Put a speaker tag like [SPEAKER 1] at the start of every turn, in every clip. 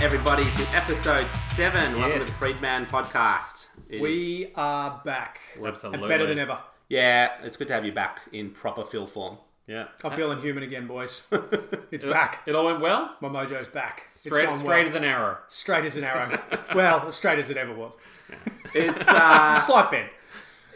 [SPEAKER 1] everybody, to episode seven. Welcome to the
[SPEAKER 2] Yes.
[SPEAKER 1] Freedman Podcast. It is-
[SPEAKER 2] We are back.
[SPEAKER 3] Absolutely.
[SPEAKER 2] And better than ever.
[SPEAKER 1] yeah, it's good to have you back in proper Phil form.
[SPEAKER 3] Yeah.
[SPEAKER 2] I'm feeling human again, boys. It's back.
[SPEAKER 3] It all went well?
[SPEAKER 2] My mojo's back. It's
[SPEAKER 3] Straight,
[SPEAKER 2] gone well.
[SPEAKER 3] straight as an arrow.
[SPEAKER 2] straight as an arrow. well, as straight as it ever was.
[SPEAKER 1] It's uh,
[SPEAKER 2] Slight bend.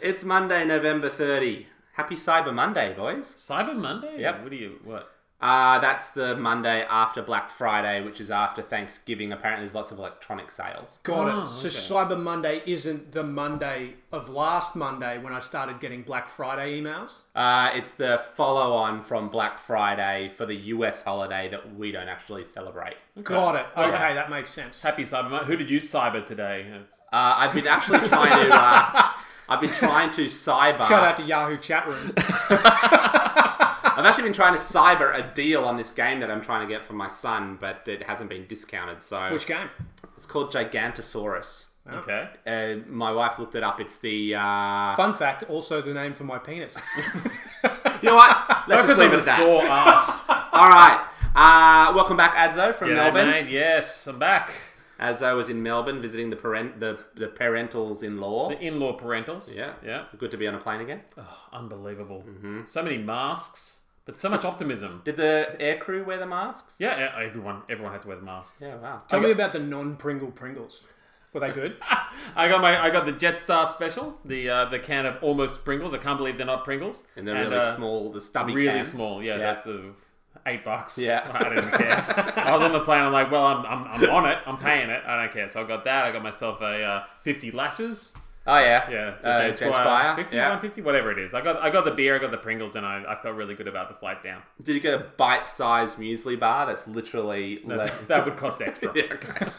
[SPEAKER 1] it's Monday, November thirty. Happy Cyber Monday, boys.
[SPEAKER 3] Cyber Monday?
[SPEAKER 1] Yep.
[SPEAKER 3] What do you, what?
[SPEAKER 1] Uh, that's the Monday after Black Friday, which is after Thanksgiving. Apparently, there's lots of electronic sales.
[SPEAKER 2] Got
[SPEAKER 3] Oh,
[SPEAKER 2] it. So
[SPEAKER 3] okay.
[SPEAKER 2] Cyber Monday isn't the Monday of last Monday when I started getting Black Friday emails.
[SPEAKER 1] Uh, it's the follow-on from Black Friday for the US holiday that we don't actually celebrate.
[SPEAKER 2] Got it. Okay,
[SPEAKER 3] Okay.
[SPEAKER 2] that makes sense.
[SPEAKER 3] Happy Cyber Monday. Who did you cyber today?
[SPEAKER 1] Uh, I've been actually trying to. Uh, I've been trying to cyber.
[SPEAKER 2] Shout out to Yahoo chat rooms.
[SPEAKER 1] I've actually been trying to cyber a deal on this game that I'm trying to get for my son, but it hasn't been discounted. So
[SPEAKER 2] Which game?
[SPEAKER 1] it's called Gigantosaurus.
[SPEAKER 3] Okay.
[SPEAKER 1] Uh, my wife looked it up. It's the uh,
[SPEAKER 2] Fun fact, also the name for my penis.
[SPEAKER 1] you know what? Let's
[SPEAKER 3] Focus
[SPEAKER 1] just
[SPEAKER 3] on
[SPEAKER 1] leave it
[SPEAKER 3] the
[SPEAKER 1] at that.
[SPEAKER 3] sore ass.
[SPEAKER 1] All right. Uh, welcome back, Adzo from
[SPEAKER 3] G'day,
[SPEAKER 1] Melbourne.
[SPEAKER 3] mate. Yes, I'm back.
[SPEAKER 1] Adzo was in Melbourne visiting the parent the, the parentals in law.
[SPEAKER 3] The in-law parentals.
[SPEAKER 1] Yeah, Mm-hmm.
[SPEAKER 3] Yeah.
[SPEAKER 1] Good to be on a plane again.
[SPEAKER 3] Unbelievable. So many masks, but so much optimism.
[SPEAKER 1] Did the air crew wear the masks?
[SPEAKER 3] Yeah, yeah, e, everyone everyone had to wear the masks.
[SPEAKER 1] Yeah. Wow.
[SPEAKER 2] Tell me about the non-Pringle Pringles. Were they good?
[SPEAKER 3] I got my I got the Jetstar special, the uh, the can of almost Pringles. I can't believe they're not Pringles.
[SPEAKER 1] And the really
[SPEAKER 3] uh,
[SPEAKER 1] small, the stubby,
[SPEAKER 3] really
[SPEAKER 1] can.
[SPEAKER 3] small. Yeah,
[SPEAKER 1] Yeah.
[SPEAKER 3] that's the eight bucks.
[SPEAKER 1] Yeah.
[SPEAKER 3] I didn't care. I was on the plane. I'm like, well, I'm, I'm, I'm on it. I'm paying it. I don't care. So I got that. I got myself a uh, 50 lashes.
[SPEAKER 1] Oh yeah.
[SPEAKER 3] Yeah, the
[SPEAKER 1] Uh,
[SPEAKER 3] James Squire.
[SPEAKER 1] Squire.
[SPEAKER 3] 50,
[SPEAKER 1] Yeah.
[SPEAKER 3] 150, whatever it is. I got I got the beer. I got the Pringles, and I, I felt really good about the flight down.
[SPEAKER 1] Did you get a bite-sized muesli bar? That's literally. le-
[SPEAKER 3] that would cost extra.
[SPEAKER 1] Yeah, okay.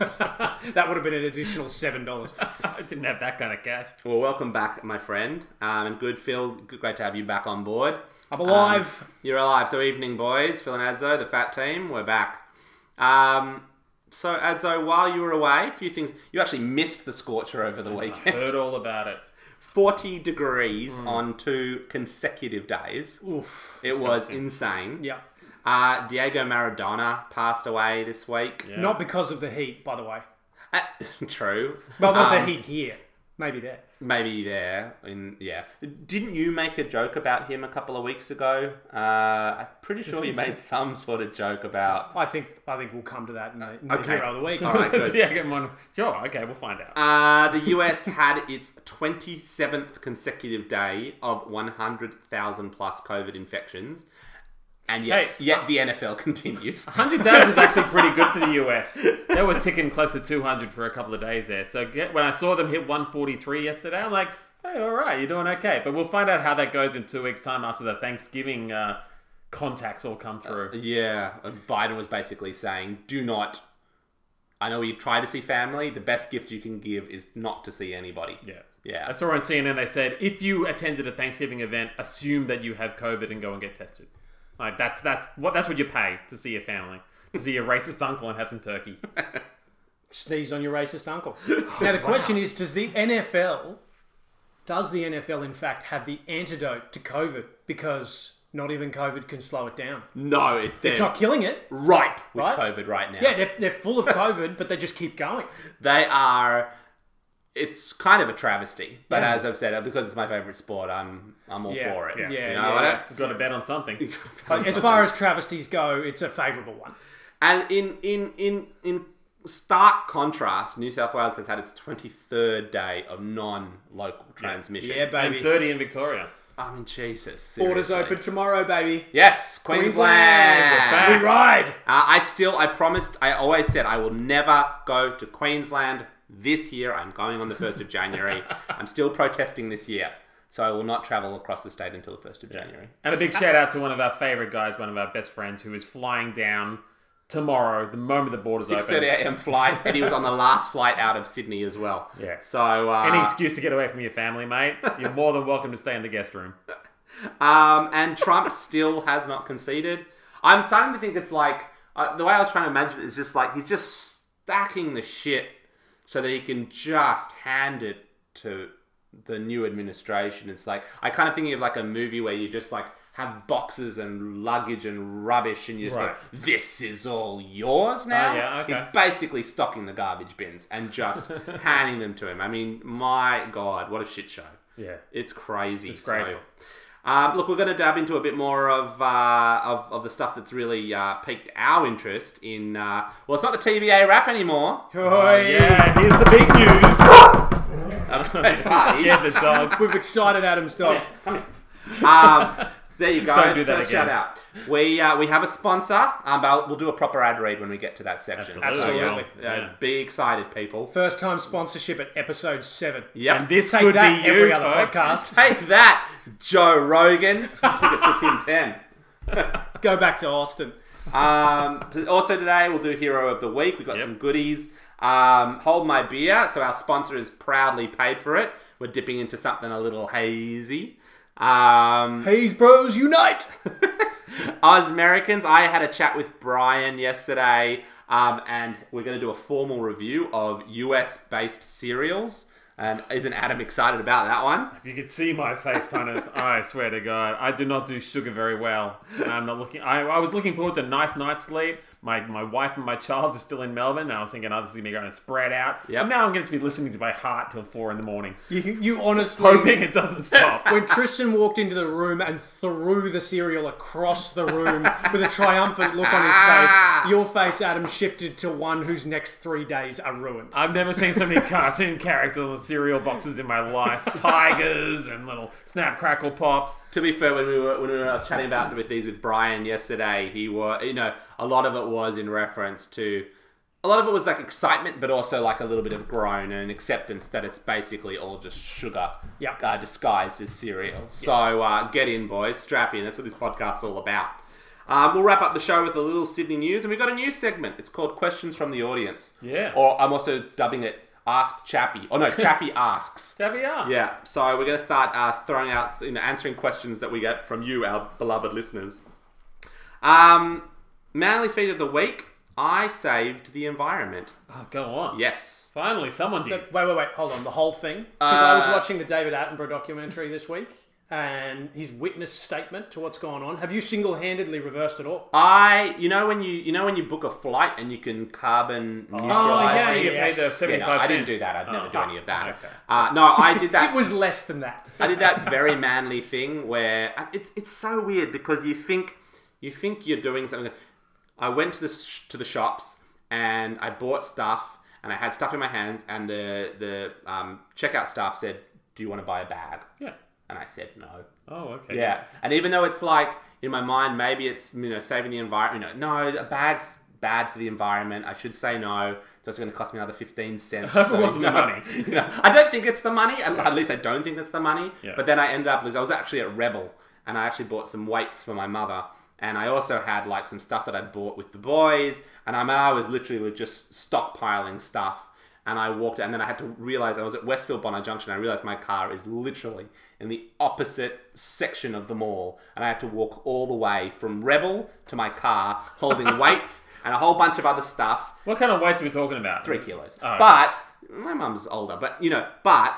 [SPEAKER 2] that would have been an additional seven dollars.
[SPEAKER 3] I didn't have that kind of cash.
[SPEAKER 1] Well, welcome back, my friend, um, and good Phil. Good, great to have you back on board.
[SPEAKER 2] I'm alive.
[SPEAKER 1] Um, you're alive. So evening, boys. Phil and Adzo, the fat team, we're back. Um, so Adzo, while you were away, a few things. You actually missed the scorcher over the weekend.
[SPEAKER 3] Heard Mm. all about it.
[SPEAKER 1] Forty degrees on two consecutive days.
[SPEAKER 2] Oof.
[SPEAKER 1] It was insane.
[SPEAKER 2] Yeah.
[SPEAKER 1] Uh, Diego Maradona passed away this week.
[SPEAKER 3] Yeah.
[SPEAKER 2] Not because of the heat, by the way.
[SPEAKER 1] Uh, true.
[SPEAKER 2] Well, not
[SPEAKER 1] Um,
[SPEAKER 2] the heat here. Maybe there.
[SPEAKER 1] Maybe there, in yeah. Didn't you make a joke about him a couple of weeks ago? Uh, I'm pretty sure you made some sort of joke about.
[SPEAKER 2] I think I think we'll come to that in the, in
[SPEAKER 1] Okay.
[SPEAKER 2] the hero of the week.
[SPEAKER 1] All right, good.
[SPEAKER 3] yeah, get one. Sure. Okay, we'll find out.
[SPEAKER 1] Uh, the US had its 27th consecutive day of 100,000 plus COVID infections, and yet,
[SPEAKER 3] Hey.
[SPEAKER 2] uh,
[SPEAKER 1] yet the NFL continues.
[SPEAKER 3] Hundred thousand is actually pretty good for the US. They were ticking close to two hundred for a couple of days there. So get, when I saw them hit one forty three yesterday, I'm like, hey, all right, you're doing okay. But we'll find out how that goes in two weeks' time after the Thanksgiving uh, contacts all come
[SPEAKER 2] Uh,
[SPEAKER 3] through.
[SPEAKER 1] Yeah, and Biden was basically saying, "Do not." I know you try to see family. The best gift you can give is not to see anybody.
[SPEAKER 3] Yeah.
[SPEAKER 1] Yeah.
[SPEAKER 3] I saw on CNN they said if you attended a Thanksgiving event, assume that you have COVID and go and get tested. Like that's that's what that's what you pay to see your family, to see your racist uncle and have some turkey.
[SPEAKER 2] Sneeze on your racist uncle. Now the question is, does the NFL does the NFL in fact have the antidote to COVID? Because not even COVID can slow it down.
[SPEAKER 1] No, it, they're
[SPEAKER 2] It's not killing it.
[SPEAKER 1] ripe with
[SPEAKER 2] Right?
[SPEAKER 1] COVID right now.
[SPEAKER 2] Yeah, they're, they're full of COVID, but they just keep going.
[SPEAKER 1] They are. It's kind of a travesty, but
[SPEAKER 2] Yeah.
[SPEAKER 1] as I've said, because it's my favorite sport, I'm I'm all
[SPEAKER 2] Yeah,
[SPEAKER 1] for it.
[SPEAKER 2] yeah,
[SPEAKER 1] you know
[SPEAKER 2] yeah,
[SPEAKER 1] what I-
[SPEAKER 2] yeah.
[SPEAKER 3] You've got to bet on something.
[SPEAKER 2] As far as travesties go, it's a favourable one.
[SPEAKER 1] And in in in in stark contrast, New South Wales has had its 23rd day of non-local transmission.
[SPEAKER 2] Yeah, baby.
[SPEAKER 3] And thirty in Victoria.
[SPEAKER 1] I mean, Jesus.
[SPEAKER 2] Borders
[SPEAKER 1] seriously.
[SPEAKER 2] open tomorrow, baby.
[SPEAKER 1] Yes,
[SPEAKER 2] Queensland.
[SPEAKER 1] Queensland.
[SPEAKER 3] We're
[SPEAKER 2] Ah. We ride.
[SPEAKER 1] Uh, I still, I promised, I always said I will never go to Queensland this year. I'm going on the 1st of January. I'm still protesting this year. So I will not travel across the state until the 1st of January.
[SPEAKER 3] And a big shout out to one of our favorite guys, one of our best friends, who is flying down tomorrow, the moment the borders
[SPEAKER 1] 6.30
[SPEAKER 3] open.
[SPEAKER 1] a.m. flight, and he was on the last flight out of Sydney as well.
[SPEAKER 3] Yeah.
[SPEAKER 1] So, uh,
[SPEAKER 3] Any excuse to get away from your family, mate. You're more than welcome to stay in the guest room.
[SPEAKER 1] um, and Trump still has not conceded. I'm starting to think it's like, uh, the way I was trying to imagine it is just like, he's just stacking the shit so that he can just hand it to the new administration. It's like I kind of thinking of like a movie where you just like have boxes and luggage and rubbish, and you just
[SPEAKER 3] Right. Oh,
[SPEAKER 1] go, "This is all yours now."
[SPEAKER 3] yeah, okay.
[SPEAKER 1] He's basically stocking the garbage bins and just handing them to him. I mean, my god, what a shit show!
[SPEAKER 3] Yeah.
[SPEAKER 1] It's crazy. It's
[SPEAKER 3] Disgraceful.
[SPEAKER 1] um, look, we're going to dab into a bit more of uh, of, of the stuff that's really uh, piqued our interest in. Uh, well, it's not the TBA wrap anymore.
[SPEAKER 2] Oh, yeah.
[SPEAKER 3] Yeah, here's the big news.
[SPEAKER 1] Party.
[SPEAKER 3] Scared the dog.
[SPEAKER 2] We've excited Adam's dog.
[SPEAKER 1] um, there you go.
[SPEAKER 3] Don't do that
[SPEAKER 1] First
[SPEAKER 3] again.
[SPEAKER 1] Shout out. We uh, we have a sponsor, um, but we'll do a proper ad read when we get to that section.
[SPEAKER 3] Absolutely.
[SPEAKER 1] So, uh,
[SPEAKER 3] Yeah.
[SPEAKER 1] uh, be excited, people.
[SPEAKER 2] First time sponsorship at episode seven.
[SPEAKER 1] Yep.
[SPEAKER 3] And this
[SPEAKER 2] Take
[SPEAKER 3] could
[SPEAKER 2] that,
[SPEAKER 3] be you,
[SPEAKER 2] every other
[SPEAKER 3] folks.
[SPEAKER 2] podcast.
[SPEAKER 1] Take that, Joe Rogan. I think it took him ten.
[SPEAKER 2] Go back to Austin.
[SPEAKER 1] Um, p- also today we'll do hero of the week. We've got
[SPEAKER 3] Yep.
[SPEAKER 1] some goodies. Um, Hold my beer. So our sponsor is proudly paid for it. We're dipping into something a little hazy. Um,
[SPEAKER 2] Hayes Bros Unite.
[SPEAKER 1] Us Americans, I had a chat with Brian yesterday, um, and we're going to do a formal review of US based cereals. And isn't Adam excited about that one?
[SPEAKER 3] If you could see my face, punters, I swear to God, I do not do sugar very well. And I'm not looking. I, I was looking forward to a nice night's sleep. My my wife and my child are still in Melbourne, and I was thinking, oh, this is gonna be going to spread out.
[SPEAKER 1] Yep.
[SPEAKER 3] And now I'm going to be listening to my heart till four in the morning,
[SPEAKER 2] You, you honestly.
[SPEAKER 3] hoping it doesn't stop.
[SPEAKER 2] When Tristan walked into the room and threw the cereal across the room with a triumphant look on his face, your face, Adam, shifted to one whose next three days are ruined.
[SPEAKER 3] I've never seen so many cartoon characters and cereal boxes in my life. Tigers and little snap crackle pops.
[SPEAKER 1] To be fair, when we were when we were chatting about with these with Brian yesterday, he was you know a lot of it was in reference to a lot of it was like excitement, but also like a little bit of groan and acceptance that it's basically all just sugar
[SPEAKER 2] Yeah.
[SPEAKER 1] uh, disguised as cereal. So uh, get in, boys, strap in. That's what this podcast's all about. Um, we'll wrap up the show with a little Sydney news, and we've got a new segment. It's called Questions from the Audience.
[SPEAKER 3] Yeah.
[SPEAKER 1] Or I'm also dubbing it Ask Chappie. Oh no, Chappie asks.
[SPEAKER 3] Debbie asks.
[SPEAKER 1] Yeah, so we're going to start uh, throwing out, you know, answering questions that we get from you, our beloved listeners. Um, manly feat of the week. I saved the environment.
[SPEAKER 3] Oh, go on.
[SPEAKER 1] Yes.
[SPEAKER 3] Finally, someone did.
[SPEAKER 2] Wait, wait, wait. Hold on. The whole thing. Because I was watching the David Attenborough documentary this week and his witness statement to what's going on. Have you single handedly reversed it all?
[SPEAKER 1] I, you know, when you, you know, when you book a flight and you can carbon neutralize.
[SPEAKER 3] Oh, yeah,
[SPEAKER 1] things?
[SPEAKER 3] you get paid the
[SPEAKER 1] Yeah,
[SPEAKER 3] 75
[SPEAKER 1] no, I didn't
[SPEAKER 3] cents.
[SPEAKER 1] do that. I'd never
[SPEAKER 3] Oh.
[SPEAKER 1] do any of that.
[SPEAKER 3] Okay.
[SPEAKER 1] Uh, no, I did that.
[SPEAKER 2] It was less than that.
[SPEAKER 1] I did that very manly thing where and it's it's so weird because you think you think you're doing something. I went to the sh- to the shops and I bought stuff and I had stuff in my hands and the the um, checkout staff said, "Do you want to buy a bag?"
[SPEAKER 3] Yeah.
[SPEAKER 1] And I said no.
[SPEAKER 3] Oh, okay.
[SPEAKER 1] Yeah, and even though it's like in my mind, maybe it's you know saving the environment. You know, no, a bag's bad for the environment. I should say no. So it's going to cost me another fifteen cents.
[SPEAKER 3] It
[SPEAKER 1] So,
[SPEAKER 3] wasn't
[SPEAKER 1] you
[SPEAKER 3] the
[SPEAKER 1] know,
[SPEAKER 3] money.
[SPEAKER 1] You know, I don't think it's the money. At at least I don't think it's the money.
[SPEAKER 3] Yeah.
[SPEAKER 1] But then I ended up. I was actually at Rebel, and I actually bought some weights for my mother. And I also had like some stuff that I'd bought with the boys, and I mean, I was literally just stockpiling stuff. And I walked, and then I had to realize I was at Westfield Bonner Junction. I realized my car is literally in the opposite section of the mall, and I had to walk all the way from Rebel to my car, holding weights and a whole bunch of other stuff
[SPEAKER 3] What kind of weights are we talking about?
[SPEAKER 1] three kilos.
[SPEAKER 3] Oh.
[SPEAKER 1] But my mum's older, but you know, but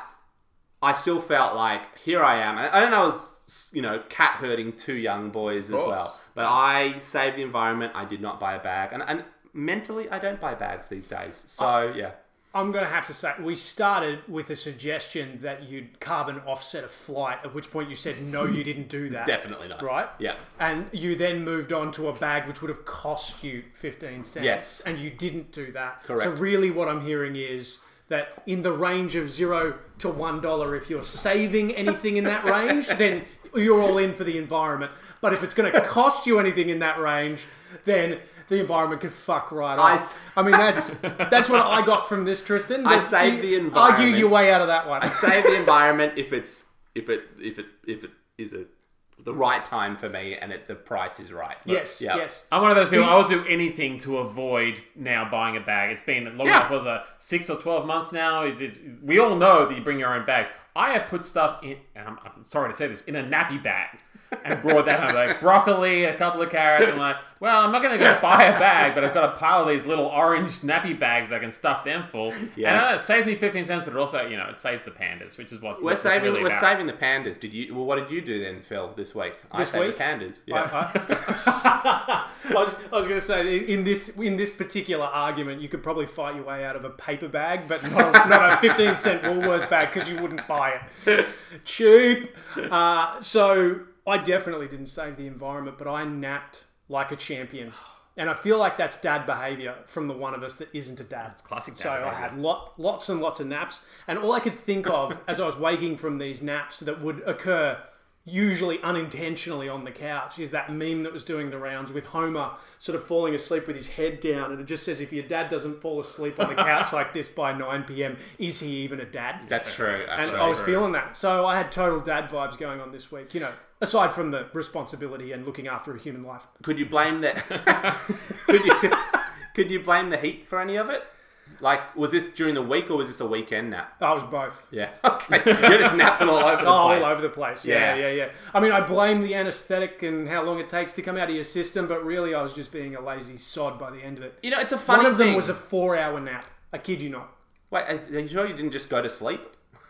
[SPEAKER 1] I still felt like here I am. And I don't know, I was you know cat herding two young boys as
[SPEAKER 3] course.
[SPEAKER 1] well. But I saved the environment. I did not buy a bag, and and mentally I don't buy bags these days. So
[SPEAKER 2] Oh.
[SPEAKER 1] yeah,
[SPEAKER 2] I'm going to have to say, we started with a suggestion that you'd carbon offset a flight, at which point you said, no, you didn't do that.
[SPEAKER 1] definitely not.
[SPEAKER 2] Right?
[SPEAKER 1] Yeah.
[SPEAKER 2] And you then moved on to a bag which would have cost you 15 cents.
[SPEAKER 1] Yes.
[SPEAKER 2] And you didn't do that. So,
[SPEAKER 1] Correct.
[SPEAKER 2] really, what I'm hearing is that in the range of zero to one dollar, if you're saving anything in that range, then you're all in for the environment. But if it's going to cost you anything in that range, then the environment can fuck right
[SPEAKER 1] I
[SPEAKER 2] off.
[SPEAKER 1] s-
[SPEAKER 2] I mean, that's that's what I got from this, Tristan.
[SPEAKER 1] I
[SPEAKER 2] That
[SPEAKER 1] saved
[SPEAKER 2] you-
[SPEAKER 1] the environment.
[SPEAKER 2] Argue your way out of that one.
[SPEAKER 1] Save the environment if it's if it if it if it is a the right time for me and it, the price is right. But,
[SPEAKER 2] yes,
[SPEAKER 1] yeah.
[SPEAKER 2] yes.
[SPEAKER 3] I'm one of those people. I will do anything to avoid now buying a bag. It's been long
[SPEAKER 1] Yeah.
[SPEAKER 3] enough. Was it six or twelve months now? It- it- we all know that you bring your own bags. I have put stuff in. And I'm, I'm sorry to say this in a nappy bag. and brought that home. Like broccoli, a couple of carrots. I'm like, well, I'm not going to go buy a bag, but I've got a pile of these little orange nappy bags I can stuff them full. And I know it
[SPEAKER 1] Yes.
[SPEAKER 3] saves me 15 cents, but it also, you know, it saves the pandas, which is what
[SPEAKER 1] We're
[SPEAKER 3] what's
[SPEAKER 1] saving.
[SPEAKER 3] really
[SPEAKER 1] we're
[SPEAKER 3] about.
[SPEAKER 1] saving the pandas. Did you? Well, what did you do then, Phil? This week? I
[SPEAKER 2] This
[SPEAKER 1] saved
[SPEAKER 2] week?
[SPEAKER 1] the pandas. Yeah.
[SPEAKER 2] I, I was, I was going to say in- in this in this particular argument, you could probably fight your way out of a paper bag, but not, a- not a fifteen cent Woolworths bag because you wouldn't buy it cheap. Uh, so I definitely didn't save the environment, but I napped like a champion, and I feel like that's dad behaviour from the one of us that isn't a dad. It's
[SPEAKER 3] classic dad
[SPEAKER 2] So I
[SPEAKER 3] behaviour.
[SPEAKER 2] had lot, lots and lots of naps, and all I could think of as I was waking from these naps that would occur usually unintentionally on the couch is that meme that was doing the rounds with Homer sort of falling asleep with his head down, and it just says, "If your dad doesn't fall asleep on the couch like this by 9 p.m., is he even a dad?"
[SPEAKER 1] That's true. That's
[SPEAKER 2] and
[SPEAKER 1] true.
[SPEAKER 2] I was feeling that, so I had total dad vibes going on this week. You know, aside from the responsibility and looking after a human life.
[SPEAKER 1] Could you blame that? could you? Could you blame the heat for any of it? Like, was this during the week or was this a weekend nap?
[SPEAKER 2] I was both.
[SPEAKER 1] Yeah. Okay. You're just napping all over the place.
[SPEAKER 2] Oh, All over the place. Yeah, yeah,
[SPEAKER 1] Yeah.
[SPEAKER 2] yeah, I mean, I blame the anesthetic and how long it takes to come out of your system, but really, I was just being a lazy sod by the end of it.
[SPEAKER 1] You know, it's a funny
[SPEAKER 2] One of them
[SPEAKER 1] thing.
[SPEAKER 2] was a four-hour nap. I kid you not.
[SPEAKER 1] Wait, are you sure you didn't just go to sleep?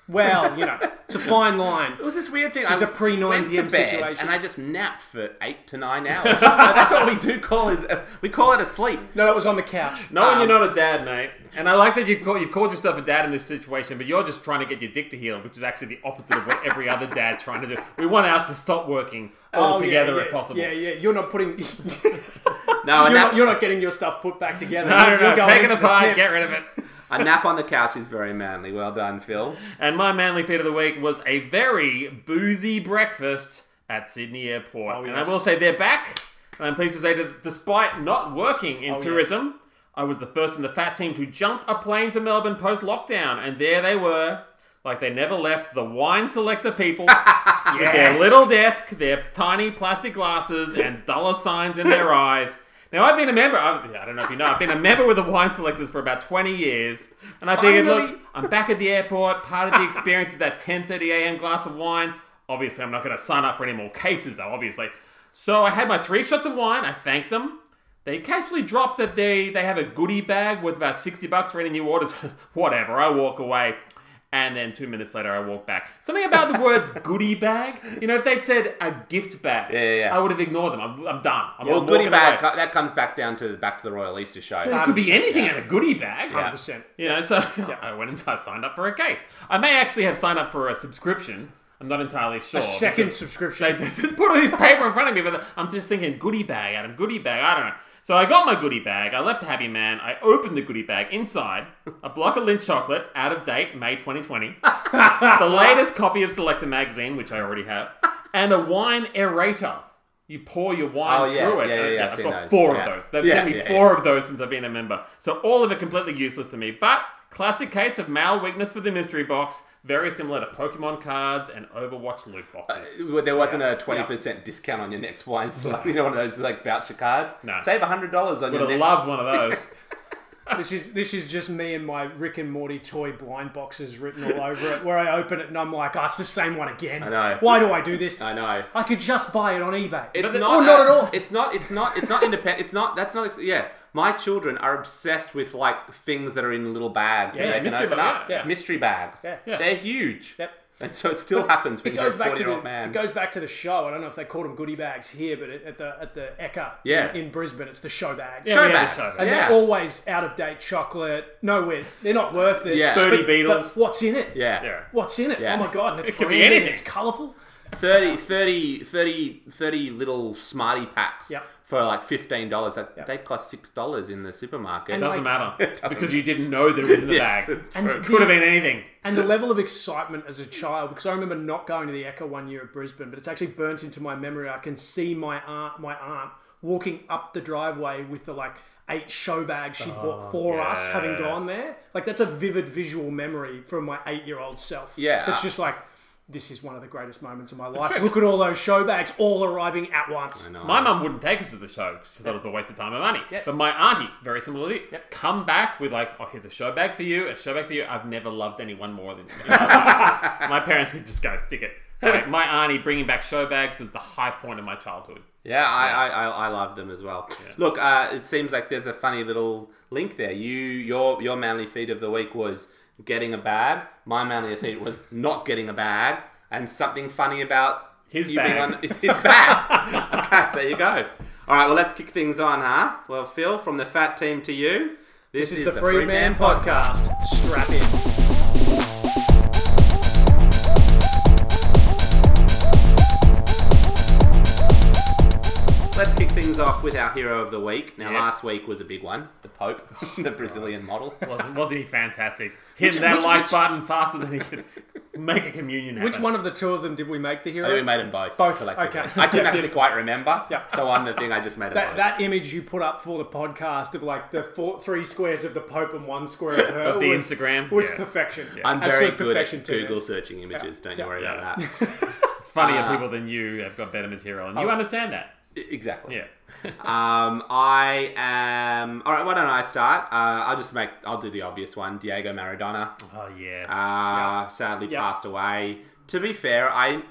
[SPEAKER 2] Well, you know, it's a fine line.
[SPEAKER 1] It was this weird thing.
[SPEAKER 2] was
[SPEAKER 1] I
[SPEAKER 2] a pre-9
[SPEAKER 1] went to
[SPEAKER 2] PM
[SPEAKER 1] bed
[SPEAKER 2] situation.
[SPEAKER 1] and I just napped for eight to nine hours. That's what we do call is we call it a sleep.
[SPEAKER 2] No, it was on the couch.
[SPEAKER 3] No,
[SPEAKER 1] Um,
[SPEAKER 3] you're not a dad, mate. And I like that you've called, you've called yourself a dad in this situation, but you're just trying to get your dick to heal, which is actually the opposite of what every other dad's trying to do. We want ours to stop working altogether
[SPEAKER 2] Oh, yeah,
[SPEAKER 3] if
[SPEAKER 2] yeah,
[SPEAKER 3] possible.
[SPEAKER 2] Yeah, yeah. You're not putting.
[SPEAKER 1] No, a
[SPEAKER 2] you're,
[SPEAKER 1] nap,
[SPEAKER 2] not, you're not getting your stuff put back together.
[SPEAKER 3] I don't
[SPEAKER 2] You're
[SPEAKER 3] know.
[SPEAKER 2] going
[SPEAKER 3] Take it
[SPEAKER 2] into the
[SPEAKER 3] apart,
[SPEAKER 2] snip.
[SPEAKER 3] get rid of it.
[SPEAKER 1] a nap on the couch is very manly. Well done, Phil.
[SPEAKER 3] And my manly feat of the week was a very boozy breakfast at Sydney Airport. And I
[SPEAKER 2] Oh, yes.
[SPEAKER 3] will say they're back. And I'm pleased to say that despite not working in
[SPEAKER 2] Oh, yes.
[SPEAKER 3] tourism, I was the first in the fat team to jump a plane to Melbourne post lockdown. And there they were, like they never left the wine selector people with their
[SPEAKER 2] Yes.
[SPEAKER 3] little desk, their tiny plastic glasses, and dollar signs in their eyes. Now, I've been a member, I I don't know if you know, I've been a member with the wine selectors for about 20 years. And I figured, look,
[SPEAKER 1] Finally.
[SPEAKER 3] I'm back at the airport. Part of the experience is that 10:30 a.m. glass of wine. Obviously, I'm not going to sign up for any more cases, though. Obviously, so I had my three shots of wine. I thanked them. They casually dropped that they they have a goodie bag worth about 60 bucks for any new orders. Whatever. I walk away. And then two minutes later, I walk back. Something about the words "goodie bag." You know, if they'd said a gift bag,
[SPEAKER 1] yeah, yeah.
[SPEAKER 3] I would have ignored them. I'm, I'm done. I'm
[SPEAKER 1] Well,
[SPEAKER 3] walking
[SPEAKER 1] goodie bag
[SPEAKER 3] away.
[SPEAKER 1] co- that comes back down to back to the Royal Easter show.
[SPEAKER 3] It could be anything in a goodie bag.
[SPEAKER 2] 100%.
[SPEAKER 3] You know, so I went and I signed up for a case. I may actually have signed up for a subscription. I'm not entirely sure.
[SPEAKER 2] A second
[SPEAKER 3] because
[SPEAKER 2] subscription.
[SPEAKER 3] They just put all this paper in front of me, but I'm just thinking goodie bag, Adam, goodie bag. I don't know. So I got my goodie bag. I left a happy man. I opened the goodie bag. Inside, a block of Lindt chocolate, out of date, May 2020. the latest copy of Selector magazine, which I already have, and a wine aerator. You pour your wine
[SPEAKER 1] Oh,
[SPEAKER 3] through
[SPEAKER 1] yeah,
[SPEAKER 3] it.
[SPEAKER 1] yeah,
[SPEAKER 3] Uh,
[SPEAKER 1] yeah, yeah, I've
[SPEAKER 3] I've
[SPEAKER 1] seen
[SPEAKER 3] got
[SPEAKER 1] those.
[SPEAKER 3] four
[SPEAKER 1] Yeah.
[SPEAKER 3] of those. They've
[SPEAKER 1] Yeah,
[SPEAKER 3] sent me
[SPEAKER 1] yeah,
[SPEAKER 3] four four of those since I've been a member. So all of it completely useless to me. But classic case of male weakness for the mystery box, very similar to Pokemon cards and Overwatch loot boxes.
[SPEAKER 1] Well, There wasn't a twenty percent discount on your next wine, so you know one of those like voucher cards.
[SPEAKER 3] No.
[SPEAKER 1] Save hundred dollars on your
[SPEAKER 3] Would have
[SPEAKER 1] next.
[SPEAKER 3] loved one of those.
[SPEAKER 2] This is this is just me and my Rick and Morty toy blind boxes written all over it. Where I open it and I'm like, oh, it's the same one again. I
[SPEAKER 1] know.
[SPEAKER 2] Why do I do this?
[SPEAKER 1] I know.
[SPEAKER 2] I could just buy it on eBay.
[SPEAKER 1] It's
[SPEAKER 3] the-
[SPEAKER 1] not.
[SPEAKER 3] or Oh, not
[SPEAKER 1] uh,
[SPEAKER 3] at all.
[SPEAKER 1] It's not. It's not. It's not independent. It's not. That's not. ex- Yeah. My children are obsessed with like things that are in little bags. that
[SPEAKER 3] Yeah,
[SPEAKER 1] they can
[SPEAKER 3] mystery
[SPEAKER 1] open
[SPEAKER 3] bag,
[SPEAKER 1] up.
[SPEAKER 3] yeah, yeah.
[SPEAKER 1] Mystery bags.
[SPEAKER 2] Yeah. Yeah.
[SPEAKER 1] They're huge.
[SPEAKER 2] Yep.
[SPEAKER 1] And so it still happens when
[SPEAKER 2] It
[SPEAKER 1] you're a
[SPEAKER 2] goes back to the
[SPEAKER 1] forty-year-old man.
[SPEAKER 2] it goes back to the show. I don't know if they called them goodie bags here, but it, at the at the Eka
[SPEAKER 1] Yeah.
[SPEAKER 2] in, in Brisbane, it's the show bag.
[SPEAKER 3] Yeah,
[SPEAKER 1] show
[SPEAKER 3] we had
[SPEAKER 1] bags.
[SPEAKER 3] a show bag.
[SPEAKER 2] And
[SPEAKER 1] yeah.
[SPEAKER 2] they're always out of date chocolate. Nowhere, they're not worth it.
[SPEAKER 1] Yeah.
[SPEAKER 3] Dirty
[SPEAKER 2] But-
[SPEAKER 3] Beatles.
[SPEAKER 2] but what's in it?
[SPEAKER 1] yeah.
[SPEAKER 3] yeah.
[SPEAKER 2] What's in it?
[SPEAKER 1] Yeah.
[SPEAKER 2] Oh my god! And it's
[SPEAKER 3] It could be
[SPEAKER 2] green and
[SPEAKER 3] anything.
[SPEAKER 2] It's colourful.
[SPEAKER 1] 30, 30, 30, 30 little smarty packs
[SPEAKER 2] Yep.
[SPEAKER 1] for like fifteen dollars. That They cost six dollars in the supermarket.
[SPEAKER 2] And
[SPEAKER 3] Doesn't
[SPEAKER 2] Like-
[SPEAKER 3] matter. because you didn't know they were in the
[SPEAKER 1] Yes,
[SPEAKER 3] bag.
[SPEAKER 1] it's
[SPEAKER 3] It
[SPEAKER 2] true.
[SPEAKER 3] could have been anything.
[SPEAKER 2] And the level of excitement as a child, because I remember not going to the Echo one year at Brisbane, but it's actually burnt into my memory. I can see my aunt, my aunt walking up the driveway with the like eight show bags she bought for us, having
[SPEAKER 3] yeah.
[SPEAKER 2] gone there. Like that's a vivid visual memory from my eight-year-old self.
[SPEAKER 1] Yeah.
[SPEAKER 2] it's just like this is one of the greatest moments of my life. Look at all those show bags all arriving at once.
[SPEAKER 1] No.
[SPEAKER 3] My mum wouldn't take us to the show because she thought it was a waste of time and money. But my auntie, very similarly, come back with like, oh, here's a show bag for you, a show bag for you. I've never loved anyone more than my parents would just go stick it. Like, my auntie bringing back show bags was the high point of my childhood.
[SPEAKER 1] Yeah, I, I, I, I love them as well. Look, uh, it seems like there's a funny little link there. You your your manly feat of the week was getting a bag. My manly feat was not getting a bag, and something funny about
[SPEAKER 3] His
[SPEAKER 1] you being
[SPEAKER 3] bag.
[SPEAKER 1] on his bag. okay, there you go. All right, well let's kick things on, huh? Well, Phil, from the fat team to you.
[SPEAKER 2] This is the Free Man Podcast. Strap in.
[SPEAKER 1] Let's kick things off with our hero of the week. Now,
[SPEAKER 3] Yeah.
[SPEAKER 1] last week was a big one, the Pope,
[SPEAKER 2] Oh,
[SPEAKER 1] the Brazilian model.
[SPEAKER 3] Wasn't, wasn't he fantastic? Hitting that
[SPEAKER 1] which-
[SPEAKER 3] like
[SPEAKER 1] which-
[SPEAKER 3] button faster than he could make a communion happen.
[SPEAKER 2] Which one of the two of them did we make the hero?
[SPEAKER 1] I think we made them both.
[SPEAKER 2] Both,
[SPEAKER 1] collectively.
[SPEAKER 2] okay.
[SPEAKER 1] I couldn't actually quite remember.
[SPEAKER 2] Yeah.
[SPEAKER 1] So on the thing, I just made it.
[SPEAKER 2] That, that image you put up for the podcast of like the four, three squares of the Pope and one square of her
[SPEAKER 3] Of the
[SPEAKER 2] was,
[SPEAKER 3] Instagram?
[SPEAKER 2] was
[SPEAKER 3] Yeah.
[SPEAKER 2] perfection.
[SPEAKER 1] I'm very
[SPEAKER 2] Absolute
[SPEAKER 1] good at
[SPEAKER 2] perfection to me.
[SPEAKER 1] Google searching images. Don't
[SPEAKER 2] Yeah.
[SPEAKER 1] you worry about
[SPEAKER 3] Yeah.
[SPEAKER 1] that.
[SPEAKER 3] Funnier people than you have got better material, and you understand that.
[SPEAKER 1] I- E, exactly.
[SPEAKER 3] Yeah.
[SPEAKER 1] Um, I am. All right. Why don't I start? Uh, I'll just make. I'll do the obvious one. Diego Maradona.
[SPEAKER 3] oh, yes.
[SPEAKER 1] Uh, sadly
[SPEAKER 2] Yeah.
[SPEAKER 1] passed away. To be fair, I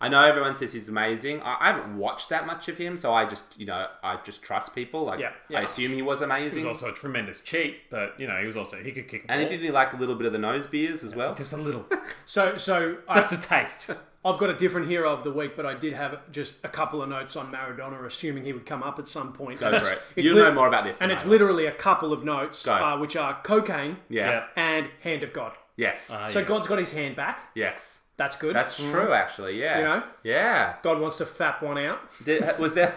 [SPEAKER 1] I know everyone says he's amazing. I, I haven't watched that much of him, so I just you know I just trust people. Like
[SPEAKER 2] Yeah,
[SPEAKER 1] I
[SPEAKER 2] yeah.
[SPEAKER 1] assume he was amazing,
[SPEAKER 3] he was also a tremendous cheat, but, you know, he was also, he could kick a
[SPEAKER 1] and he
[SPEAKER 3] ball.
[SPEAKER 1] did he like a little bit of the nose beers as well.
[SPEAKER 3] Just a little.
[SPEAKER 2] So, so I,
[SPEAKER 3] Just a taste.
[SPEAKER 2] I've got a different hero of the week, but I did have just a couple of notes on Maradona, assuming he would come up at some point.
[SPEAKER 1] Go for it.
[SPEAKER 2] it's
[SPEAKER 1] You'll
[SPEAKER 2] lit-
[SPEAKER 1] know more about this,
[SPEAKER 2] and
[SPEAKER 1] than
[SPEAKER 2] it's
[SPEAKER 1] I will.
[SPEAKER 2] literally a couple of notes,
[SPEAKER 1] Go.
[SPEAKER 2] uh, which are cocaine
[SPEAKER 1] yeah.
[SPEAKER 3] Yeah.
[SPEAKER 2] and hand of God.
[SPEAKER 1] yes,
[SPEAKER 3] Ah,
[SPEAKER 2] So
[SPEAKER 3] yes.
[SPEAKER 2] God's got his hand back.
[SPEAKER 1] yes.
[SPEAKER 2] That's good.
[SPEAKER 1] That's true, actually. Yeah.
[SPEAKER 2] You know?
[SPEAKER 1] Yeah.
[SPEAKER 2] God wants to fap one out.
[SPEAKER 1] Did, was there?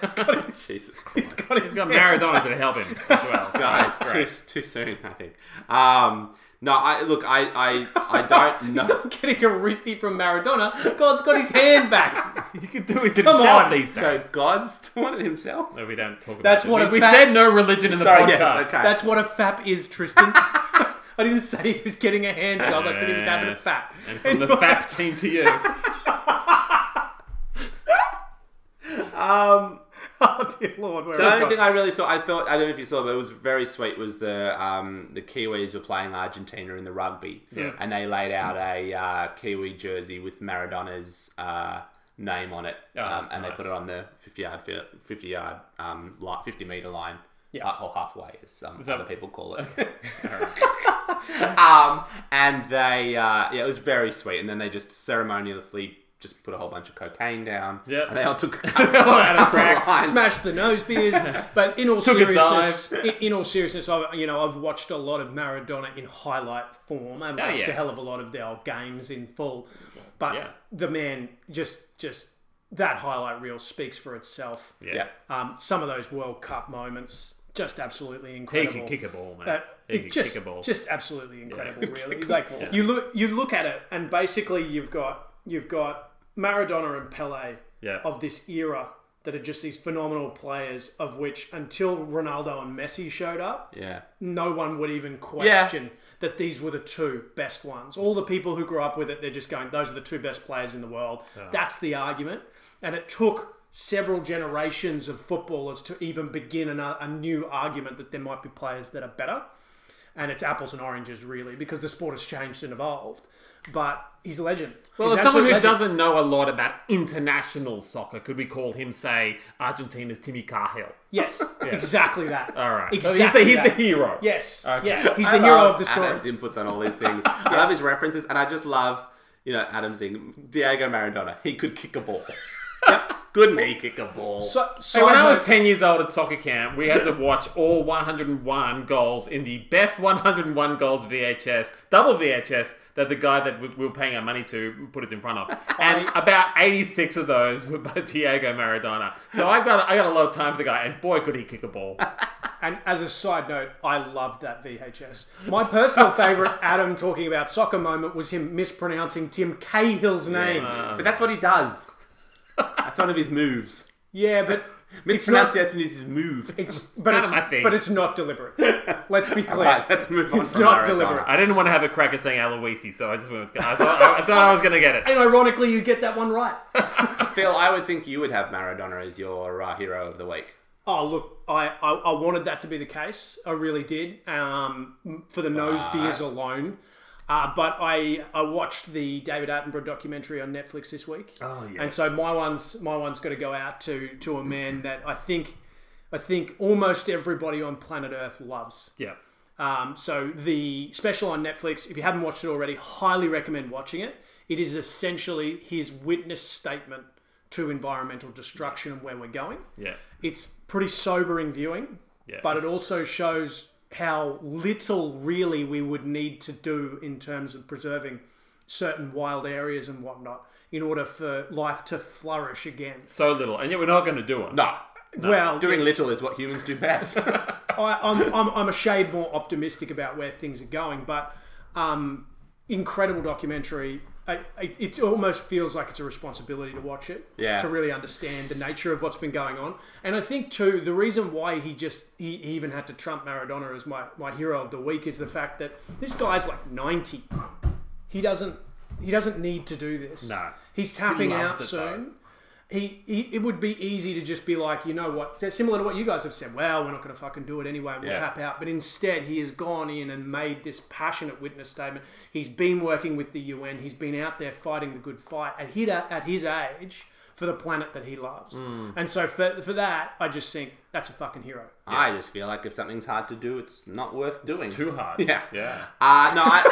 [SPEAKER 1] Jesus
[SPEAKER 2] He's got his
[SPEAKER 3] He's got
[SPEAKER 2] hand-
[SPEAKER 3] Maradona to help him as well.
[SPEAKER 1] guys,
[SPEAKER 3] That's
[SPEAKER 1] too,
[SPEAKER 3] great.
[SPEAKER 1] too soon, I think. Um, no, I look, I, I, I don't
[SPEAKER 2] He's
[SPEAKER 1] know.
[SPEAKER 2] not getting a wristy from Maradona. God's got his hand back.
[SPEAKER 3] You could do it to
[SPEAKER 2] Come
[SPEAKER 3] himself
[SPEAKER 2] on.
[SPEAKER 3] these days.
[SPEAKER 1] So is God's doing it himself?
[SPEAKER 3] No, we don't talk about
[SPEAKER 2] That's
[SPEAKER 3] it.
[SPEAKER 2] what
[SPEAKER 3] we,
[SPEAKER 2] a
[SPEAKER 3] we
[SPEAKER 2] fat-
[SPEAKER 3] said no religion in the
[SPEAKER 1] Sorry,
[SPEAKER 3] podcast.
[SPEAKER 1] yes, okay.
[SPEAKER 2] That's what a fap is, Tristan. I didn't say he was getting a hand job. I said he was having a
[SPEAKER 3] Yes.
[SPEAKER 2] fap.
[SPEAKER 3] And from the FAP team to you.
[SPEAKER 1] Um,
[SPEAKER 2] Oh dear Lord, where
[SPEAKER 1] the
[SPEAKER 2] have I
[SPEAKER 1] only
[SPEAKER 2] gone?
[SPEAKER 1] thing I really saw, I thought, I don't know if you saw, but it was very sweet. Was the um, the Kiwis were playing Argentina in the rugby,
[SPEAKER 3] Yeah.
[SPEAKER 1] and they laid out a uh, Kiwi jersey with Maradona's uh, name on it,
[SPEAKER 3] Oh,
[SPEAKER 1] um,
[SPEAKER 3] that's
[SPEAKER 1] and they
[SPEAKER 3] nice.
[SPEAKER 1] put it on the fifty yard fi- fifty yard um, li fifty meter line.
[SPEAKER 2] Yeah.
[SPEAKER 1] Uh, or halfway, as some
[SPEAKER 3] that-
[SPEAKER 1] other people call it. um, and they, uh, yeah, it was very sweet. And then they just ceremoniously just put a whole bunch of cocaine down.
[SPEAKER 3] Yep.
[SPEAKER 1] And they all took a
[SPEAKER 3] Out of crack.
[SPEAKER 2] smash the nose beers. But in all
[SPEAKER 3] Took a
[SPEAKER 2] seriousness, in, in all seriousness, I you know I've watched a lot of Maradona in highlight form. I've watched
[SPEAKER 3] Oh, yeah.
[SPEAKER 2] a hell of a lot of their old games in full. But
[SPEAKER 3] Yeah.
[SPEAKER 2] the man just just that highlight reel speaks for itself.
[SPEAKER 1] Yeah.
[SPEAKER 2] Um, some of those World Cup moments, just absolutely
[SPEAKER 3] He
[SPEAKER 2] incredible.
[SPEAKER 3] could kick a ball, man.
[SPEAKER 2] That-
[SPEAKER 3] he
[SPEAKER 2] it
[SPEAKER 3] could
[SPEAKER 2] just,
[SPEAKER 3] kick a ball.
[SPEAKER 2] just absolutely incredible, really. Like you look, you look at it, and basically you've got you've got Maradona and Pele
[SPEAKER 3] Yeah.
[SPEAKER 2] of this era that are just these phenomenal players, of which until Ronaldo and Messi showed up,
[SPEAKER 1] Yeah.
[SPEAKER 2] no one would even question that these were the two best ones. All the people who grew up with it, they're just going, those are the two best players in the world. That's the argument. And it took several generations of footballers to even begin an, a new argument that there might be players that are better. And it's apples and oranges, really, because the sport has changed and evolved. But he's a legend.
[SPEAKER 3] well,
[SPEAKER 2] He's
[SPEAKER 3] as
[SPEAKER 2] absolute
[SPEAKER 3] someone who
[SPEAKER 2] legend.
[SPEAKER 3] doesn't know a lot about international soccer, could we call him, say, Argentina's Timmy Cahill?
[SPEAKER 2] Yes, exactly that.
[SPEAKER 3] All right.
[SPEAKER 2] Exactly.
[SPEAKER 3] So he's the, he's
[SPEAKER 2] that.
[SPEAKER 3] the hero.
[SPEAKER 2] Yes,
[SPEAKER 3] Okay.
[SPEAKER 2] yes. He's
[SPEAKER 1] I
[SPEAKER 2] the hero
[SPEAKER 1] love
[SPEAKER 2] of the story.
[SPEAKER 1] Adam's inputs on all these things. I love his references, and I just love, you know, Adam's thing. Diego Maradona, he could kick a ball. Yep, Couldn't he kick a ball?
[SPEAKER 2] So,
[SPEAKER 3] So when I was
[SPEAKER 2] note-
[SPEAKER 3] 10 years old at soccer camp, we had to watch all 101 goals in the best 101 goals VHS, double VHS, that the guy that we we were paying our money to put us in front of. And about 86 of those were by Diego Maradona. So I got, I got a lot of time for the guy, and boy, could he kick a ball.
[SPEAKER 2] And as a side note, I loved that VHS. My personal favourite Adam talking about soccer moment was him mispronouncing Tim Cahill's name. Yeah,
[SPEAKER 1] but that's what he does. That's one of his moves.
[SPEAKER 2] but
[SPEAKER 1] Mispronunciation is his move.
[SPEAKER 2] it's but
[SPEAKER 3] of
[SPEAKER 2] it's,
[SPEAKER 3] my thing.
[SPEAKER 2] but it's not deliberate. Let's be clear.
[SPEAKER 1] Right, let's move on.
[SPEAKER 2] It's
[SPEAKER 1] from
[SPEAKER 2] not
[SPEAKER 1] Maradona.
[SPEAKER 2] deliberate.
[SPEAKER 3] I didn't want to have a crack at saying Aloisi, so I just went with I thought I, I, thought I was going to get it.
[SPEAKER 2] And ironically, you get that one right.
[SPEAKER 1] Phil, I would think you would have Maradona as your uh, hero of the week.
[SPEAKER 2] Oh look, I, I, I wanted that to be the case. I really did. Um, for the nose beers alone, Uh, but I, I watched the David Attenborough documentary on Netflix this week.
[SPEAKER 3] Oh, yes.
[SPEAKER 2] And so my one's my one's got to go out to to a man that I think I think almost everybody on planet Earth loves.
[SPEAKER 3] Yeah.
[SPEAKER 2] Um, so the special on Netflix, if you haven't watched it already, highly recommend watching it. It is essentially his witness statement to environmental destruction and where we're going.
[SPEAKER 3] Yeah.
[SPEAKER 2] It's pretty sobering viewing,
[SPEAKER 3] Yeah.
[SPEAKER 2] but it also shows how little really we would need to do in terms of preserving certain wild areas and whatnot in order for life to flourish again.
[SPEAKER 3] so little, and yet we're not going to do it.
[SPEAKER 1] No.
[SPEAKER 2] well,
[SPEAKER 1] Doing little is what humans do best.
[SPEAKER 2] I, I'm, I'm, I'm a shade more optimistic about where things are going, but um, incredible documentary. I, I, it almost feels like it's a responsibility to watch it,
[SPEAKER 1] Yeah.
[SPEAKER 2] to really understand the nature of what's been going on. And I think too, the reason why he just he he even had to trump Maradona as my, my hero of the week is the fact that this guy's like ninety. He doesn't he doesn't need to do this.
[SPEAKER 3] No.
[SPEAKER 2] he's tapping
[SPEAKER 3] loves
[SPEAKER 2] out
[SPEAKER 3] it,
[SPEAKER 2] soon
[SPEAKER 3] though.
[SPEAKER 2] he, he it would be easy to just be like, you know what, similar to what you guys have said, well, we're not going to fucking do it anyway, and we'll
[SPEAKER 1] Yeah.
[SPEAKER 2] tap out. But instead, he has gone in and made this passionate witness statement. He's been working with the UN, he's been out there fighting the good fight at his, at his age for the planet that he loves. And so for, for that, I just think that's a fucking hero.
[SPEAKER 1] I just feel like if something's hard to do, it's not worth doing.
[SPEAKER 3] Too hard.
[SPEAKER 1] Yeah.
[SPEAKER 3] Yeah.
[SPEAKER 1] Uh, no, I,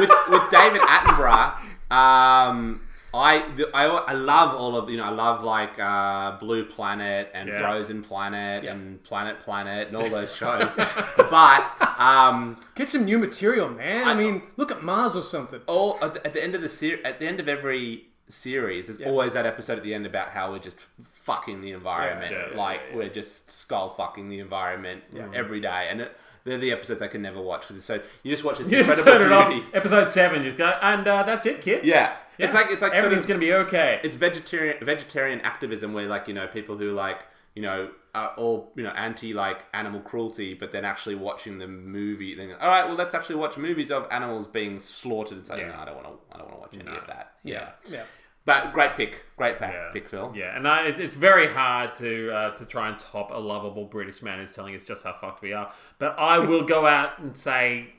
[SPEAKER 1] with, with David Attenborough, um, I, the, I I love all of you know I love like uh, Blue Planet and
[SPEAKER 3] Yeah.
[SPEAKER 1] Frozen Planet
[SPEAKER 2] Yeah.
[SPEAKER 1] and Planet Planet and all those shows, but um,
[SPEAKER 2] Get some new material, man. I, mean, look at Mars or something.
[SPEAKER 1] all at the, at the end of the ser- at the end of every series, there's always that episode at the end about how we're just fucking the environment,
[SPEAKER 3] Yeah, yeah,
[SPEAKER 1] like
[SPEAKER 3] yeah, yeah.
[SPEAKER 1] we're just skull fucking the environment every day, and it, they're the episodes I can never watch because it's so you just watch this
[SPEAKER 3] You just
[SPEAKER 1] incredible
[SPEAKER 3] turn it off.
[SPEAKER 1] community.
[SPEAKER 3] Episode seven. You just go, and uh, that's it, kids.
[SPEAKER 1] Yeah. It's like it's like sort
[SPEAKER 3] everything's
[SPEAKER 1] of-
[SPEAKER 3] going to be okay.
[SPEAKER 1] it's vegetarian vegetarian activism where like you know people who like you know are all you know anti like animal cruelty but then actually watching the movie then all right well let's actually watch movies of animals being slaughtered it's like
[SPEAKER 3] Yeah.
[SPEAKER 1] no I don't want to I don't want to watch any
[SPEAKER 3] No.
[SPEAKER 1] of that yeah.
[SPEAKER 2] Yeah.
[SPEAKER 1] but great pick great pick,
[SPEAKER 3] yeah.
[SPEAKER 1] pick Phil
[SPEAKER 3] Yeah, and I, it's, it's very hard to uh, to try and top a lovable British man who's telling us just how fucked we are. But I will go out and say,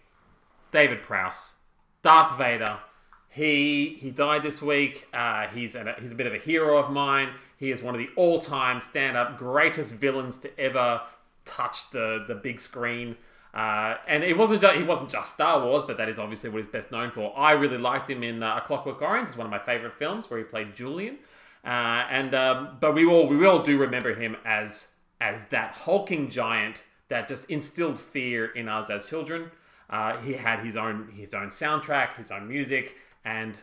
[SPEAKER 3] David Prowse, Darth Vader. He he died this week. Uh, he's an, he's a bit of a hero of mine. He is one of the all time stand up greatest villains to ever touch the the big screen. Uh, and it wasn't just, he wasn't just Star Wars, but that is obviously what he's best known for. I really liked him in uh, A Clockwork Orange. It's one of my favorite films where he played Julian. Uh, and um, but we all we all do remember him as as that hulking giant that just instilled fear in us as children. Uh, he had his own his own soundtrack, his own music, and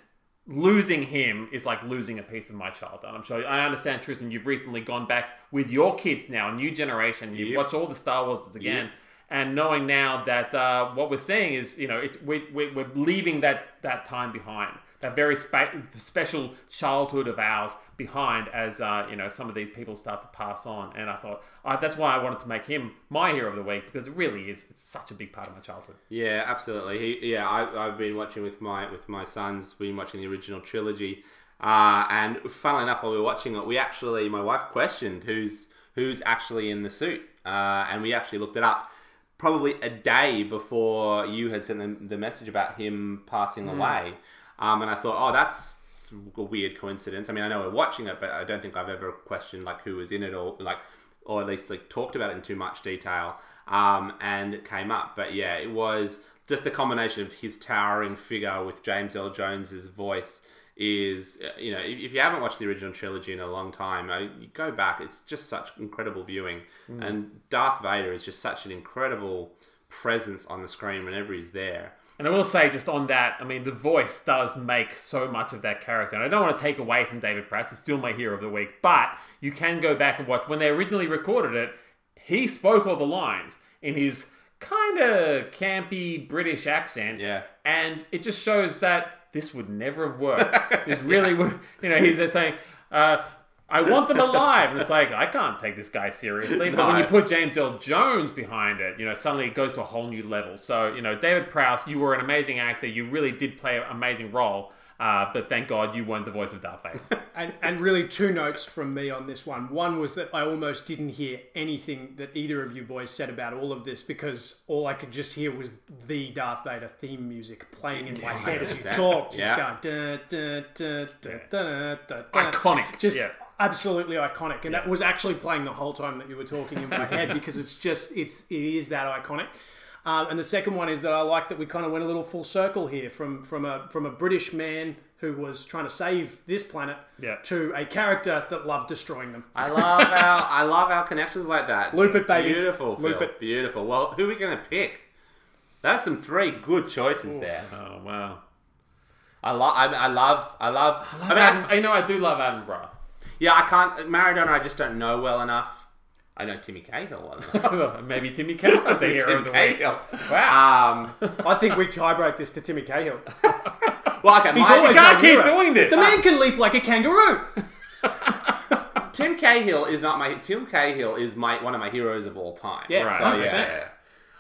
[SPEAKER 3] losing him is like losing a piece of my childhood. I'm sure I understand, Tristan. You've recently gone back with your kids now, a new generation. You
[SPEAKER 1] Yep.
[SPEAKER 3] watch all the Star Wars again.
[SPEAKER 1] Yep.
[SPEAKER 3] And knowing now that uh, what we're seeing is, you know, it's, we, we, we're leaving that, that time behind, that very spe- special childhood of ours behind as, uh, you know, some of these people start to pass on. And I thought, uh, that's why I wanted to make him my hero of the week because it really is it's such a big part of my childhood.
[SPEAKER 1] Yeah, absolutely. He, yeah, I, I've been watching with my with my sons. Been watching the original trilogy, uh, and funnily enough, while we were watching it, we actually my wife questioned who's who's actually in the suit, uh, and we actually looked it up. Probably a day before you had sent them the message about him passing away, um, and I thought, oh, that's a weird coincidence. I mean, I know we're watching it, but I don't think I've ever questioned like who was in it or like or at least like talked about it in too much detail. Um, and it came up, but yeah, it was just the combination of his towering figure with James L. Jones's voice is uh, you know if if you haven't watched the original trilogy in a long time I, you go back it's just such incredible viewing
[SPEAKER 2] Mm.
[SPEAKER 1] and darth vader is just such an incredible presence on the screen whenever he's there
[SPEAKER 3] And I will say, just on that, I mean, the voice does make so much of that character. And I don't want to take away from David Prowse, he's still my hero of the week. But you can go back and watch. When they originally recorded it, he spoke all the lines in his kind of campy British accent.
[SPEAKER 1] Yeah.
[SPEAKER 3] And it just shows that this would never have worked. this really would, you know, he's just saying, uh, I want them alive. And it's like, I can't take this guy seriously. But when
[SPEAKER 1] No.
[SPEAKER 3] you put James L. Jones behind it, you know, suddenly it goes to a whole new level. So, you know, David Prowse, you were an amazing actor. You really did play an amazing role. Uh, Uh, but thank God you weren't the voice of Darth Vader.
[SPEAKER 2] And, and really, two notes from me on this one. One was that I almost didn't hear anything that either of you boys said about all of this because all I could just hear was the Darth Vader theme music playing in my head as you
[SPEAKER 1] exactly.
[SPEAKER 2] talked. Just
[SPEAKER 1] Yeah.
[SPEAKER 2] going. "Duh, duh, duh, duh, duh, duh, duh."
[SPEAKER 3] Iconic.
[SPEAKER 2] Just
[SPEAKER 3] Yeah.
[SPEAKER 2] absolutely iconic. And that was actually playing the whole time that you were talking in my head because it's just, it's, it is that iconic. Um, and the second one is that I like that we kind of went a little full circle here from from a from a British man who was trying to save this planet
[SPEAKER 3] Yeah.
[SPEAKER 2] to a character that loved destroying them.
[SPEAKER 1] I love our I love our connections like that.
[SPEAKER 2] Loop it, baby.
[SPEAKER 1] Beautiful, Phil.
[SPEAKER 2] Loop it.
[SPEAKER 1] Beautiful. Well, who are we going to pick? That's some three good choices there.
[SPEAKER 3] Oh wow.
[SPEAKER 1] I love. I, I love. I love. I, mean, I-
[SPEAKER 3] Adam, you know I do love Adam Bra.
[SPEAKER 1] yeah, I can't. Maradona, I just don't know well enough. I know Timmy Cahill well enough.
[SPEAKER 3] Maybe Timmy Cowell's a hero
[SPEAKER 1] Tim
[SPEAKER 3] of the week.
[SPEAKER 1] Cahill.
[SPEAKER 3] Wow.
[SPEAKER 1] Um,
[SPEAKER 2] I think we tie break this to Timmy Cahill.
[SPEAKER 1] well, okay.
[SPEAKER 2] He's
[SPEAKER 1] mine-
[SPEAKER 2] always
[SPEAKER 3] You can't
[SPEAKER 2] my hero.
[SPEAKER 3] keep doing this.
[SPEAKER 2] The man can leap like a kangaroo.
[SPEAKER 1] Tim Cahill is not my Tim Cahill is my one of my heroes of all time.
[SPEAKER 2] Yeah,
[SPEAKER 1] So,
[SPEAKER 2] 100%.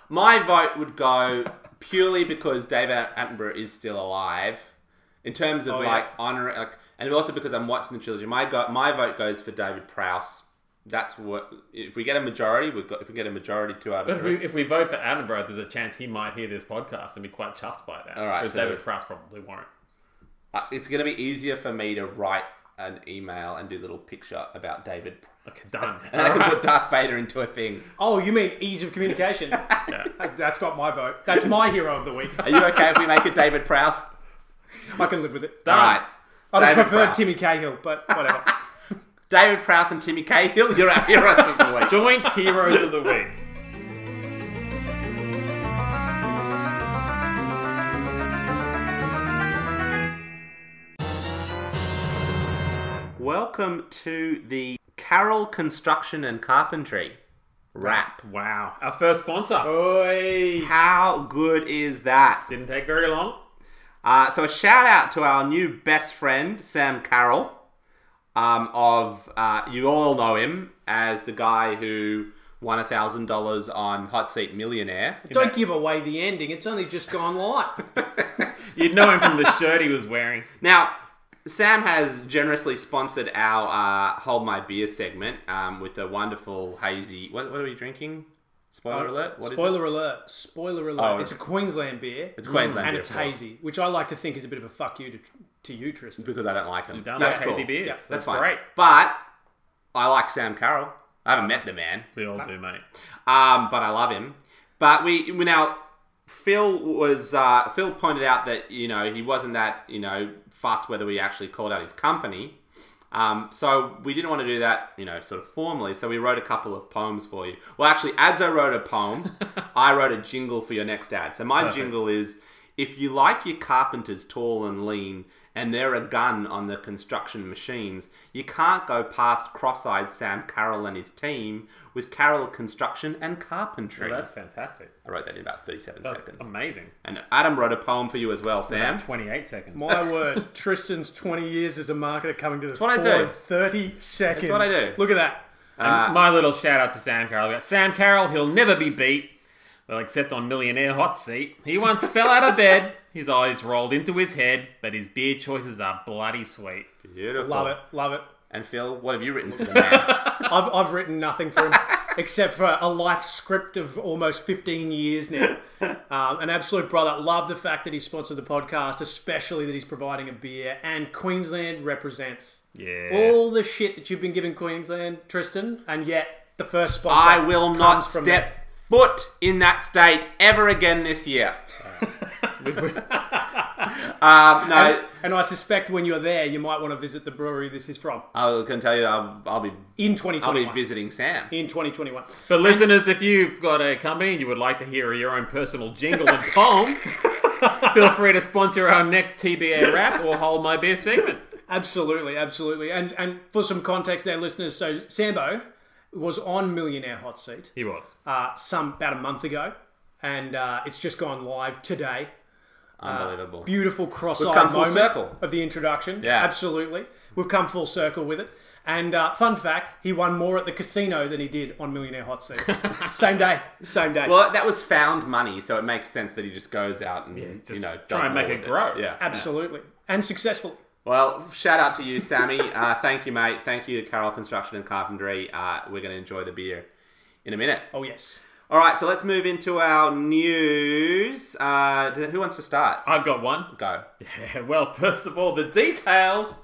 [SPEAKER 1] My vote would go purely because David Attenborough is still alive. In terms of
[SPEAKER 2] Oh, yeah.
[SPEAKER 1] like honoring, like, and also because I'm watching the trilogy, my go, my vote goes for David Prowse. That's what if we get a majority, we've got if we get a majority two out of
[SPEAKER 3] If
[SPEAKER 1] three.
[SPEAKER 3] we, if we vote for Adam Bra, there's a chance he might hear this podcast and be quite chuffed by that.
[SPEAKER 1] All right,
[SPEAKER 3] Because
[SPEAKER 1] so-
[SPEAKER 3] David Prowse probably won't.
[SPEAKER 1] Uh, it's going to be easier for me to write an email and do a little picture about David, Prowse.
[SPEAKER 3] Okay, done.
[SPEAKER 1] and I
[SPEAKER 3] All
[SPEAKER 1] can
[SPEAKER 3] right.
[SPEAKER 1] put Darth Vader into a thing.
[SPEAKER 2] Oh, you mean ease of communication? That's got my vote. That's my hero of the week.
[SPEAKER 1] Are you okay if we make it David Prowse?
[SPEAKER 2] I can live with it. Um,
[SPEAKER 1] All right.
[SPEAKER 2] I
[SPEAKER 1] David
[SPEAKER 2] prefer
[SPEAKER 1] Prowse.
[SPEAKER 2] Timmy Cahill, but whatever.
[SPEAKER 1] David Prowse and Timmy Cahill, you're our heroes of the week.
[SPEAKER 3] Joint heroes of the week.
[SPEAKER 1] Welcome to the Carol Construction and Carpentry wrap.
[SPEAKER 3] Wow. Our first sponsor.
[SPEAKER 2] Oi.
[SPEAKER 1] How good is that?
[SPEAKER 3] Didn't take very long.
[SPEAKER 1] Uh, so a shout out to our new best friend Sam Carroll. Um, of uh, you all know him as the guy who won a thousand dollars on Hot Seat Millionaire.
[SPEAKER 2] Don't give away the ending. It's only just gone live.
[SPEAKER 3] You'd know him from the shirt he was wearing.
[SPEAKER 1] Now, Sam has generously sponsored our uh, Hold My Beer segment um, with a wonderful hazy. What, what are we drinking?
[SPEAKER 3] Oh,
[SPEAKER 1] Spoiler alert. What is it?
[SPEAKER 2] Spoiler alert! Spoiler alert!
[SPEAKER 1] Oh.
[SPEAKER 2] it's a Queensland beer. It's
[SPEAKER 1] Queensland
[SPEAKER 2] and
[SPEAKER 1] beer,
[SPEAKER 2] it's
[SPEAKER 1] of course.
[SPEAKER 2] hazy, which I like to think is a bit of a fuck you to, to you, Tristan.
[SPEAKER 1] Because I don't like them.
[SPEAKER 3] Down
[SPEAKER 1] That's
[SPEAKER 3] like hazy
[SPEAKER 1] cool.
[SPEAKER 3] beers.
[SPEAKER 1] Yeah, that's,
[SPEAKER 3] That's
[SPEAKER 1] fine.
[SPEAKER 3] great.
[SPEAKER 1] But I like Sam Carroll. I haven't met the man,
[SPEAKER 3] We all do, mate.
[SPEAKER 1] um, but I love him. But we, we now Phil was uh, Phil pointed out that you know he wasn't that you know fussed whether we actually called out his company. Um, so we didn't want to do that, you know, sort of formally. So we wrote a couple of poems for you. Well, actually, Adzo wrote a poem. I wrote a jingle for your next ad. So my jingle is: If you like your carpenters tall and lean, and they're a gun on the construction machines, you can't go past cross-eyed Sam Carroll and his team with Carroll Construction and Carpentry.
[SPEAKER 3] Well, that's fantastic.
[SPEAKER 1] I wrote that in about thirty-seven
[SPEAKER 3] That's
[SPEAKER 1] seconds.
[SPEAKER 3] amazing.
[SPEAKER 1] And Adam wrote a poem for you as well, Sam.
[SPEAKER 3] 28 seconds.
[SPEAKER 2] My word, Tristan's twenty years as a marketer coming to the
[SPEAKER 1] what I
[SPEAKER 2] fore
[SPEAKER 1] do.
[SPEAKER 2] in thirty seconds.
[SPEAKER 1] what I do.
[SPEAKER 2] Look at that.
[SPEAKER 1] Uh,
[SPEAKER 3] And my little shout out to Sam Carroll. We got Sam Carroll, he'll never be beat. Well, except on Millionaire Hot Seat. He once fell out of bed, his eyes rolled into his head, but his beer choices are bloody sweet.
[SPEAKER 1] Beautiful.
[SPEAKER 2] Love it. Love it.
[SPEAKER 1] And Phil, what have you written for the man?
[SPEAKER 2] I've, I've written nothing for him except for a life script of almost 15 years now. Um, an absolute brother. Love the fact that he sponsored the podcast, especially that he's providing a beer. And Queensland represents.
[SPEAKER 3] Yes.
[SPEAKER 2] all the shit that you've been giving Queensland, Tristan, and yet the first sponsor.
[SPEAKER 1] I will not
[SPEAKER 2] comes from
[SPEAKER 1] step foot in that state ever again this year. um, no,
[SPEAKER 2] that. And I suspect when you're there, you might want to visit the brewery this is from
[SPEAKER 1] I can tell you, I'll, I'll be, I'll
[SPEAKER 2] in
[SPEAKER 1] be
[SPEAKER 2] 2021.
[SPEAKER 1] visiting Sam.
[SPEAKER 2] in 2021.
[SPEAKER 3] But listeners, if you've got a company and you would like to hear your own personal jingle and poem, feel free to sponsor our next TBA wrap or Hold My Beer segment.
[SPEAKER 2] Absolutely, absolutely. And and for some context, there, listeners, so Sambo was on Millionaire Hot Seat
[SPEAKER 3] He was.
[SPEAKER 2] uh, some about a month ago, and uh, it's just gone live today.
[SPEAKER 1] Unbelievable.
[SPEAKER 2] beautiful cross-eyed
[SPEAKER 1] come full
[SPEAKER 2] moment
[SPEAKER 1] circle.
[SPEAKER 2] of the introduction.
[SPEAKER 1] Yeah.
[SPEAKER 2] absolutely. We've come full circle with it. And uh, fun fact: he won more at the casino than he did on Millionaire Hot Seat. same day, same day.
[SPEAKER 1] well, that was found money, so it makes sense that he just goes out and,
[SPEAKER 3] just
[SPEAKER 1] you know,
[SPEAKER 3] try
[SPEAKER 1] does
[SPEAKER 3] and make
[SPEAKER 1] more
[SPEAKER 3] it
[SPEAKER 1] with
[SPEAKER 3] grow.
[SPEAKER 1] Yeah.
[SPEAKER 2] absolutely. and successfully.
[SPEAKER 1] Well, shout out to you, Sammy. uh, thank you, mate. Thank you to Carol Construction and Carpentry. Uh, we're going to enjoy the beer in a minute.
[SPEAKER 2] Oh yes.
[SPEAKER 1] All right, so let's move into our news. Uh, does- who wants to start?
[SPEAKER 3] I've got one.
[SPEAKER 1] Go.
[SPEAKER 3] Yeah, well, first of all, the details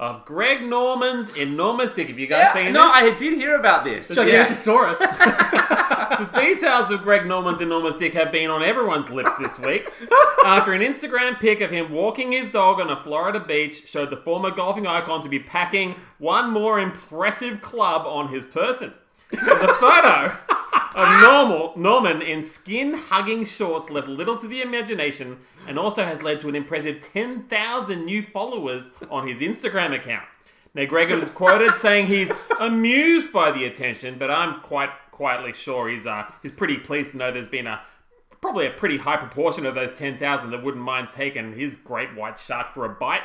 [SPEAKER 3] of Greg Norman's enormous dick. Have you guys seen
[SPEAKER 1] no,
[SPEAKER 3] this?
[SPEAKER 1] I did hear about this.
[SPEAKER 3] So
[SPEAKER 1] yeah.
[SPEAKER 3] Gigantosaurus. the details of Greg Norman's enormous dick have been on everyone's lips this week. After an Instagram pic of him walking his dog on a Florida beach showed the former golfing icon to be packing one more impressive club on his person. The photo of normal Norman in skin-hugging shorts left little to the imagination, and also has led to an impressive 10,000 new followers on his Instagram account. Now, Greg is quoted saying he's amused by the attention, but I'm quite quietly sure he's uh, he's pretty pleased to know there's been a probably a pretty high proportion of those 10,000 that wouldn't mind taking his great white shark for a bite.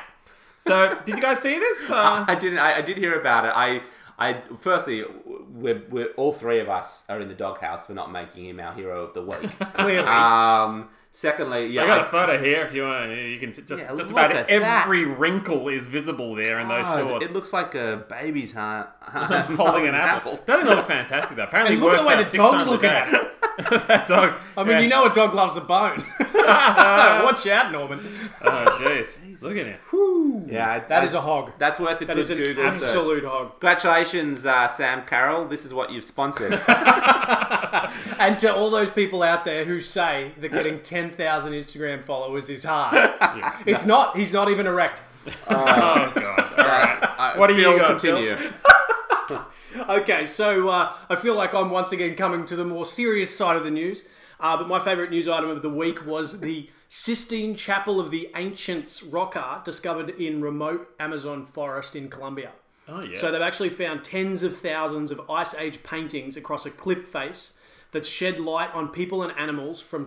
[SPEAKER 3] So, did you guys see this? Uh,
[SPEAKER 1] I didn't. I, I did hear about it. I, I firstly, we're, we're all three of us are in the doghouse for not making him our hero of the week.
[SPEAKER 2] Clearly.
[SPEAKER 1] um. Secondly, yeah,
[SPEAKER 3] I got a
[SPEAKER 1] I-
[SPEAKER 3] photo here if you want. You can just
[SPEAKER 1] Yeah,
[SPEAKER 3] just
[SPEAKER 1] look
[SPEAKER 3] about
[SPEAKER 1] at
[SPEAKER 3] every wrinkle is visible there in those
[SPEAKER 1] God,
[SPEAKER 3] shorts.
[SPEAKER 1] it looks like a baby's hand
[SPEAKER 3] holding an apple. Doesn't look fantastic though. Apparently,
[SPEAKER 2] And look at
[SPEAKER 3] works
[SPEAKER 2] the way
[SPEAKER 3] out
[SPEAKER 2] the dog's
[SPEAKER 3] six times a
[SPEAKER 2] looking
[SPEAKER 3] day.
[SPEAKER 2] at it.
[SPEAKER 3] that dog.
[SPEAKER 2] I mean,
[SPEAKER 3] yeah.
[SPEAKER 2] you know a dog loves a bone. Watch out, Norman.
[SPEAKER 3] Oh jeez, look at him.
[SPEAKER 2] Whew.
[SPEAKER 1] Yeah,
[SPEAKER 2] that is a hog.
[SPEAKER 1] That's worth a
[SPEAKER 2] That
[SPEAKER 1] good
[SPEAKER 2] is an
[SPEAKER 1] Google search.
[SPEAKER 2] absolute hog.
[SPEAKER 1] Congratulations, uh, Sam Carroll. This is what you've sponsored. Uh,
[SPEAKER 2] And to all those people out there who say that getting 10,000 Instagram followers is hard,
[SPEAKER 3] Yeah.
[SPEAKER 2] it's not. He's not even erect.
[SPEAKER 3] Oh god. All right.
[SPEAKER 1] Uh,
[SPEAKER 3] What do you
[SPEAKER 1] Phil,
[SPEAKER 3] got, Phil?
[SPEAKER 1] Continue.
[SPEAKER 2] Okay, so uh, I feel like I'm once again coming to the more serious side of the news. Uh, but my favourite news item of the week was the Sistine Chapel of the Ancients rock art discovered in remote Amazon forest in Colombia.
[SPEAKER 3] Oh yeah.
[SPEAKER 2] So they've actually found tens of thousands of Ice Age paintings across a cliff face that shed light on people and animals from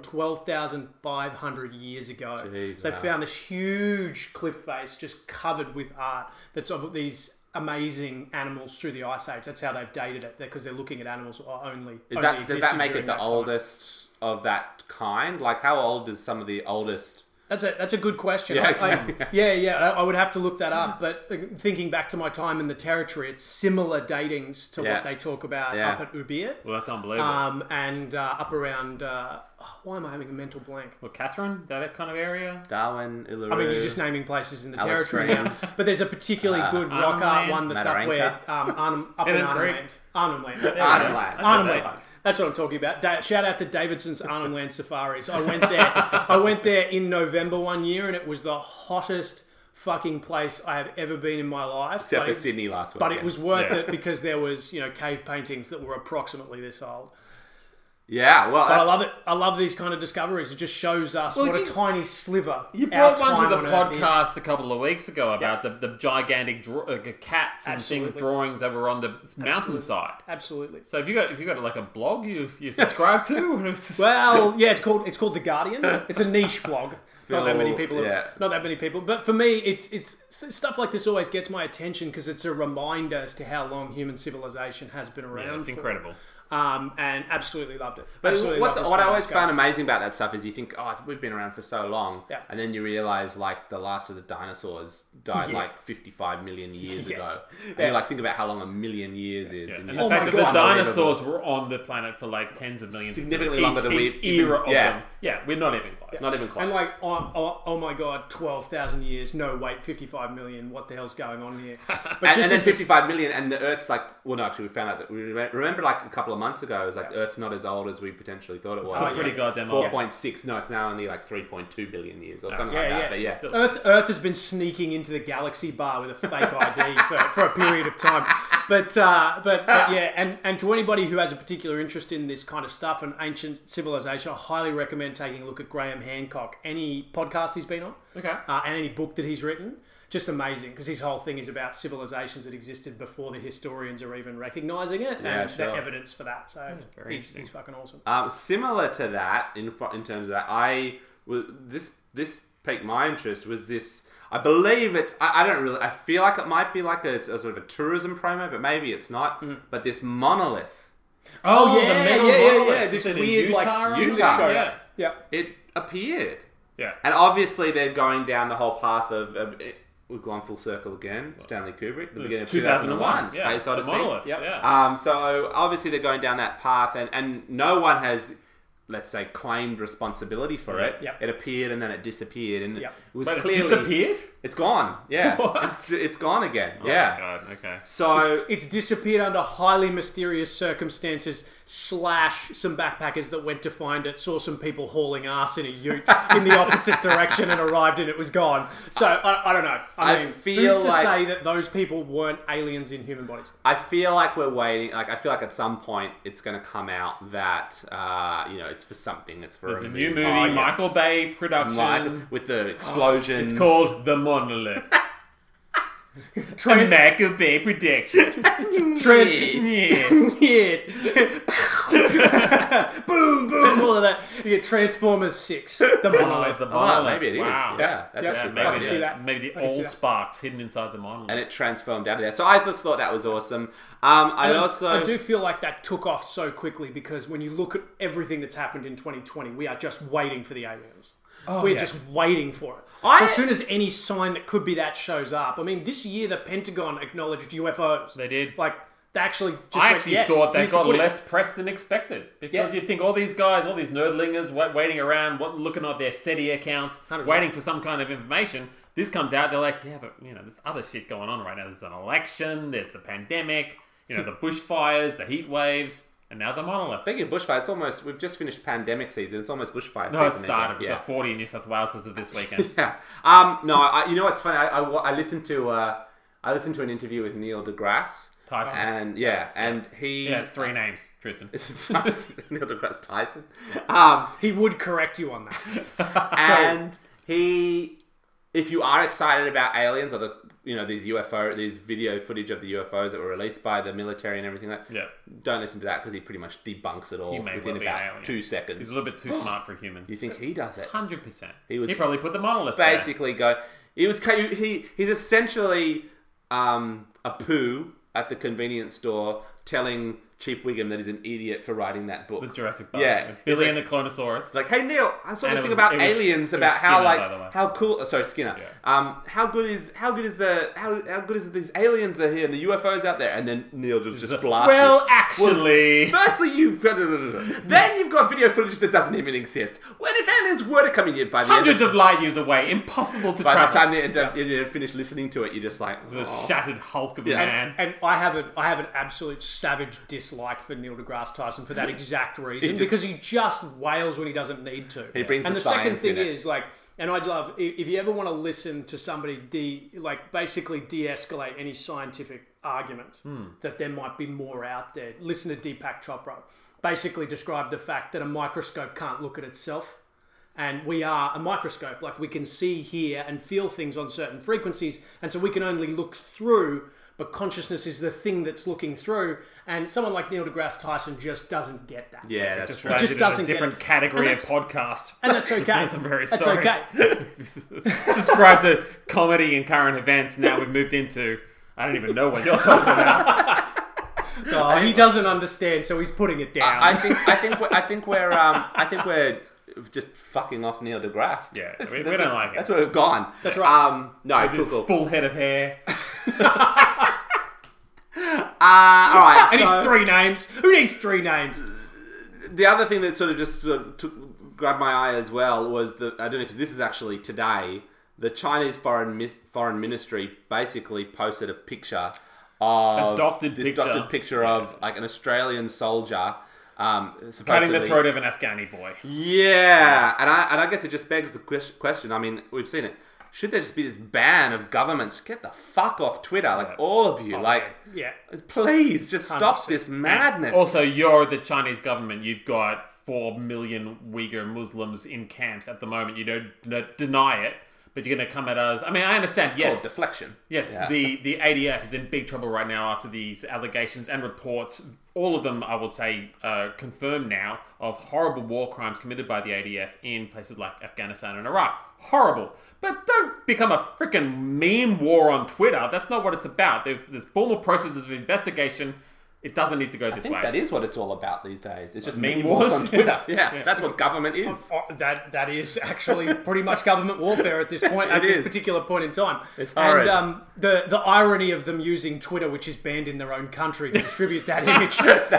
[SPEAKER 2] 12,500 years ago.
[SPEAKER 1] Jeez,
[SPEAKER 2] so they
[SPEAKER 1] wow.
[SPEAKER 2] found this huge cliff face just covered with art that's of these amazing animals through the Ice Age. That's how they've dated it because they're looking at animals that are only.
[SPEAKER 1] Is that, does that make it the oldest of that kind? Like, how old is some of the oldest?
[SPEAKER 2] That's a that's a good question.
[SPEAKER 1] Yeah,
[SPEAKER 2] I-
[SPEAKER 1] okay,
[SPEAKER 2] I-
[SPEAKER 1] yeah.
[SPEAKER 2] yeah, yeah. I, I would have to look that up. But uh, thinking back to my time in the territory, it's similar datings to
[SPEAKER 1] Yeah.
[SPEAKER 2] what they talk about
[SPEAKER 1] Yeah.
[SPEAKER 2] up at Ubia.
[SPEAKER 3] well, that's unbelievable.
[SPEAKER 2] um, and uh, up around. Uh, oh, why am I having a mental blank?
[SPEAKER 3] well, Catherine, that kind of area.
[SPEAKER 1] Darwin, Uluru.
[SPEAKER 2] I mean, you're just naming places in the
[SPEAKER 1] Alice
[SPEAKER 2] territory now.
[SPEAKER 1] Springs. Uh,
[SPEAKER 2] But there's a particularly good rock
[SPEAKER 3] Arnhem
[SPEAKER 2] art
[SPEAKER 3] Land,
[SPEAKER 2] one that's up where
[SPEAKER 1] Mataranka.
[SPEAKER 2] um, Arnhem, up in
[SPEAKER 3] Tennant
[SPEAKER 2] Arnhem
[SPEAKER 3] Creek.
[SPEAKER 2] Land. Arnhem Land.
[SPEAKER 1] Arnhem Land.
[SPEAKER 3] Yeah. That's
[SPEAKER 2] Arnhem
[SPEAKER 3] what they
[SPEAKER 2] Land.
[SPEAKER 3] like.
[SPEAKER 2] That's what I'm talking about. Da- shout out to Davidson's Arnhem Land Safaris. I went there. I went there in November one year, and it was the hottest fucking place I have ever been in my life.
[SPEAKER 1] Except
[SPEAKER 2] But
[SPEAKER 1] for
[SPEAKER 2] it-
[SPEAKER 1] Sydney last week.
[SPEAKER 2] But it was worth
[SPEAKER 3] Yeah.
[SPEAKER 2] it because there was, you know, cave paintings that were approximately this old.
[SPEAKER 1] Yeah, well,
[SPEAKER 2] I
[SPEAKER 1] that's,
[SPEAKER 2] love it. I love these kind of discoveries. It just shows us
[SPEAKER 3] Well,
[SPEAKER 2] what
[SPEAKER 3] you-
[SPEAKER 2] a tiny sliver.
[SPEAKER 3] You
[SPEAKER 2] our
[SPEAKER 3] brought one
[SPEAKER 2] time
[SPEAKER 3] to the
[SPEAKER 2] on Earth is.
[SPEAKER 3] podcast a couple of weeks ago about the, the gigantic draw, uh, cats and thing,
[SPEAKER 2] Absolutely.
[SPEAKER 3] drawings that were on the mountainside.
[SPEAKER 2] Absolutely.
[SPEAKER 3] So if you got if you got like a blog you you subscribe to, What is this?
[SPEAKER 2] Well, yeah, it's called it's called the Guardian. It's a niche blog. Not that many
[SPEAKER 1] Phil,
[SPEAKER 2] people.
[SPEAKER 1] yeah.
[SPEAKER 2] Not that many people. But for me, it's it's stuff like this always gets my attention because it's a reminder as to how long human civilization has been around.
[SPEAKER 3] yeah, it's
[SPEAKER 2] for.
[SPEAKER 3] incredible.
[SPEAKER 2] Um, and absolutely loved it.
[SPEAKER 1] But
[SPEAKER 2] Absolutely
[SPEAKER 1] what's,
[SPEAKER 2] loved this
[SPEAKER 1] what I
[SPEAKER 2] kind of
[SPEAKER 1] always
[SPEAKER 2] discovery.
[SPEAKER 1] found amazing about that stuff is you think, oh, it's, we've been around for so long,
[SPEAKER 2] Yeah.
[SPEAKER 1] and then you realize like the last of the dinosaurs died
[SPEAKER 2] Yeah.
[SPEAKER 1] like 55 million years
[SPEAKER 2] Yeah.
[SPEAKER 1] ago, and
[SPEAKER 2] Yeah.
[SPEAKER 1] you like think about how long a million years is,
[SPEAKER 3] Yeah. And
[SPEAKER 1] you
[SPEAKER 3] the
[SPEAKER 2] Oh
[SPEAKER 1] think,
[SPEAKER 3] fact
[SPEAKER 2] my
[SPEAKER 3] that
[SPEAKER 2] God.
[SPEAKER 3] the
[SPEAKER 1] Unbelievable.
[SPEAKER 3] dinosaurs were on the planet for like tens of millions
[SPEAKER 1] Significantly
[SPEAKER 3] of
[SPEAKER 1] longer than
[SPEAKER 3] years. each,
[SPEAKER 1] we've
[SPEAKER 3] each era
[SPEAKER 1] even-
[SPEAKER 3] of
[SPEAKER 1] yeah.
[SPEAKER 3] them. Yeah, we're not even close.
[SPEAKER 1] It's not even close.
[SPEAKER 2] And like, oh, oh, oh my god, twelve thousand years. No, wait, fifty-five million. What the hell's going on here? But
[SPEAKER 1] and, and then
[SPEAKER 2] as this-
[SPEAKER 1] 55 million and the earth's like well no actually we found out that we re- remember like a couple of months ago it was like the earth's not as old as we potentially thought it was
[SPEAKER 3] Still pretty
[SPEAKER 1] Like,
[SPEAKER 3] goddamn old.
[SPEAKER 1] 4.6 no it's now only like 3.2 billion years or something like
[SPEAKER 2] Yeah,
[SPEAKER 1] that
[SPEAKER 2] yeah.
[SPEAKER 1] but yeah
[SPEAKER 3] Still-
[SPEAKER 2] Earth, Earth has been sneaking into the galaxy bar with a fake ID for, for a period of time. But, uh, but, but yeah, and, and to anybody who has a particular interest in this kind of stuff and ancient civilization, I highly recommend taking a look at Graham Hancock. Any podcast he's been on,
[SPEAKER 3] Okay.
[SPEAKER 1] Oh,
[SPEAKER 2] uh, and any book that he's written, just amazing because his whole thing is about civilizations that existed before the historians are even recognizing it
[SPEAKER 1] Yeah,
[SPEAKER 2] and the
[SPEAKER 1] sure.
[SPEAKER 2] evidence for that. So it's, he's,
[SPEAKER 3] interesting.
[SPEAKER 2] he's fucking awesome.
[SPEAKER 1] Um, similar to that, in fr- in terms of that, I was this this piqued my interest was this. I believe it's. I, I don't really. I feel like it might be like a, a sort of a tourism promo, but maybe it's not.
[SPEAKER 2] Mm.
[SPEAKER 1] But this monolith,
[SPEAKER 3] Oh,
[SPEAKER 2] yeah,
[SPEAKER 3] the metal
[SPEAKER 2] yeah, yeah,
[SPEAKER 3] monolith.
[SPEAKER 2] yeah, this
[SPEAKER 3] Is it in
[SPEAKER 2] weird, like,
[SPEAKER 3] Utah, or
[SPEAKER 1] Utah.
[SPEAKER 3] something? Yeah.
[SPEAKER 2] Yeah.
[SPEAKER 1] it appeared.
[SPEAKER 3] Yeah.
[SPEAKER 1] And obviously, they're going down the whole path of. of we've gone full circle again. Stanley Kubrick, the beginning of 2001, Space
[SPEAKER 3] yeah, the
[SPEAKER 1] Odyssey.
[SPEAKER 3] monolith, yeah.
[SPEAKER 1] Um, so obviously they're going down that path, and, and no one has, let's say, claimed responsibility for it.
[SPEAKER 2] Yep.
[SPEAKER 1] It appeared and then it disappeared, and
[SPEAKER 2] Yep.
[SPEAKER 1] it was
[SPEAKER 3] but
[SPEAKER 1] clearly
[SPEAKER 3] it disappeared?
[SPEAKER 1] It's gone. Yeah,
[SPEAKER 3] What?
[SPEAKER 1] it's it's gone again. yeah.
[SPEAKER 3] Oh, God, okay.
[SPEAKER 1] So
[SPEAKER 2] It's disappeared under highly mysterious circumstances. Slash, some backpackers that went to find it saw some people hauling ass in a ute in the opposite direction and arrived and it was gone. So I, I don't know. I,
[SPEAKER 1] I
[SPEAKER 2] mean,
[SPEAKER 1] feel
[SPEAKER 2] who's to
[SPEAKER 1] like-
[SPEAKER 2] say that those people weren't aliens in human bodies?
[SPEAKER 1] I feel like we're waiting. Like I feel like at some point it's going to come out that uh, you know it's for something. It's for
[SPEAKER 3] There's a
[SPEAKER 1] movie.
[SPEAKER 3] new movie,
[SPEAKER 1] Oh, yeah.
[SPEAKER 3] Michael Bay production.
[SPEAKER 1] Like, with the explosions.
[SPEAKER 3] It's called The Monolith.
[SPEAKER 2] Trans-
[SPEAKER 3] Michael Bay production.
[SPEAKER 2] trans-
[SPEAKER 3] yeah.
[SPEAKER 2] yes. boom, boom, all of that. You get Transformers 6, the
[SPEAKER 3] Oh,
[SPEAKER 2] monolith.
[SPEAKER 3] the
[SPEAKER 1] Oh,
[SPEAKER 3] monolith.
[SPEAKER 1] maybe it is.
[SPEAKER 3] Wow.
[SPEAKER 1] Yeah, that's
[SPEAKER 2] Yeah,
[SPEAKER 1] actually quite
[SPEAKER 3] maybe,
[SPEAKER 2] I can
[SPEAKER 1] good.
[SPEAKER 3] the,
[SPEAKER 2] see that.
[SPEAKER 3] maybe the
[SPEAKER 2] I can see
[SPEAKER 3] all
[SPEAKER 2] that.
[SPEAKER 3] sparks hidden inside the monolith.
[SPEAKER 1] and it transformed out of there. So I just thought that was awesome. Um, I also
[SPEAKER 2] I do feel like that took off so quickly because when you look at everything that's happened in 2020, we are just waiting for the aliens. We're
[SPEAKER 3] Oh, yeah.
[SPEAKER 2] just waiting for it.
[SPEAKER 1] I-
[SPEAKER 2] so as soon as any sign that could be that shows up, I mean, this year the Pentagon acknowledged UFOs.
[SPEAKER 3] they did.
[SPEAKER 2] Like they actually. Just
[SPEAKER 3] I
[SPEAKER 2] went,
[SPEAKER 3] actually
[SPEAKER 2] "Yes,
[SPEAKER 3] thought they
[SPEAKER 2] here's the
[SPEAKER 3] got
[SPEAKER 2] footage."
[SPEAKER 3] less press than expected because
[SPEAKER 2] Yeah.
[SPEAKER 3] you'd think all these guys, all these nerdlingers, wa- waiting around, wa- looking at their SETI accounts,
[SPEAKER 2] 100%.
[SPEAKER 3] waiting for some kind of information. This comes out, they're like, yeah, but you know, there's other shit going on right now. There's an election, there's the pandemic, you know, the bushfires, the heat waves, and now the monolith.
[SPEAKER 1] Speaking of bushfire, it's almost we've just finished pandemic season. It's almost bushfire season.
[SPEAKER 3] No, it
[SPEAKER 1] again.
[SPEAKER 3] started. We've
[SPEAKER 1] Yeah.
[SPEAKER 3] got 40 in New South Wales as of this weekend.
[SPEAKER 1] yeah. Um, no, I, you know what's funny? I, I, wa- I listened to uh, I listened to an interview with Neil deGrasse
[SPEAKER 3] Tyson.
[SPEAKER 1] and yeah, and he
[SPEAKER 3] Yeah, it's three names, Tristan.
[SPEAKER 1] Neil deGrasse Tyson, um,
[SPEAKER 2] He would correct you on that.
[SPEAKER 1] and he, if you are excited about aliens or the you know these UFO, these video footage of the UFOs that were released by the military and everything like,
[SPEAKER 3] Yeah.
[SPEAKER 1] don't listen to that because he pretty much debunks it all
[SPEAKER 3] He may
[SPEAKER 1] within
[SPEAKER 3] well be an
[SPEAKER 1] about
[SPEAKER 3] alien.
[SPEAKER 1] two
[SPEAKER 3] He's
[SPEAKER 1] seconds.
[SPEAKER 3] a little bit too smart for a human.
[SPEAKER 1] You think he does it?
[SPEAKER 3] 100%. He,
[SPEAKER 1] was-
[SPEAKER 3] probably put the monolith there.
[SPEAKER 1] basically go. He was ca- he he's essentially um, a poo at the convenience store telling Chief Wiggum that he's an idiot for writing that book.
[SPEAKER 3] The Jurassic Park.
[SPEAKER 1] Yeah,
[SPEAKER 3] Yeah.
[SPEAKER 1] he's
[SPEAKER 3] Billy
[SPEAKER 1] like-
[SPEAKER 3] and the Clonosaurus.
[SPEAKER 1] like, hey Neil, I saw
[SPEAKER 3] And
[SPEAKER 1] this thing
[SPEAKER 3] it was-
[SPEAKER 1] about
[SPEAKER 3] it was- it
[SPEAKER 1] aliens,
[SPEAKER 3] was
[SPEAKER 1] about how
[SPEAKER 3] Skinner, by the way.
[SPEAKER 1] like how cool. oh, sorry, Skinner.
[SPEAKER 3] Yeah.
[SPEAKER 1] Um, how good is how good is the how, how good is these aliens that are here and the UFOs out there? And then Neil just just blasts.
[SPEAKER 3] well,
[SPEAKER 1] it.
[SPEAKER 3] actually.
[SPEAKER 1] Firstly, you've got then you've got video footage that doesn't even exist. When if aliens were to come in here by the end
[SPEAKER 3] hundreds of light years away, impossible to
[SPEAKER 1] by
[SPEAKER 3] travel.
[SPEAKER 1] the time they end up you know, finish listening to it, you're just like
[SPEAKER 3] the
[SPEAKER 1] "Oh."
[SPEAKER 3] shattered hulk of a
[SPEAKER 1] Yeah.
[SPEAKER 3] man.
[SPEAKER 2] And I have an I have an absolute savage dislike for Neil deGrasse Tyson for that exact reason
[SPEAKER 1] just-
[SPEAKER 2] because he just wails when he doesn't need to. He
[SPEAKER 1] brings
[SPEAKER 2] and
[SPEAKER 1] the
[SPEAKER 2] the, second
[SPEAKER 1] science in
[SPEAKER 2] thing
[SPEAKER 1] it.
[SPEAKER 2] is like, and I love i- if you ever want to listen to somebody de like basically de-escalate any scientific argument
[SPEAKER 1] Hmm.
[SPEAKER 2] that there might be more out there. Listen to Deepak Chopra. Basically, describe the fact that a microscope can't look at itself and we are a microscope like we can see hear and feel things on certain frequencies and so we can only look through but consciousness is the thing that's looking through and someone like neil degrasse tyson just doesn't get that
[SPEAKER 1] Yeah, that's
[SPEAKER 3] Just
[SPEAKER 1] right.
[SPEAKER 3] landed in
[SPEAKER 2] doesn't
[SPEAKER 3] a
[SPEAKER 2] get
[SPEAKER 3] different
[SPEAKER 2] it.
[SPEAKER 3] category
[SPEAKER 2] And
[SPEAKER 3] of podcast.
[SPEAKER 2] and that's okay
[SPEAKER 3] Says I'm very
[SPEAKER 2] that's
[SPEAKER 3] sorry.
[SPEAKER 2] okay
[SPEAKER 3] Subscribe to comedy and current events. Now we've moved into. I don't even know what you're talking about.
[SPEAKER 2] Oh, he doesn't understand so he's putting it down
[SPEAKER 1] I think I think we're, I think we're um I think we're just fucking off Neil deGrasse.
[SPEAKER 3] Yeah,
[SPEAKER 1] That's-
[SPEAKER 3] we- we
[SPEAKER 1] that's
[SPEAKER 3] don't like it.
[SPEAKER 1] That's where we've gone. That's
[SPEAKER 2] right.
[SPEAKER 1] Um, no, cool,
[SPEAKER 3] This
[SPEAKER 1] cool.
[SPEAKER 3] full head of hair.
[SPEAKER 1] Uh, all right.
[SPEAKER 2] and
[SPEAKER 1] so-
[SPEAKER 2] he's three names who needs three names
[SPEAKER 1] the other thing that sort of just sort of took, grabbed my eye as well was the I don't know if this is actually today. The Chinese foreign Mis- foreign ministry basically posted a picture of
[SPEAKER 3] doctored
[SPEAKER 1] this
[SPEAKER 3] picture.
[SPEAKER 1] doctored picture of like an Australian soldier. Um,
[SPEAKER 3] Cutting the
[SPEAKER 1] supposedly-
[SPEAKER 3] throat of an Afghani boy.
[SPEAKER 1] Yeah, and I and I guess it just begs the ques- question. I mean, we've seen it. Should there just be this ban of governments? Get the fuck off Twitter, like
[SPEAKER 3] Yeah. Oh,
[SPEAKER 1] all of you. like,
[SPEAKER 2] yeah
[SPEAKER 1] please just stop
[SPEAKER 2] 100%.
[SPEAKER 1] this madness.
[SPEAKER 3] Also, you're the Chinese government. You've got four million Uyghur Muslims in camps at the moment. You don't n- deny it, but you're going to come at us. I mean, I understand.
[SPEAKER 1] Called
[SPEAKER 3] Yes,
[SPEAKER 1] Oh, deflection.
[SPEAKER 3] Yes,
[SPEAKER 1] Yeah.
[SPEAKER 3] the, the ADF is in big trouble right now after these allegations and reports. All of them, I would say, uh, confirmed now of horrible war crimes committed by the ADF in places like Afghanistan and Iraq. Horrible. But don't become a freaking meme war on Twitter. That's not what it's about. There's, there's formal processes of investigation. It doesn't need to go
[SPEAKER 1] I
[SPEAKER 3] this
[SPEAKER 1] think
[SPEAKER 3] way.
[SPEAKER 1] that is what it's all about these days. It's just
[SPEAKER 3] Meme
[SPEAKER 1] meme wars
[SPEAKER 3] wars?
[SPEAKER 1] on Twitter. Yeah,
[SPEAKER 3] Yeah.
[SPEAKER 1] that's what government is.
[SPEAKER 2] Oh, that that is actually pretty much government warfare at this point, at
[SPEAKER 1] It
[SPEAKER 2] this
[SPEAKER 1] is.
[SPEAKER 2] particular point in time.
[SPEAKER 1] It's
[SPEAKER 2] and
[SPEAKER 1] horrid.
[SPEAKER 2] um, the the irony of them using Twitter, which is banned in their own country, to distribute that image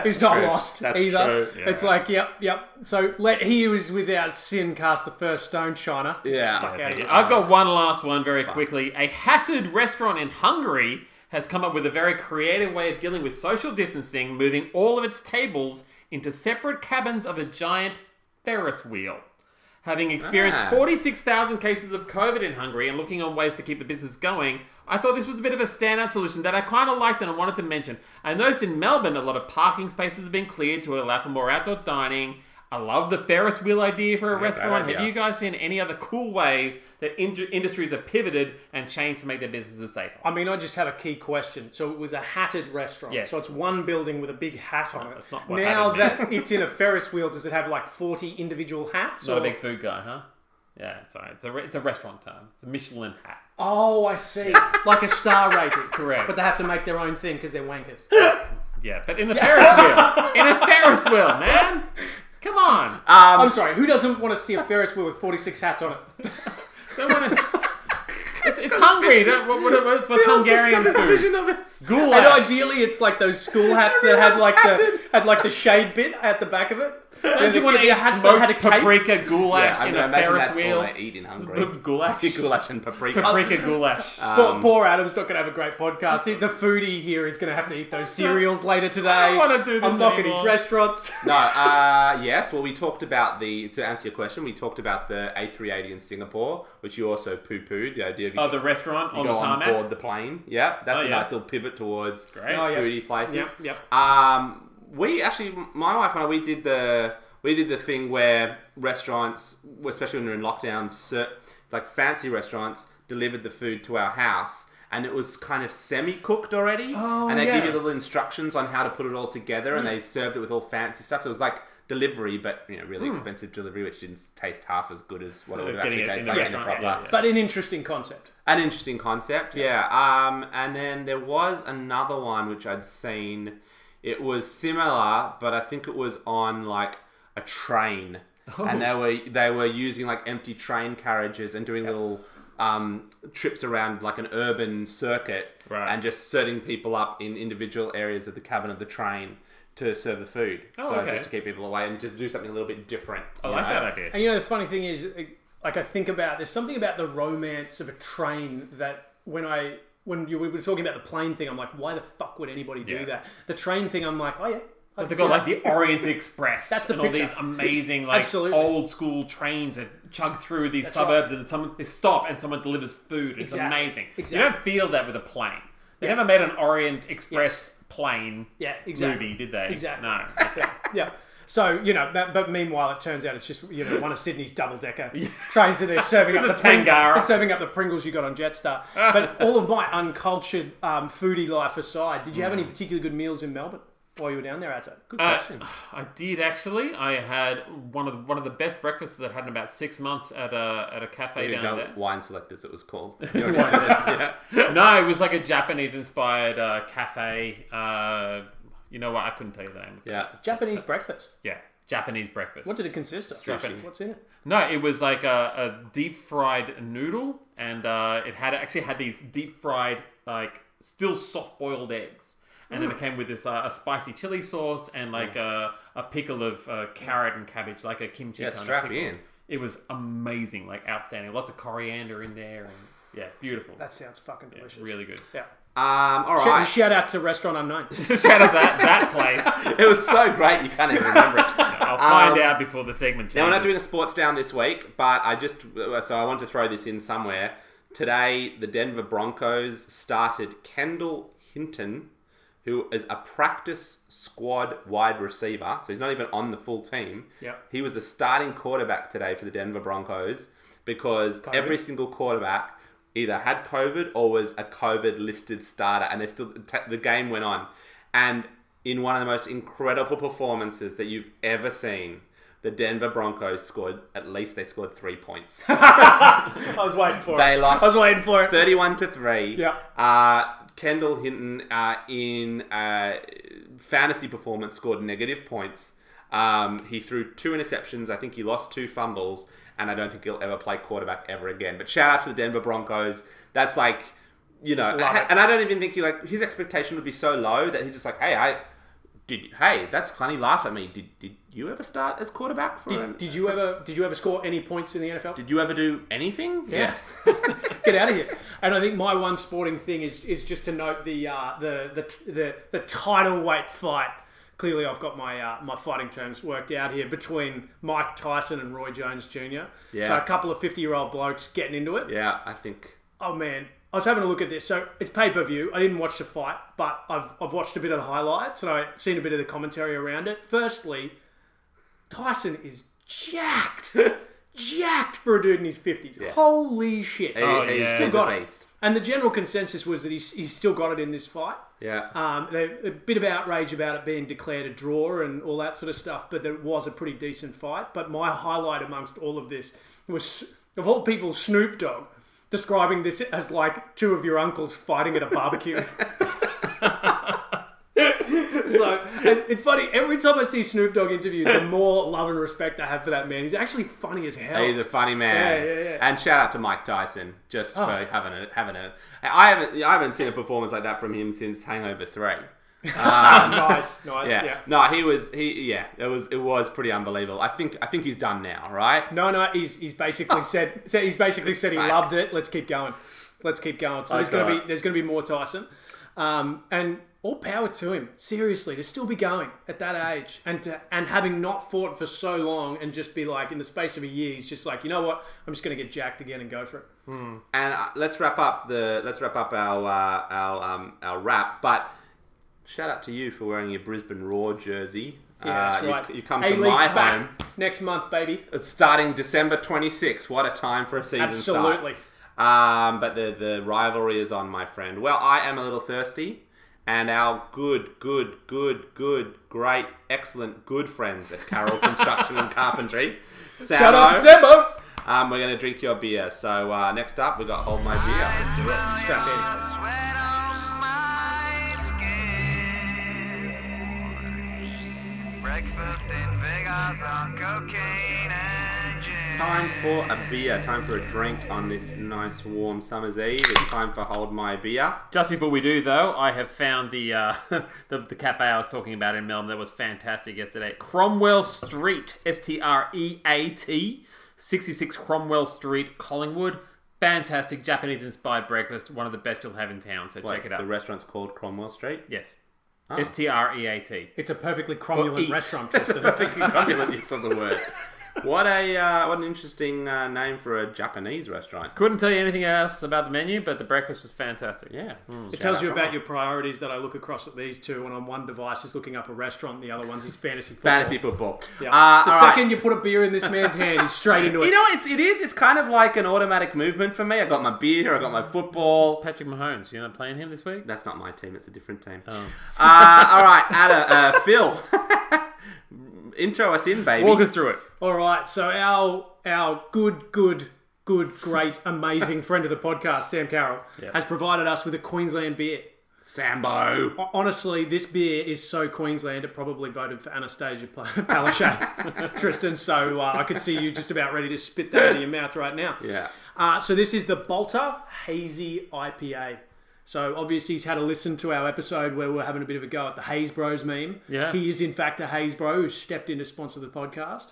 [SPEAKER 2] is not
[SPEAKER 1] true.
[SPEAKER 2] lost
[SPEAKER 3] That's
[SPEAKER 2] either.
[SPEAKER 3] true, yeah.
[SPEAKER 2] It's like, yep, yep. So let he who is without sin cast the first stone, China.
[SPEAKER 1] Yeah. Um,
[SPEAKER 2] Fuck out of here.
[SPEAKER 3] I've got one last one very quickly. A hatted restaurant in Hungary has come up with a very creative way of dealing with social distancing, moving all of its tables into separate cabins of a giant Ferris wheel. Having experienced
[SPEAKER 1] Ah.
[SPEAKER 3] 46,000 cases of COVID in Hungary and looking on ways to keep the business going, I thought this was a bit of a standout solution that I kind of liked and I wanted to mention. I noticed in Melbourne a lot of parking spaces have been cleared to allow for more outdoor dining. I love the Ferris wheel idea for a restaurant.
[SPEAKER 1] idea.
[SPEAKER 3] Have you guys seen any other cool ways that indu- industries have pivoted and changed to make their businesses safer?
[SPEAKER 2] I mean, I just have a key question. So it was a hatted restaurant.
[SPEAKER 3] Yes.
[SPEAKER 2] So it's one building with a big hat on it.
[SPEAKER 3] that's not what
[SPEAKER 2] now
[SPEAKER 3] hatted
[SPEAKER 2] that it's in a Ferris wheel, does it have like forty individual hats?
[SPEAKER 3] Not a
[SPEAKER 2] or-
[SPEAKER 3] big food guy, huh? Yeah, it's alright. It's a, re- it's a restaurant term. It's a Michelin hat.
[SPEAKER 2] Oh, I see. like a star rating.
[SPEAKER 3] Correct.
[SPEAKER 2] But they have to make their own thing because they're wankers.
[SPEAKER 3] Yeah, but in a Ferris wheel. In a Ferris wheel, man. Come on.
[SPEAKER 2] I'm sorry, who doesn't want to see a Ferris wheel with 46 hats on it?
[SPEAKER 3] Don't want to. It's, it's hungry. Don't- What, what, what's what's
[SPEAKER 1] Phil's just got
[SPEAKER 3] Hungarian
[SPEAKER 1] this
[SPEAKER 3] food?
[SPEAKER 1] vision of it.
[SPEAKER 3] Goulash.
[SPEAKER 2] And ideally, it's like those school hats that had
[SPEAKER 1] Everyone's
[SPEAKER 2] like the
[SPEAKER 1] hatted.
[SPEAKER 2] had like the shade bit at the back of it.
[SPEAKER 3] Don't you want to eat smoked paprika goulash
[SPEAKER 1] I
[SPEAKER 3] in
[SPEAKER 1] mean,
[SPEAKER 3] a
[SPEAKER 1] imagine
[SPEAKER 3] Ferris
[SPEAKER 1] that's all
[SPEAKER 3] wheel?
[SPEAKER 1] they eat in Hungary.
[SPEAKER 3] P- Goulash.
[SPEAKER 1] Goulash Uh, and paprika.
[SPEAKER 3] Paprika goulash.
[SPEAKER 2] Poor, poor Adam's not going to have a great podcast. See, the foodie here is going to have to eat those cereals later today.
[SPEAKER 3] I don't wanna do this
[SPEAKER 2] I'm knocking
[SPEAKER 3] anymore.
[SPEAKER 2] his restaurants.
[SPEAKER 1] No, uh, yes. Well, we talked about the to answer your question. We talked about the A380 in Singapore, which you also poo-pooed the idea of you
[SPEAKER 3] oh, the restaurant on
[SPEAKER 1] go
[SPEAKER 3] the
[SPEAKER 1] on
[SPEAKER 3] tarmac.
[SPEAKER 1] board the plane. Yeah, that's
[SPEAKER 3] Oh,
[SPEAKER 1] a
[SPEAKER 3] yeah.
[SPEAKER 1] nice little pivot towards
[SPEAKER 3] Great.
[SPEAKER 2] Oh, yeah.
[SPEAKER 1] foodie places.
[SPEAKER 2] Yep, yep.
[SPEAKER 1] Um, we actually, my wife and I, we did the we did the thing where restaurants, especially when we are in lockdown, cer- like fancy restaurants, delivered the food to our house. And it was kind of semi-cooked already,
[SPEAKER 3] Oh,
[SPEAKER 1] and they
[SPEAKER 3] yeah.
[SPEAKER 1] give you little instructions on how to put it all together, and they
[SPEAKER 2] Mm.
[SPEAKER 1] served it with all fancy stuff. So it was like delivery, but you know, really
[SPEAKER 2] Hmm.
[SPEAKER 1] expensive delivery, which didn't taste half as good as what it would have
[SPEAKER 3] Getting
[SPEAKER 1] actually
[SPEAKER 3] it in
[SPEAKER 1] taste
[SPEAKER 3] the
[SPEAKER 1] like in a
[SPEAKER 3] restaurant,
[SPEAKER 1] proper
[SPEAKER 3] yeah, yeah.
[SPEAKER 2] But an interesting concept.
[SPEAKER 1] an interesting concept, yeah. Um, and then there was another one which I'd seen. It was similar, but I think it was on like a train,
[SPEAKER 3] Oh.
[SPEAKER 1] and they were they were using like empty train carriages and doing little um, trips around like an urban circuit,
[SPEAKER 3] Right.
[SPEAKER 1] and just setting people up in individual areas of the cabin of the train to serve the food.
[SPEAKER 3] Oh,
[SPEAKER 1] so
[SPEAKER 3] okay.
[SPEAKER 1] just to keep people away and just do something a little bit different.
[SPEAKER 3] I like that idea.
[SPEAKER 2] And you know, the funny thing is, like I think about, there's something about the romance of a train that when I when you we were talking about the plane thing, I'm like, why the fuck would anybody do
[SPEAKER 3] Yeah.
[SPEAKER 2] that? The train thing, I'm like, oh yeah, I
[SPEAKER 3] But
[SPEAKER 2] can
[SPEAKER 3] they've got
[SPEAKER 2] see
[SPEAKER 3] like
[SPEAKER 2] that.
[SPEAKER 3] the Orient Express
[SPEAKER 2] That's the
[SPEAKER 3] and all
[SPEAKER 2] picture.
[SPEAKER 3] these amazing like
[SPEAKER 2] Absolutely.
[SPEAKER 3] old school trains that chug through these
[SPEAKER 2] right.
[SPEAKER 3] suburbs and someone they stop and someone delivers food. It's
[SPEAKER 2] Exactly.
[SPEAKER 3] amazing. You
[SPEAKER 2] Exactly.
[SPEAKER 3] don't feel that with a plane. They never made an Orient Express plane
[SPEAKER 2] yeah, exactly.
[SPEAKER 3] movie, did they?
[SPEAKER 2] Exactly.
[SPEAKER 3] No.
[SPEAKER 2] Yeah, yeah. So you know, but, but meanwhile, it turns out it's just you know one of Sydney's double decker trains that they're serving up
[SPEAKER 3] Just
[SPEAKER 2] the
[SPEAKER 3] a
[SPEAKER 2] Pring-
[SPEAKER 3] Tangara.
[SPEAKER 2] they're serving up the Pringles you got on Jetstar. But all of my uncultured um, foodie life aside, did you have any particularly good meals in Melbourne while you were down there, Atto?
[SPEAKER 1] Good
[SPEAKER 3] Mm. Uh,
[SPEAKER 1] question.
[SPEAKER 3] I did actually. I had one of the, one of the best breakfasts that I had in about six months at a at a cafe
[SPEAKER 1] You
[SPEAKER 3] down
[SPEAKER 1] know,
[SPEAKER 3] there.
[SPEAKER 1] wine selectors, it was called. You already said it, yeah.
[SPEAKER 3] no, it was like a Japanese inspired uh, cafe. Uh, you know what? I couldn't tell you the name. of it.
[SPEAKER 1] Yeah.
[SPEAKER 2] Japanese breakfast.
[SPEAKER 3] Yeah. Japanese breakfast.
[SPEAKER 2] What did it consist of?
[SPEAKER 1] Sushi.
[SPEAKER 2] What's in it?
[SPEAKER 3] No, it was like a, a deep fried noodle, and uh, it had actually had these deep fried, like still soft boiled eggs, and
[SPEAKER 1] Mm.
[SPEAKER 3] then it came with this uh, a spicy chili sauce and like a, a pickle of uh, carrot and cabbage, like a kimchi.
[SPEAKER 1] Yeah,
[SPEAKER 3] kind of
[SPEAKER 1] strap
[SPEAKER 3] pickle.
[SPEAKER 1] in.
[SPEAKER 3] It was amazing, like outstanding. Lots of coriander in there, and yeah, beautiful.
[SPEAKER 2] That sounds fucking delicious.
[SPEAKER 3] really good.
[SPEAKER 2] Yeah.
[SPEAKER 1] Um, all
[SPEAKER 2] Shout,
[SPEAKER 1] right.
[SPEAKER 2] shout out to Restaurant Unknown.
[SPEAKER 3] Shout out that that place.
[SPEAKER 1] It was so great, you can't even remember it.
[SPEAKER 3] I'll find
[SPEAKER 1] Um,
[SPEAKER 3] out before the segment. Changes.
[SPEAKER 1] Now, we're not doing a sports down this week, but I just, so I want to throw this in somewhere. Today, the Denver Broncos started Kendall Hinton, who is a practice squad wide receiver, so he's not even on the full team.
[SPEAKER 2] Yep.
[SPEAKER 1] He was the starting quarterback today for the Denver Broncos because every single quarterback either had COVID or was a COVID listed starter, and they still t- the game went on. And in one of the most incredible performances that you've ever seen, the Denver Broncos scored at least they scored three points.
[SPEAKER 2] I was waiting for
[SPEAKER 1] They
[SPEAKER 2] it.
[SPEAKER 1] lost.
[SPEAKER 2] I was waiting for it.
[SPEAKER 1] Thirty-one to three.
[SPEAKER 2] Yeah.
[SPEAKER 1] Uh, Kendall Hinton uh, in uh, fantasy performance scored negative points. Um, he threw two interceptions. I think he lost two fumbles, and I don't think he'll ever play quarterback ever again. But shout out to the Denver Broncos. That's like, you know,
[SPEAKER 2] it.
[SPEAKER 1] and I don't even think he like his expectation would be so low that he's just like, hey, I did. Hey, that's funny. Laugh at me. Did did you ever start as quarterback for? an-
[SPEAKER 2] Did, did you ever did you ever score any points in the NFL?
[SPEAKER 1] did you ever do anything?
[SPEAKER 2] Yeah. Get out of here. And I think my one sporting thing is is just to note the uh, the, the the the title weight fight. Clearly, I've got my uh, my fighting terms worked out here between Mike Tyson and Roy Jones Jr.
[SPEAKER 1] Yeah.
[SPEAKER 2] So a couple of fifty year old blokes getting into it.
[SPEAKER 1] Yeah, I think.
[SPEAKER 2] Oh man, I was having a look at this. So it's pay per view. I didn't watch the fight, but I've I've watched a bit of the highlights and I've seen a bit of the commentary around it. Firstly, Tyson is jacked, jacked for a dude in his fifties. Holy shit!
[SPEAKER 1] Oh,
[SPEAKER 3] he's yeah.
[SPEAKER 2] still
[SPEAKER 3] he's
[SPEAKER 2] got
[SPEAKER 1] a
[SPEAKER 2] it.
[SPEAKER 1] beast.
[SPEAKER 2] And the general consensus was that he's, he's still got it in this fight.
[SPEAKER 1] Yeah.
[SPEAKER 2] Um, there, a bit of outrage about it being declared a draw and all that sort of stuff, but it was a pretty decent fight. But my highlight amongst all of this was, of all people, Snoop Dogg describing this as like two of your uncles fighting at a barbecue. so and it's funny every time I see Snoop Dogg interviewed, the more love and respect I have for that man. He's actually funny as hell.
[SPEAKER 1] He's a funny man.
[SPEAKER 2] Yeah, yeah, Oh. yeah.
[SPEAKER 1] And shout out to Mike Tyson just for having a having a. I haven't I haven't seen a performance like that from him since Hangover Three.
[SPEAKER 2] nice, nice.
[SPEAKER 1] Yeah.
[SPEAKER 2] yeah.
[SPEAKER 1] No, he was he yeah it was it was pretty unbelievable. I think I think he's done now, right?
[SPEAKER 2] No, no, he's he's basically said so he's basically said he
[SPEAKER 1] Oh. Fuck.
[SPEAKER 2] loved it. Let's keep going. Let's keep going. So there's
[SPEAKER 1] Okay.
[SPEAKER 2] gonna be there's gonna be more Tyson, um, and all power to him. Seriously, to still be going at that age and to, and having not fought for so long and just be like in the space of a year, he's just like you know what, I'm just gonna get jacked again and go for it.
[SPEAKER 1] And uh, let's wrap up the let's wrap up our uh, our um, our wrap. But shout out to you for wearing your Brisbane Raw jersey.
[SPEAKER 2] Yeah, that's
[SPEAKER 1] uh, you-
[SPEAKER 2] right.
[SPEAKER 1] you, come to
[SPEAKER 2] A-League's
[SPEAKER 1] my
[SPEAKER 2] back
[SPEAKER 1] home.
[SPEAKER 2] next month, baby.
[SPEAKER 1] It's starting December 26th. What a time for a season start.
[SPEAKER 2] Absolutely.
[SPEAKER 1] Um, but the, the rivalry is on, my friend. Well, I am a little thirsty, and our good, good, good, good, great, excellent, good friends at Carroll Construction and Carpentry.
[SPEAKER 2] Shout out to
[SPEAKER 1] Sano,
[SPEAKER 2] Sembo.
[SPEAKER 1] um, we're going to drink your beer. So uh, next up, we got Hold My Beer.
[SPEAKER 2] Strap in.
[SPEAKER 4] Sweat on my skin. Breakfast in Vegas on cocaine and gin.
[SPEAKER 1] Time for a beer. Time for a drink on this nice, warm summer's eve. It's time for Hold My Beer.
[SPEAKER 3] Just before we do, though, I have found the, uh, the the cafe I was talking about in Melbourne that was fantastic yesterday. Cromwell Street, S T R E A T, 66 Cromwell Street, Collingwood. Fantastic Japanese inspired breakfast, one of the best you'll have in town. So
[SPEAKER 1] Wait,
[SPEAKER 3] check it out.
[SPEAKER 1] The restaurant's called Cromwell Street.
[SPEAKER 3] yes, S T R E A T.
[SPEAKER 2] It's a perfectly cromulent
[SPEAKER 3] eat.
[SPEAKER 2] restaurant, Tristan.
[SPEAKER 1] Cromulent use of the word. What a uh, what an interesting uh, name for a Japanese restaurant.
[SPEAKER 3] Couldn't tell you anything else about the menu, but the breakfast was fantastic.
[SPEAKER 1] Yeah.
[SPEAKER 2] It tells you about your priorities that I look across at these two, and on one device is looking up a restaurant, and the other one's is fantasy football.
[SPEAKER 1] fantasy football.
[SPEAKER 2] Yeah.
[SPEAKER 1] Uh,
[SPEAKER 2] the
[SPEAKER 1] all right.
[SPEAKER 2] second you put a beer in this man's hand, he's straight into it.
[SPEAKER 1] you know what it's, it is. It's kind of like an automatic movement for me. I got my beer. I got my football.
[SPEAKER 3] Patrick Mahomes, you're not playing him this week?
[SPEAKER 1] That's not my team. It's a different team.
[SPEAKER 3] Oh.
[SPEAKER 1] Uh, all right, Ada, uh, Phil, intro us in, baby.
[SPEAKER 3] Walk us through it.
[SPEAKER 2] All right, so our our good, good, good, great, amazing friend of the podcast, Sam Carroll, has provided us with a Queensland beer.
[SPEAKER 1] Sambo.
[SPEAKER 2] Ho- Honestly, this beer is so Queensland it probably voted for Anastasia Pal- Palaszczuk, Tristan. So uh, I could see you just about ready to spit that out of your mouth right now.
[SPEAKER 1] Yeah.
[SPEAKER 2] Uh, so this is the Bolter Hazy IPA. So obviously he's had a listen to our episode where we are having a bit of a go at the Haze Bros meme.
[SPEAKER 3] Yeah.
[SPEAKER 2] He is in fact a Haze Bro who stepped in to sponsor the podcast.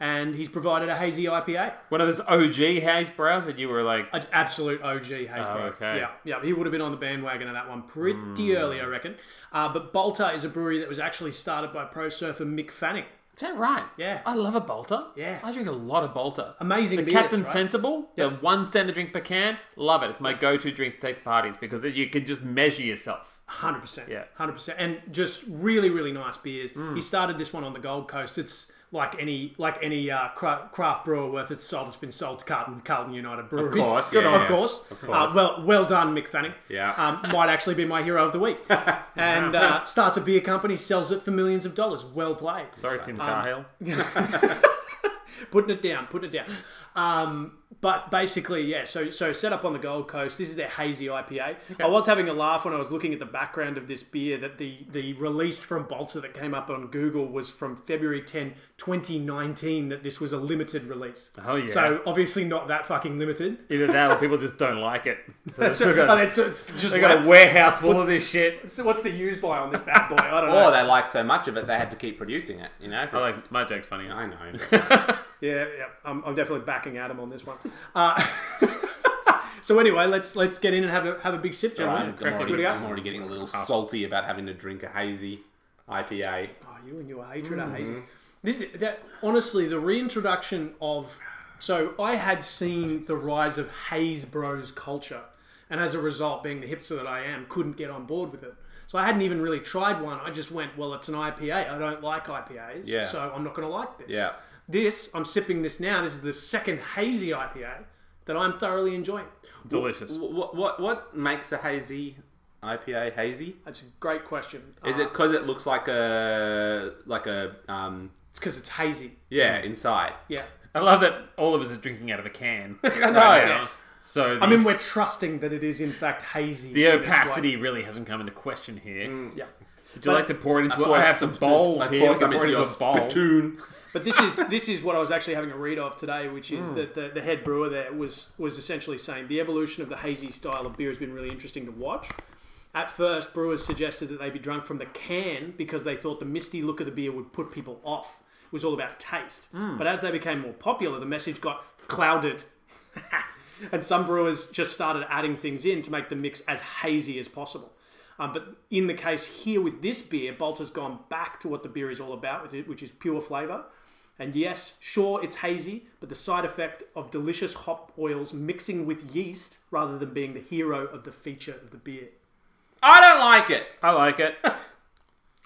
[SPEAKER 2] And he's provided a hazy IPA,
[SPEAKER 3] One of those OG haze brows that you were like,
[SPEAKER 2] an absolute OG haze bro.
[SPEAKER 3] Oh, okay. Hmm.
[SPEAKER 2] Yeah, yeah, he would have been on the bandwagon of that one pretty early, I reckon. Uh, but Bolter is a brewery that was actually started by pro surfer Mick Fanning.
[SPEAKER 3] Is that right?
[SPEAKER 2] Yeah.
[SPEAKER 3] I love a Bolter.
[SPEAKER 2] Yeah.
[SPEAKER 3] I drink a lot of Bolter.
[SPEAKER 2] Amazing
[SPEAKER 3] The
[SPEAKER 2] beers,
[SPEAKER 3] Captain
[SPEAKER 2] right?
[SPEAKER 3] Sensible, the one cent a drink per can, love it. It's my go to drink to take to parties because you can just measure yourself.
[SPEAKER 2] Hundred percent.
[SPEAKER 3] Yeah.
[SPEAKER 2] Hundred percent. And just really, really nice beers.
[SPEAKER 1] Mm.
[SPEAKER 2] He started this one on the Gold Coast. It's like any like any uh, cra- craft brewer worth its salt. It's been sold to Carlton, Carlton United Breweries.
[SPEAKER 1] course, yeah,
[SPEAKER 2] of
[SPEAKER 1] yeah.
[SPEAKER 2] course.
[SPEAKER 1] Of course.
[SPEAKER 2] Uh, well, well done, Mick Fanning.
[SPEAKER 1] Yeah.
[SPEAKER 2] Um, might actually be my hero of the week. and uh, starts a beer company, sells it for millions of dollars. Well played.
[SPEAKER 3] Sorry, Tim Cahill.
[SPEAKER 2] Putting it down. Putting it down. Um, But basically, yeah. So so set up on the Gold Coast. This is their hazy IPA. I was having a laugh when I was looking at the background of this beer that the the release from Bolter that came up on Google was from February 10, 2019. That this was a limited release.
[SPEAKER 3] Oh, yeah.
[SPEAKER 2] So obviously not that fucking limited.
[SPEAKER 3] Either that or people just don't like it. So
[SPEAKER 2] That's
[SPEAKER 3] they've
[SPEAKER 2] a,
[SPEAKER 3] got,
[SPEAKER 2] and it's, it's just
[SPEAKER 3] they've got
[SPEAKER 2] left-
[SPEAKER 3] a warehouse full of this shit.
[SPEAKER 2] So what's the use by on this bad boy? I don't know.
[SPEAKER 1] Or Oh, they like so much of it they had to keep producing it. You know, if
[SPEAKER 3] I
[SPEAKER 1] it's-
[SPEAKER 3] like my joke's funny.
[SPEAKER 1] I know. but-
[SPEAKER 2] Yeah, yeah. I'm, I'm definitely backing Adam on this one. Uh, so anyway, let's let's get in and have a have a big sip,
[SPEAKER 1] I'm,
[SPEAKER 2] gentlemen.
[SPEAKER 1] I'm
[SPEAKER 2] What do
[SPEAKER 1] already,
[SPEAKER 2] you
[SPEAKER 1] I'm
[SPEAKER 2] got?
[SPEAKER 1] already getting a little salty about having to drink a hazy IPA.
[SPEAKER 2] Oh, you and your hatred
[SPEAKER 1] Mm-hmm.
[SPEAKER 2] of hazes. This is- that honestly the reintroduction of so I had seen the rise of haze bros culture, and as a result, being the hipster that I am, couldn't get on board with it. So I hadn't even really tried one. I just went, well, it's an IPA. I don't like IPAs,
[SPEAKER 1] Yeah.
[SPEAKER 2] so I'm not going to like this.
[SPEAKER 1] Yeah.
[SPEAKER 2] This I'm sipping this now. This is the second hazy IPA that I'm thoroughly enjoying.
[SPEAKER 3] Delicious.
[SPEAKER 1] What what what makes a hazy IPA hazy?
[SPEAKER 2] That's a great question. Uh,
[SPEAKER 1] Is it because it looks like a like a um
[SPEAKER 2] It's because it's hazy.
[SPEAKER 1] yeah inside?
[SPEAKER 2] Yeah.
[SPEAKER 3] I love that all of us are drinking out of a can. I know.
[SPEAKER 2] yes.
[SPEAKER 3] So the,
[SPEAKER 2] I mean, we're trusting that it is in fact hazy.
[SPEAKER 3] the
[SPEAKER 2] and it's Mm.
[SPEAKER 3] opacity really hasn't come into question here.
[SPEAKER 2] white. Yeah.
[SPEAKER 3] Would you like to pour it into? I,
[SPEAKER 1] Pour-
[SPEAKER 3] have some bowls
[SPEAKER 1] I
[SPEAKER 3] here.
[SPEAKER 1] Pour
[SPEAKER 3] We can
[SPEAKER 1] some
[SPEAKER 3] pour
[SPEAKER 1] into
[SPEAKER 3] it
[SPEAKER 1] your
[SPEAKER 3] into a bowl.
[SPEAKER 1] spittoon.
[SPEAKER 2] But this is this is what I was actually having a read of today, which is that the, the head brewer there was was essentially saying the evolution of the hazy style of beer has been really interesting to watch. At first, brewers suggested that they be drunk from the can because they thought the misty look of the beer would put people off. It was all about taste. But as they became more popular, the message got clouded. and some brewers just started adding things in to make the mix as hazy as possible. Um, but in the case here with this beer, Bolter's gone back to what the beer is all about, which is- which is pure flavour. And yes, sure, it's hazy, but the side effect of delicious hop oils mixing with yeast rather than being the hero of the feature of the beer.
[SPEAKER 1] I don't like it.
[SPEAKER 3] I like it.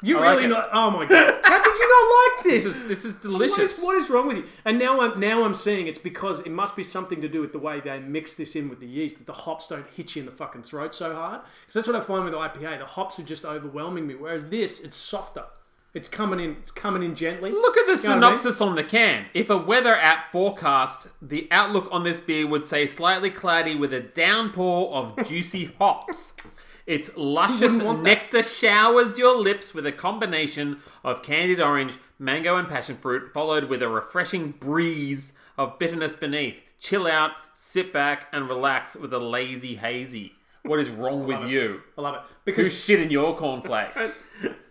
[SPEAKER 2] You
[SPEAKER 3] I like
[SPEAKER 2] really
[SPEAKER 3] it.
[SPEAKER 2] not? Oh my god! How did you not like this?
[SPEAKER 3] This is this is
[SPEAKER 2] what,
[SPEAKER 3] delicious.
[SPEAKER 2] is, what is wrong with you? And now I'm now I'm seeing it's because it must be something to do with the way they mix this in with the yeast that the hops don't hit you in the fucking throat so hard. Because that's what I find with IPA. The hops are just overwhelming me, whereas this it's softer. It's coming in. It's coming in gently.
[SPEAKER 3] Look at the
[SPEAKER 2] You know what I mean?
[SPEAKER 3] synopsis on the can. If a weather app forecast, the outlook on this beer would say slightly cloudy with a downpour of juicy hops. Its luscious
[SPEAKER 2] wouldn't want that.
[SPEAKER 3] nectar showers your lips with a combination of candied orange, mango, and passion fruit, followed with a refreshing breeze of bitterness beneath. Chill out, sit back, and relax with a lazy hazy. What is wrong with you?
[SPEAKER 2] I love it
[SPEAKER 3] Who's
[SPEAKER 2] because
[SPEAKER 3] shitting your cornflakes?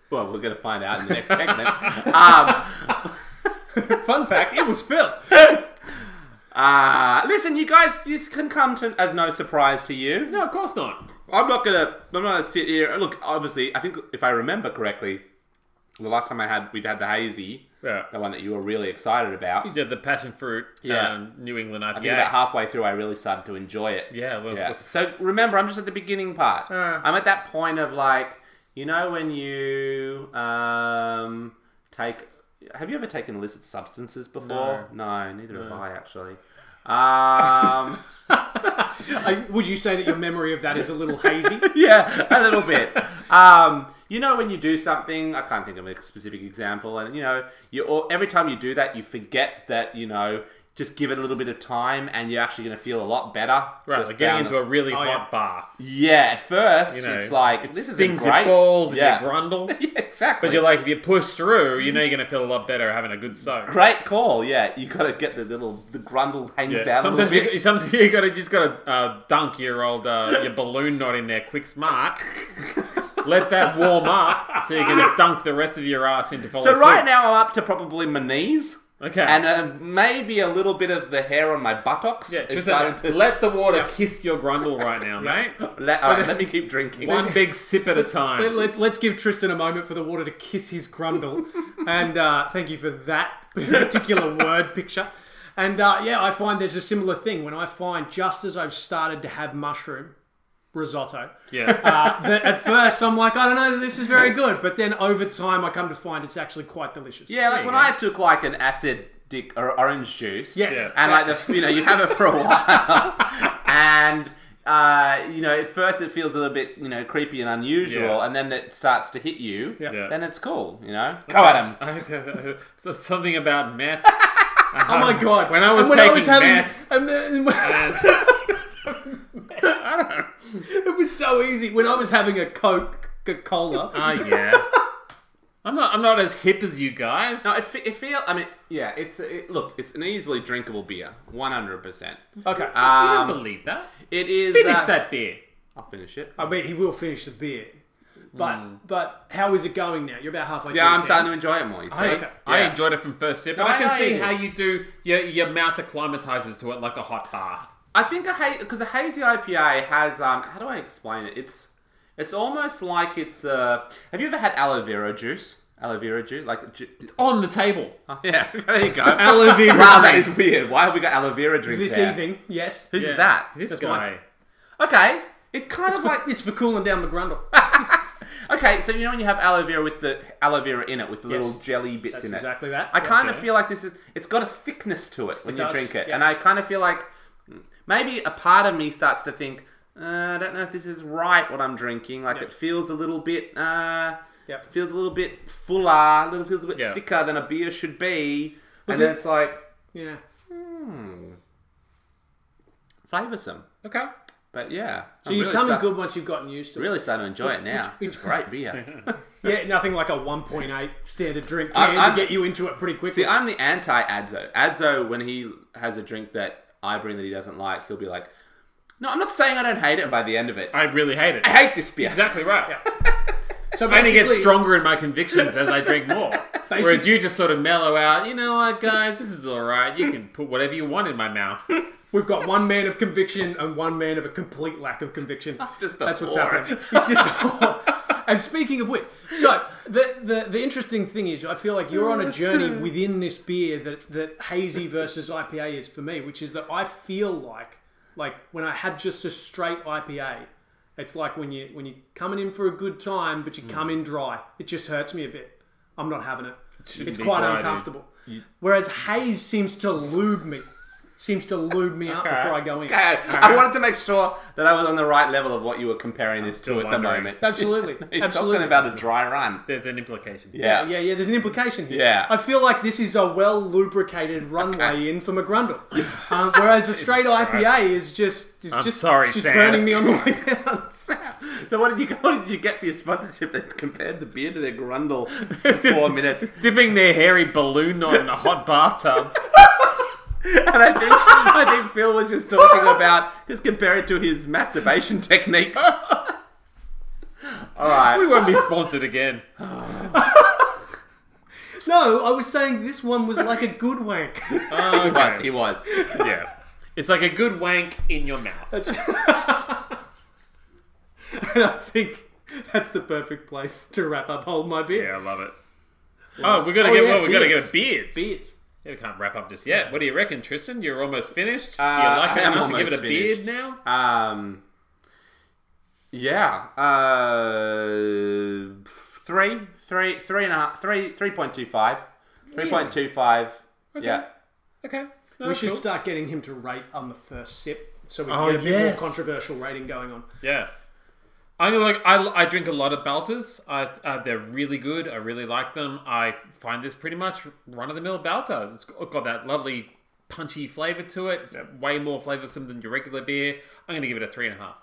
[SPEAKER 1] Well, we're gonna find out in the next segment. um,
[SPEAKER 2] fun fact, it was Phil.
[SPEAKER 1] uh, listen, you guys, this can come to, as no surprise to you.
[SPEAKER 3] no, of course not.
[SPEAKER 1] I'm not gonna. I'm not gonna sit here. Look, obviously, I think if I remember correctly, the last time I had we'd had the hazy,
[SPEAKER 3] Yeah.
[SPEAKER 1] the one that you were really excited about.
[SPEAKER 3] Yeah, the passion fruit,
[SPEAKER 1] Yeah.
[SPEAKER 3] um, New England IPA.
[SPEAKER 1] I think about halfway through, I really started to enjoy it.
[SPEAKER 3] Yeah, well,
[SPEAKER 1] yeah. So remember, I'm just at the beginning part.
[SPEAKER 3] Uh.
[SPEAKER 1] I'm at that point of like, you know, when you um, take. Have you ever taken illicit substances before? No, neither have I actually. Um,
[SPEAKER 2] I, would you say that your memory of that is a little hazy?
[SPEAKER 1] yeah, a little bit. Um, you know when you do something, I can't think of a specific example, and you know, you or every time you do that, you forget that you know. Just give it a little bit of time, and you're actually going to feel a lot better.
[SPEAKER 3] Right,
[SPEAKER 1] just
[SPEAKER 3] like
[SPEAKER 1] down
[SPEAKER 3] getting into
[SPEAKER 1] the-
[SPEAKER 3] a really hot
[SPEAKER 2] yeah.
[SPEAKER 3] bath.
[SPEAKER 1] Yeah, at first
[SPEAKER 3] You know,
[SPEAKER 1] it's like
[SPEAKER 3] it
[SPEAKER 1] this is
[SPEAKER 3] stings
[SPEAKER 1] great.
[SPEAKER 3] your balls and
[SPEAKER 1] yeah.
[SPEAKER 3] your grundle.
[SPEAKER 1] yeah, exactly.
[SPEAKER 3] But you're like, if you push through, you know you're gonna feel a lot better having a good soak.
[SPEAKER 1] great call. Yeah, you got to get the little the grundle hangs
[SPEAKER 3] Yeah.
[SPEAKER 1] down
[SPEAKER 3] Sometimes
[SPEAKER 1] a little bit.
[SPEAKER 3] you, sometimes you gotta just gotta uh, dunk your old uh, your balloon knot in there, quick smart. Let that warm up so you can dunk the rest of your ass into follow
[SPEAKER 1] so
[SPEAKER 3] suit.
[SPEAKER 1] right now I'm up to probably my knees.
[SPEAKER 3] Okay.
[SPEAKER 1] And uh, maybe a little bit of the hair on my buttocks.
[SPEAKER 3] yeah,
[SPEAKER 1] is
[SPEAKER 3] just
[SPEAKER 1] starting to-
[SPEAKER 3] let the water kiss your grundle right now, mate.
[SPEAKER 1] let, all right, let me keep drinking.
[SPEAKER 3] One big sip at a time.
[SPEAKER 2] Let- Let's let's give Tristan a moment for the water to kiss his grundle, and uh, thank you for that particular word picture. And uh, yeah, I find there's a similar thing when I find just as I've started to have mushroom risotto,
[SPEAKER 3] Yeah.
[SPEAKER 1] Ah.
[SPEAKER 2] uh, that at first I'm like, I don't know, this is very good, but then over time I come to find it's actually quite delicious.
[SPEAKER 1] Yeah, like
[SPEAKER 3] you
[SPEAKER 1] when
[SPEAKER 3] go.
[SPEAKER 1] I took like an acid dick or orange juice.
[SPEAKER 2] Yes.
[SPEAKER 3] Yeah.
[SPEAKER 1] and like the, you know you have it for a while and uh, you know at first it feels a little bit you know creepy and unusual
[SPEAKER 3] Yeah.
[SPEAKER 1] and then it starts to hit you
[SPEAKER 2] Yeah.
[SPEAKER 3] Yeah.
[SPEAKER 1] then it's cool you know go at him
[SPEAKER 3] so something about meth Um,
[SPEAKER 2] Oh my god!
[SPEAKER 3] When I was
[SPEAKER 2] and when I was
[SPEAKER 3] taking
[SPEAKER 2] having,
[SPEAKER 3] meth- uh,
[SPEAKER 2] and then,
[SPEAKER 3] I don't know.
[SPEAKER 2] it was so easy. When I was having a Coke, Cola,
[SPEAKER 3] Oh yeah. I'm not. I'm not as hip as you guys.
[SPEAKER 1] No, it, fe- it feel. I mean, yeah. It's it, look. It's an easily drinkable beer. One hundred percent.
[SPEAKER 3] Uh,
[SPEAKER 2] okay.
[SPEAKER 3] you don't
[SPEAKER 1] Um,
[SPEAKER 3] believe that.
[SPEAKER 1] it is.
[SPEAKER 3] Finish
[SPEAKER 1] uh,
[SPEAKER 3] that Oh, beer.
[SPEAKER 1] I'll finish it.
[SPEAKER 2] I mean, he will finish the beer, but but how is it going now? You're about halfway.
[SPEAKER 1] Yeah,
[SPEAKER 2] through
[SPEAKER 1] I'm
[SPEAKER 2] Ken.
[SPEAKER 1] starting to enjoy it more. You see?
[SPEAKER 2] I- okay.
[SPEAKER 3] I
[SPEAKER 1] Yeah.
[SPEAKER 3] enjoyed it from first sip, but
[SPEAKER 1] No,
[SPEAKER 3] I can
[SPEAKER 1] no,
[SPEAKER 3] see
[SPEAKER 1] you-
[SPEAKER 3] how you do. Your your mouth acclimatizes to it like a hot bath.
[SPEAKER 1] I think a hazy because a hazy IPA has um. How do I explain it? It's it's almost like it's uh. Have you ever had aloe vera juice? Aloe vera juice, like ju-
[SPEAKER 3] On the table.
[SPEAKER 1] yeah. There you go.
[SPEAKER 2] Aloe vera
[SPEAKER 1] Wow, that
[SPEAKER 2] drink.
[SPEAKER 1] is weird. Why have we got aloe vera drinks
[SPEAKER 2] this
[SPEAKER 1] there?
[SPEAKER 2] evening. Yes,
[SPEAKER 1] Who's that?
[SPEAKER 3] This
[SPEAKER 2] That's
[SPEAKER 3] guy.
[SPEAKER 1] Okay. It kind
[SPEAKER 2] It's
[SPEAKER 1] of
[SPEAKER 2] for,
[SPEAKER 1] like
[SPEAKER 2] it's for cooling down the grundle.
[SPEAKER 1] okay. So you know when you have aloe vera with the aloe vera in it, with the
[SPEAKER 2] Yes.
[SPEAKER 1] little jelly bits
[SPEAKER 2] That's
[SPEAKER 1] in it.
[SPEAKER 2] exactly that.
[SPEAKER 1] I kind of
[SPEAKER 3] Okay.
[SPEAKER 1] feel like this is. It's got a thickness to it when
[SPEAKER 2] It
[SPEAKER 1] you
[SPEAKER 2] does,
[SPEAKER 1] drink it,
[SPEAKER 2] yeah.
[SPEAKER 1] and I kind of feel like maybe a part of me starts to think, uh, I don't know if this is right what I'm drinking. Like
[SPEAKER 2] Yeah.
[SPEAKER 1] it feels a little bit. Uh,
[SPEAKER 2] Yep.
[SPEAKER 1] Feels a little bit fuller, a little feels a bit
[SPEAKER 3] Yeah.
[SPEAKER 1] thicker than a beer should be, and
[SPEAKER 2] the-
[SPEAKER 1] then it's like
[SPEAKER 2] Yeah.
[SPEAKER 1] flavoursome.
[SPEAKER 3] Okay.
[SPEAKER 1] But yeah,
[SPEAKER 2] So you come in good once you've gotten used to it.
[SPEAKER 1] Really starting to enjoy it now. It's great beer.
[SPEAKER 2] Yeah, nothing like a 1.8 standard drink
[SPEAKER 1] I-
[SPEAKER 2] can
[SPEAKER 1] I'm-
[SPEAKER 2] to get you into it pretty quickly.
[SPEAKER 1] See, I'm the anti Adzo. Adzo, when he has a drink that I bring that he doesn't like, he'll be like, "No, I'm not saying I don't hate it." And by the end of it, I
[SPEAKER 3] I really hate it.
[SPEAKER 1] hate this beer.
[SPEAKER 3] Exactly right.
[SPEAKER 2] so
[SPEAKER 3] I only get
[SPEAKER 2] basically-
[SPEAKER 3] stronger in my convictions as I drink more. Whereas
[SPEAKER 2] Basically-
[SPEAKER 3] you just sort of mellow out. You know what, guys? This is all right. You can put whatever you want in my mouth.
[SPEAKER 2] We've got one man of conviction and one man of a complete lack of conviction.
[SPEAKER 1] Just a
[SPEAKER 2] That's what's
[SPEAKER 1] whore.
[SPEAKER 2] happening. It's just a whore. And speaking of which, so the, the the interesting thing is, I feel like you're on a journey within this beer that that hazy versus IPA is for me, which is that I feel like like when I have just a straight IPA, it's like when you when you're coming in for a good time, but you
[SPEAKER 3] Hmm.
[SPEAKER 2] come in dry. It just hurts me a bit. I'm not having it. it's
[SPEAKER 3] be
[SPEAKER 2] quite
[SPEAKER 3] dry, dude.
[SPEAKER 2] uncomfortable. Whereas haze seems to lube me seems to lube me up
[SPEAKER 3] Okay.
[SPEAKER 2] before I go in.
[SPEAKER 1] I, I wanted to make sure that I was on the right level of what you were comparing this to
[SPEAKER 3] still
[SPEAKER 1] at the
[SPEAKER 3] wondering.
[SPEAKER 1] moment.
[SPEAKER 2] Absolutely.
[SPEAKER 1] He's
[SPEAKER 2] Absolutely.
[SPEAKER 1] talking about a dry run.
[SPEAKER 3] There's an implication.
[SPEAKER 1] Yeah.
[SPEAKER 2] Yeah, yeah, there's an implication here.
[SPEAKER 1] Yeah.
[SPEAKER 2] I feel like this is a well lubricated runway in for McGrundle. Um, whereas a straight IPA is just is
[SPEAKER 3] I'm
[SPEAKER 2] just,
[SPEAKER 3] sorry,
[SPEAKER 2] it's just
[SPEAKER 3] Sam.
[SPEAKER 2] burning me on the way down.
[SPEAKER 1] So what did you what did you get for your sponsorship that compared the beer to their grundle for four minutes?
[SPEAKER 3] Dipping their hairy balloon on a hot bathtub.
[SPEAKER 1] And I think I think Phil was just talking about just compare it to his masturbation techniques. All right.
[SPEAKER 3] We won't be sponsored again.
[SPEAKER 2] No, I was saying this one was like a good wank.
[SPEAKER 1] He was. He was.
[SPEAKER 3] Yeah. It's like a good wank in your mouth.
[SPEAKER 2] That's- and I think that's the perfect place to wrap up Hold My Beer.
[SPEAKER 3] Yeah, I love it. Oh, we're gonna
[SPEAKER 2] Oh,
[SPEAKER 3] get
[SPEAKER 2] yeah,
[SPEAKER 3] well, we're gonna
[SPEAKER 2] beards.
[SPEAKER 3] get a beard.
[SPEAKER 2] Beards.
[SPEAKER 3] Yeah, we can't wrap up just yet. What do you reckon, Tristan? You're almost finished. do you
[SPEAKER 1] Uh,
[SPEAKER 3] like
[SPEAKER 1] I
[SPEAKER 3] it
[SPEAKER 1] am
[SPEAKER 3] enough to give it a
[SPEAKER 1] almost finished.
[SPEAKER 3] beard now?
[SPEAKER 1] Um. Yeah. Uh. Three, three, three and a half, three, three point two five, three point two five. Yeah.
[SPEAKER 3] Okay. No,
[SPEAKER 2] We should
[SPEAKER 3] Oh, cool.
[SPEAKER 2] start getting him to rate on the first sip so we can
[SPEAKER 3] Oh,
[SPEAKER 2] get a bit
[SPEAKER 3] yes.
[SPEAKER 2] more controversial rating going on.
[SPEAKER 3] Yeah. I'm gonna like I, I drink a lot of Baltas. I uh, they're really good. I really like them. I find this pretty much run of the mill Balta. It's got that lovely punchy flavor to it. It's way more flavorsome than your regular beer. I'm gonna give it a three and a half.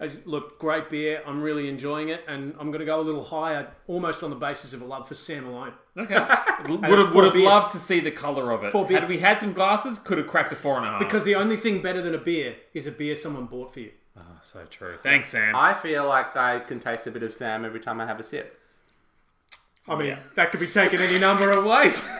[SPEAKER 2] As- Look, great beer. I'm really enjoying it, and I'm going to go a little higher, almost on the basis of a love for Sam alone.
[SPEAKER 3] Okay. would have would have
[SPEAKER 2] beers.
[SPEAKER 3] loved to see the color of it.
[SPEAKER 2] Four beers.
[SPEAKER 3] Had we had some glasses, could have cracked a four and a half.
[SPEAKER 2] Because the only thing better than a beer is a beer someone bought for you.
[SPEAKER 3] Ah, so true. Thanks, Sam.
[SPEAKER 1] I feel like I can taste a bit of Sam every time I have a sip.
[SPEAKER 2] I mean,
[SPEAKER 3] Yeah.
[SPEAKER 2] that could be taken any number of ways.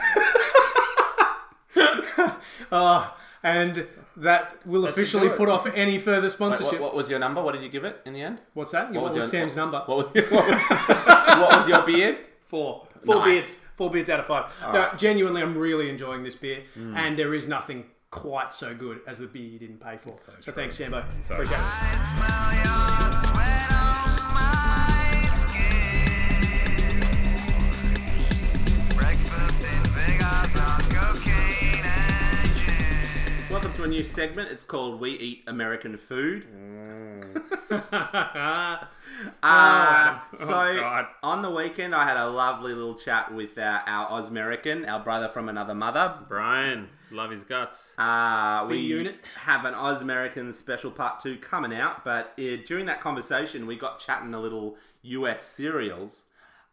[SPEAKER 2] Ah, and that will officially
[SPEAKER 3] do it.
[SPEAKER 2] put off any further
[SPEAKER 1] What,
[SPEAKER 2] sponsorship.
[SPEAKER 1] what, what was your number? What did you give it in the end?
[SPEAKER 2] What's that? What, was
[SPEAKER 1] your-
[SPEAKER 2] Sam's number?
[SPEAKER 1] What was, what was your beard?
[SPEAKER 2] Four. Four
[SPEAKER 1] Nice.
[SPEAKER 2] beers. Four beers out of five. no, genuinely, I'm really enjoying this beer,
[SPEAKER 1] Mm.
[SPEAKER 2] and there is nothing quite so good as the beer you didn't pay for. So, thanks, Sambo. Appreciate it.
[SPEAKER 4] I smell your sweat on my skin. Breakfast in Vegas on cocaine and gin.
[SPEAKER 1] Welcome to a new segment. It's called We Eat American Food. Uh, so
[SPEAKER 3] God.
[SPEAKER 1] on the weekend, I had a lovely little chat with uh, our Osmerican, our brother from another mother.
[SPEAKER 3] Brian, love his guts.
[SPEAKER 1] Uh, we
[SPEAKER 2] unit.
[SPEAKER 1] have an Oz American special part two coming out, but uh, during that conversation, we got chatting a little US serials.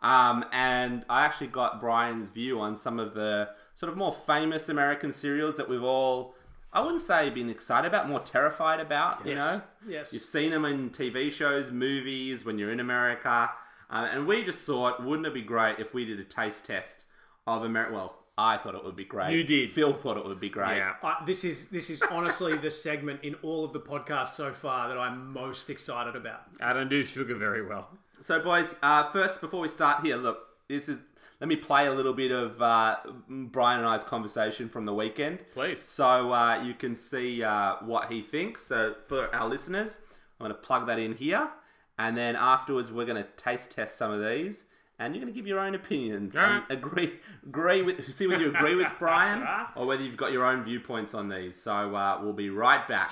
[SPEAKER 1] Um, and I actually got Brian's view on some of the sort of more famous American serials that we've all, I wouldn't say been excited about, more terrified about, you know?
[SPEAKER 2] Yes.
[SPEAKER 1] You've seen them in TV shows, movies, when you're in America. Um, and we just thought, wouldn't it be great if we did a taste test of America? Well, I thought it would be great.
[SPEAKER 3] You did.
[SPEAKER 1] Phil thought it would be great.
[SPEAKER 3] Yeah.
[SPEAKER 2] I, this is this is honestly the segment in all of the podcasts so far that I'm most excited about.
[SPEAKER 3] I don't do sugar very well.
[SPEAKER 1] So, boys, uh, first, before we start here, look, this is. Let me play a little bit of uh, Brian and I's conversation from the weekend.
[SPEAKER 3] Please.
[SPEAKER 1] So uh, you can see uh, what he thinks. So, for our listeners, I'm going to plug that in here. And then afterwards, we're going to taste test some of these. And you're going to give your own opinions. and
[SPEAKER 3] Alright.
[SPEAKER 1] agree, agree with, see whether you agree with Brian or whether you've got your own viewpoints on these. So, uh, we'll be right back.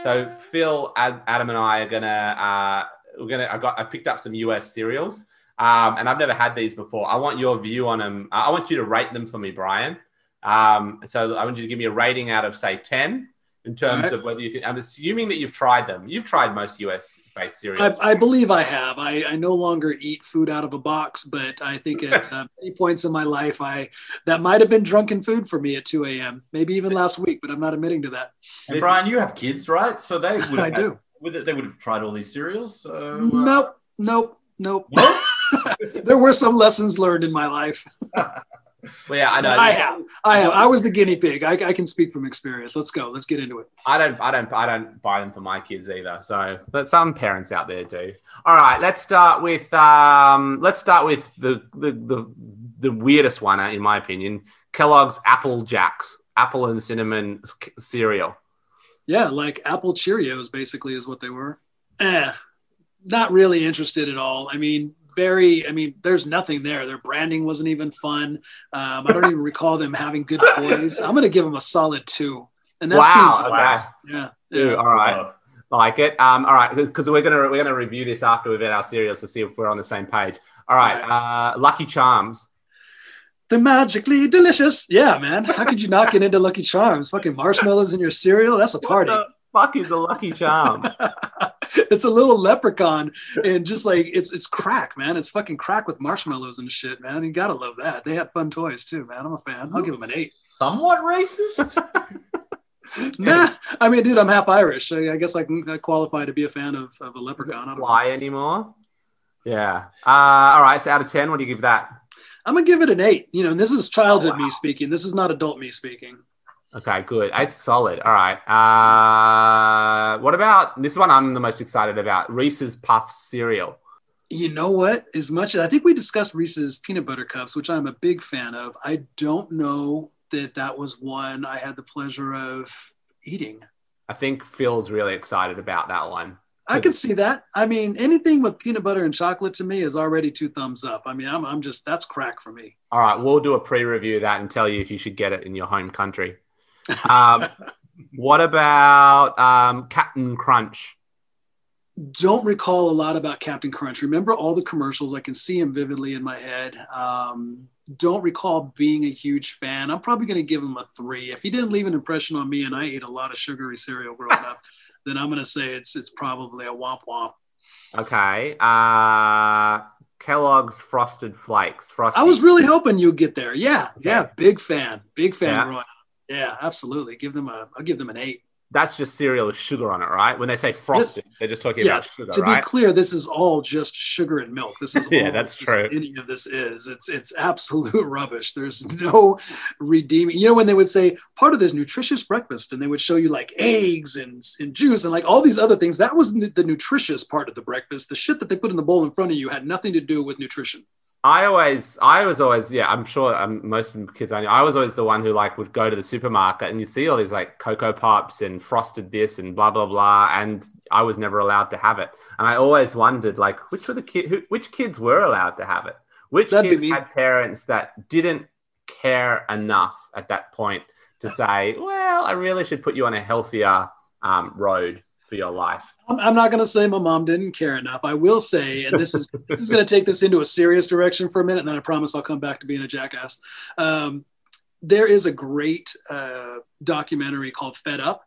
[SPEAKER 1] So Phil, Ad, Adam, and I are gonna uh, we're gonna. I got I picked up some US cereals, um, and I've never had these before. I want your view on them. I I want you to rate them for me, Brian. Um, so I want you to give me a rating out of say ten in terms
[SPEAKER 5] Alright.
[SPEAKER 1] of whether you think. I'm assuming that you've tried them. You've tried most US based
[SPEAKER 5] I,
[SPEAKER 1] cereals.
[SPEAKER 5] I believe I have. I, I no longer eat food out of a box, but I think at uh, many points in my life, I that might have been drunken food for me at 2 a.m. Maybe even last week, but I'm not admitting to that.
[SPEAKER 1] This-
[SPEAKER 6] And Brian, you have kids, right? So they would have
[SPEAKER 5] I do.
[SPEAKER 6] With it, they would have tried all these cereals. So, uh,
[SPEAKER 5] Nope, nope, nope.
[SPEAKER 6] Nope?
[SPEAKER 5] there were some lessons learned in my life.
[SPEAKER 1] well, yeah, I know.
[SPEAKER 5] I have, I have. I was the guinea pig. I, I can speak from experience. Let's go. Let's get into it.
[SPEAKER 1] I don't, I don't, I don't buy them for my kids either. So, but some parents out there do. All right, let's start with, um, let's start with the the the, the weirdest one, uh, in my opinion, Kellogg's Apple Jacks, apple and cinnamon c- cereal.
[SPEAKER 5] Yeah, like apple Cheerios basically is what they were. Eh, not really interested at all. I mean, very. I mean, there's nothing there. Their branding wasn't even fun. Um, I don't even recall them having good toys. I'm gonna give them a solid two. And that's
[SPEAKER 1] Wow,
[SPEAKER 5] being
[SPEAKER 1] okay.
[SPEAKER 5] generous. Yeah.
[SPEAKER 1] Ooh,
[SPEAKER 5] Yeah.
[SPEAKER 1] all right, like it. Um, all right, because we're gonna we're gonna review this after we've had our cereals to see if we're on the same page. All right, uh, Lucky Charms.
[SPEAKER 5] They're magically delicious. Yeah, man. How could you not get into Lucky Charms? Fucking marshmallows in your cereal. That's a party.
[SPEAKER 1] What the fuck is a Lucky Charm?
[SPEAKER 5] It's a little leprechaun and just like it's it's crack, man. It's fucking crack with marshmallows and shit, man. You gotta love that. They had fun toys too, man. I'm a fan. I'll give them an eight.
[SPEAKER 6] Somewhat racist.
[SPEAKER 5] Nah, I mean, dude, I'm half Irish. I, I guess I can I qualify to be a fan of, of a leprechaun. I don't know.
[SPEAKER 1] Fly anymore? Yeah. Uh, all right. So out of ten, what do you give that?
[SPEAKER 5] I'm gonna give it an eight. You know, and this is childhood
[SPEAKER 1] Oh,
[SPEAKER 5] me speaking. This is not adult me speaking.
[SPEAKER 1] Okay, good. It's solid. All right. Uh, what about this one? I'm the most excited about Reese's Puff cereal.
[SPEAKER 5] You know what? As much as I think we discussed Reese's peanut butter cups, which I'm a big fan of, I don't know that that was one I had the pleasure of eating.
[SPEAKER 1] I think Phil's really excited about that one.
[SPEAKER 5] I could see that. I mean, anything with peanut butter and chocolate to me is already two thumbs up. I mean, I'm, I'm just that's crack for me.
[SPEAKER 1] All right, we'll do a pre-review of that and tell you if you should get it in your home country. Um, what about um, Captain Crunch?
[SPEAKER 5] don't recall a lot about Captain Crunch. Remember all the commercials. I can see him vividly in my head. Um, don't recall being a huge fan. I'm probably going to give him a three. If he didn't leave an impression on me and I ate a lot of sugary cereal growing up, then I'm going to say it's it's probably a womp womp.
[SPEAKER 1] Okay, uh, Kellogg's Frosted Flakes. Frosted.
[SPEAKER 5] I was really hoping you'd get there. Yeah, yeah, big fan, big fan
[SPEAKER 1] Yeah.
[SPEAKER 5] growing up. Yeah, absolutely. Give them a. I'll give them an eight.
[SPEAKER 1] That's just cereal with sugar on it, right? When they say frosted, they're just talking
[SPEAKER 5] Yeah,
[SPEAKER 1] about sugar,
[SPEAKER 5] to
[SPEAKER 1] right?
[SPEAKER 5] be clear, this is all just sugar and milk. This is
[SPEAKER 1] Yeah,
[SPEAKER 5] all
[SPEAKER 1] that's
[SPEAKER 5] just
[SPEAKER 1] true.
[SPEAKER 5] Any of this is it's it's absolute rubbish. There's no redeeming. You know when they would say part of this nutritious breakfast, and they would show you like eggs and and juice and like all these other things. That was nu- the nutritious part of the breakfast. The shit that they put in the bowl in front of you had nothing to do with nutrition.
[SPEAKER 1] I always, I was always, yeah, I'm sure um, most of the kids I knew, I was always the one who like would go to the supermarket and you see all these like Cocoa Pops and frosted this and blah, blah, blah. And I was never allowed to have it. And I always wondered like, which were the kid, who, which kids were allowed to have it? Which
[SPEAKER 5] That'd be
[SPEAKER 1] kids
[SPEAKER 5] me.
[SPEAKER 1] had parents that didn't care enough at that point to say, well, I really should put you on a healthier um, road for your life.
[SPEAKER 5] I'm, I'm not going to say my mom didn't care enough. I will say, and this is this is going to take this into a serious direction for a minute, and then I promise I'll come back to being a jackass. Um, there is a great uh, documentary called Fed Up,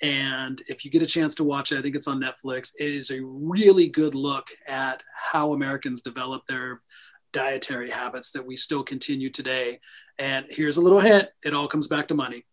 [SPEAKER 5] and if you get a chance to watch it, I think it's on Netflix. It is a really good look at how Americans develop their dietary habits that we still continue today. And here's a little hint: it all comes back to money.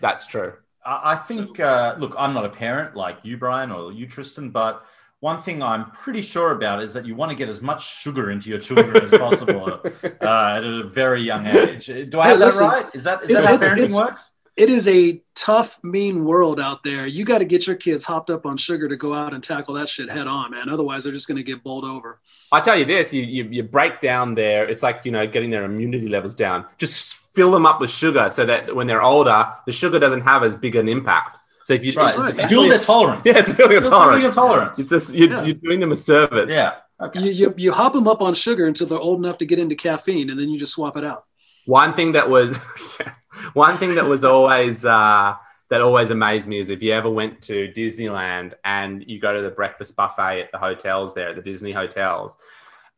[SPEAKER 1] That's true.
[SPEAKER 6] I I think, uh, look, I'm not a parent like you, Brian, or you, Tristan, but one thing I'm pretty sure about is that you want to get as much sugar into your children as possible uh, at a very young age. Uh, Do I
[SPEAKER 5] Hey,
[SPEAKER 6] have that
[SPEAKER 5] listen,
[SPEAKER 6] right? Is that, is
[SPEAKER 5] it's-
[SPEAKER 6] that how
[SPEAKER 5] it's-
[SPEAKER 6] parenting
[SPEAKER 5] it's-
[SPEAKER 6] works?
[SPEAKER 5] it is a tough, mean world out there. You got to get your kids hopped up on sugar to go out and tackle that shit head on, man. Otherwise, they're just going to get bowled over.
[SPEAKER 1] I tell you this, you, you, you break down their, it's like, you know, getting their immunity levels down. Just fill them up with sugar so that when they're older, the sugar doesn't have as big an impact. So if you
[SPEAKER 6] That's right.
[SPEAKER 5] right.
[SPEAKER 6] It's Build a tolerance.
[SPEAKER 1] yeah, it's building a
[SPEAKER 6] Building a
[SPEAKER 1] tolerance.
[SPEAKER 6] tolerance.
[SPEAKER 1] It's just, you're,
[SPEAKER 5] Yeah.
[SPEAKER 1] you're doing them a service.
[SPEAKER 6] Yeah. Okay.
[SPEAKER 5] You, you, you hop them up on sugar until they're old enough to get into caffeine, and then you just swap it out.
[SPEAKER 1] One thing that was, one thing that was always, uh, that always amazed me is if you ever went to Disneyland and you go to the breakfast buffet at the hotels there, at the Disney hotels,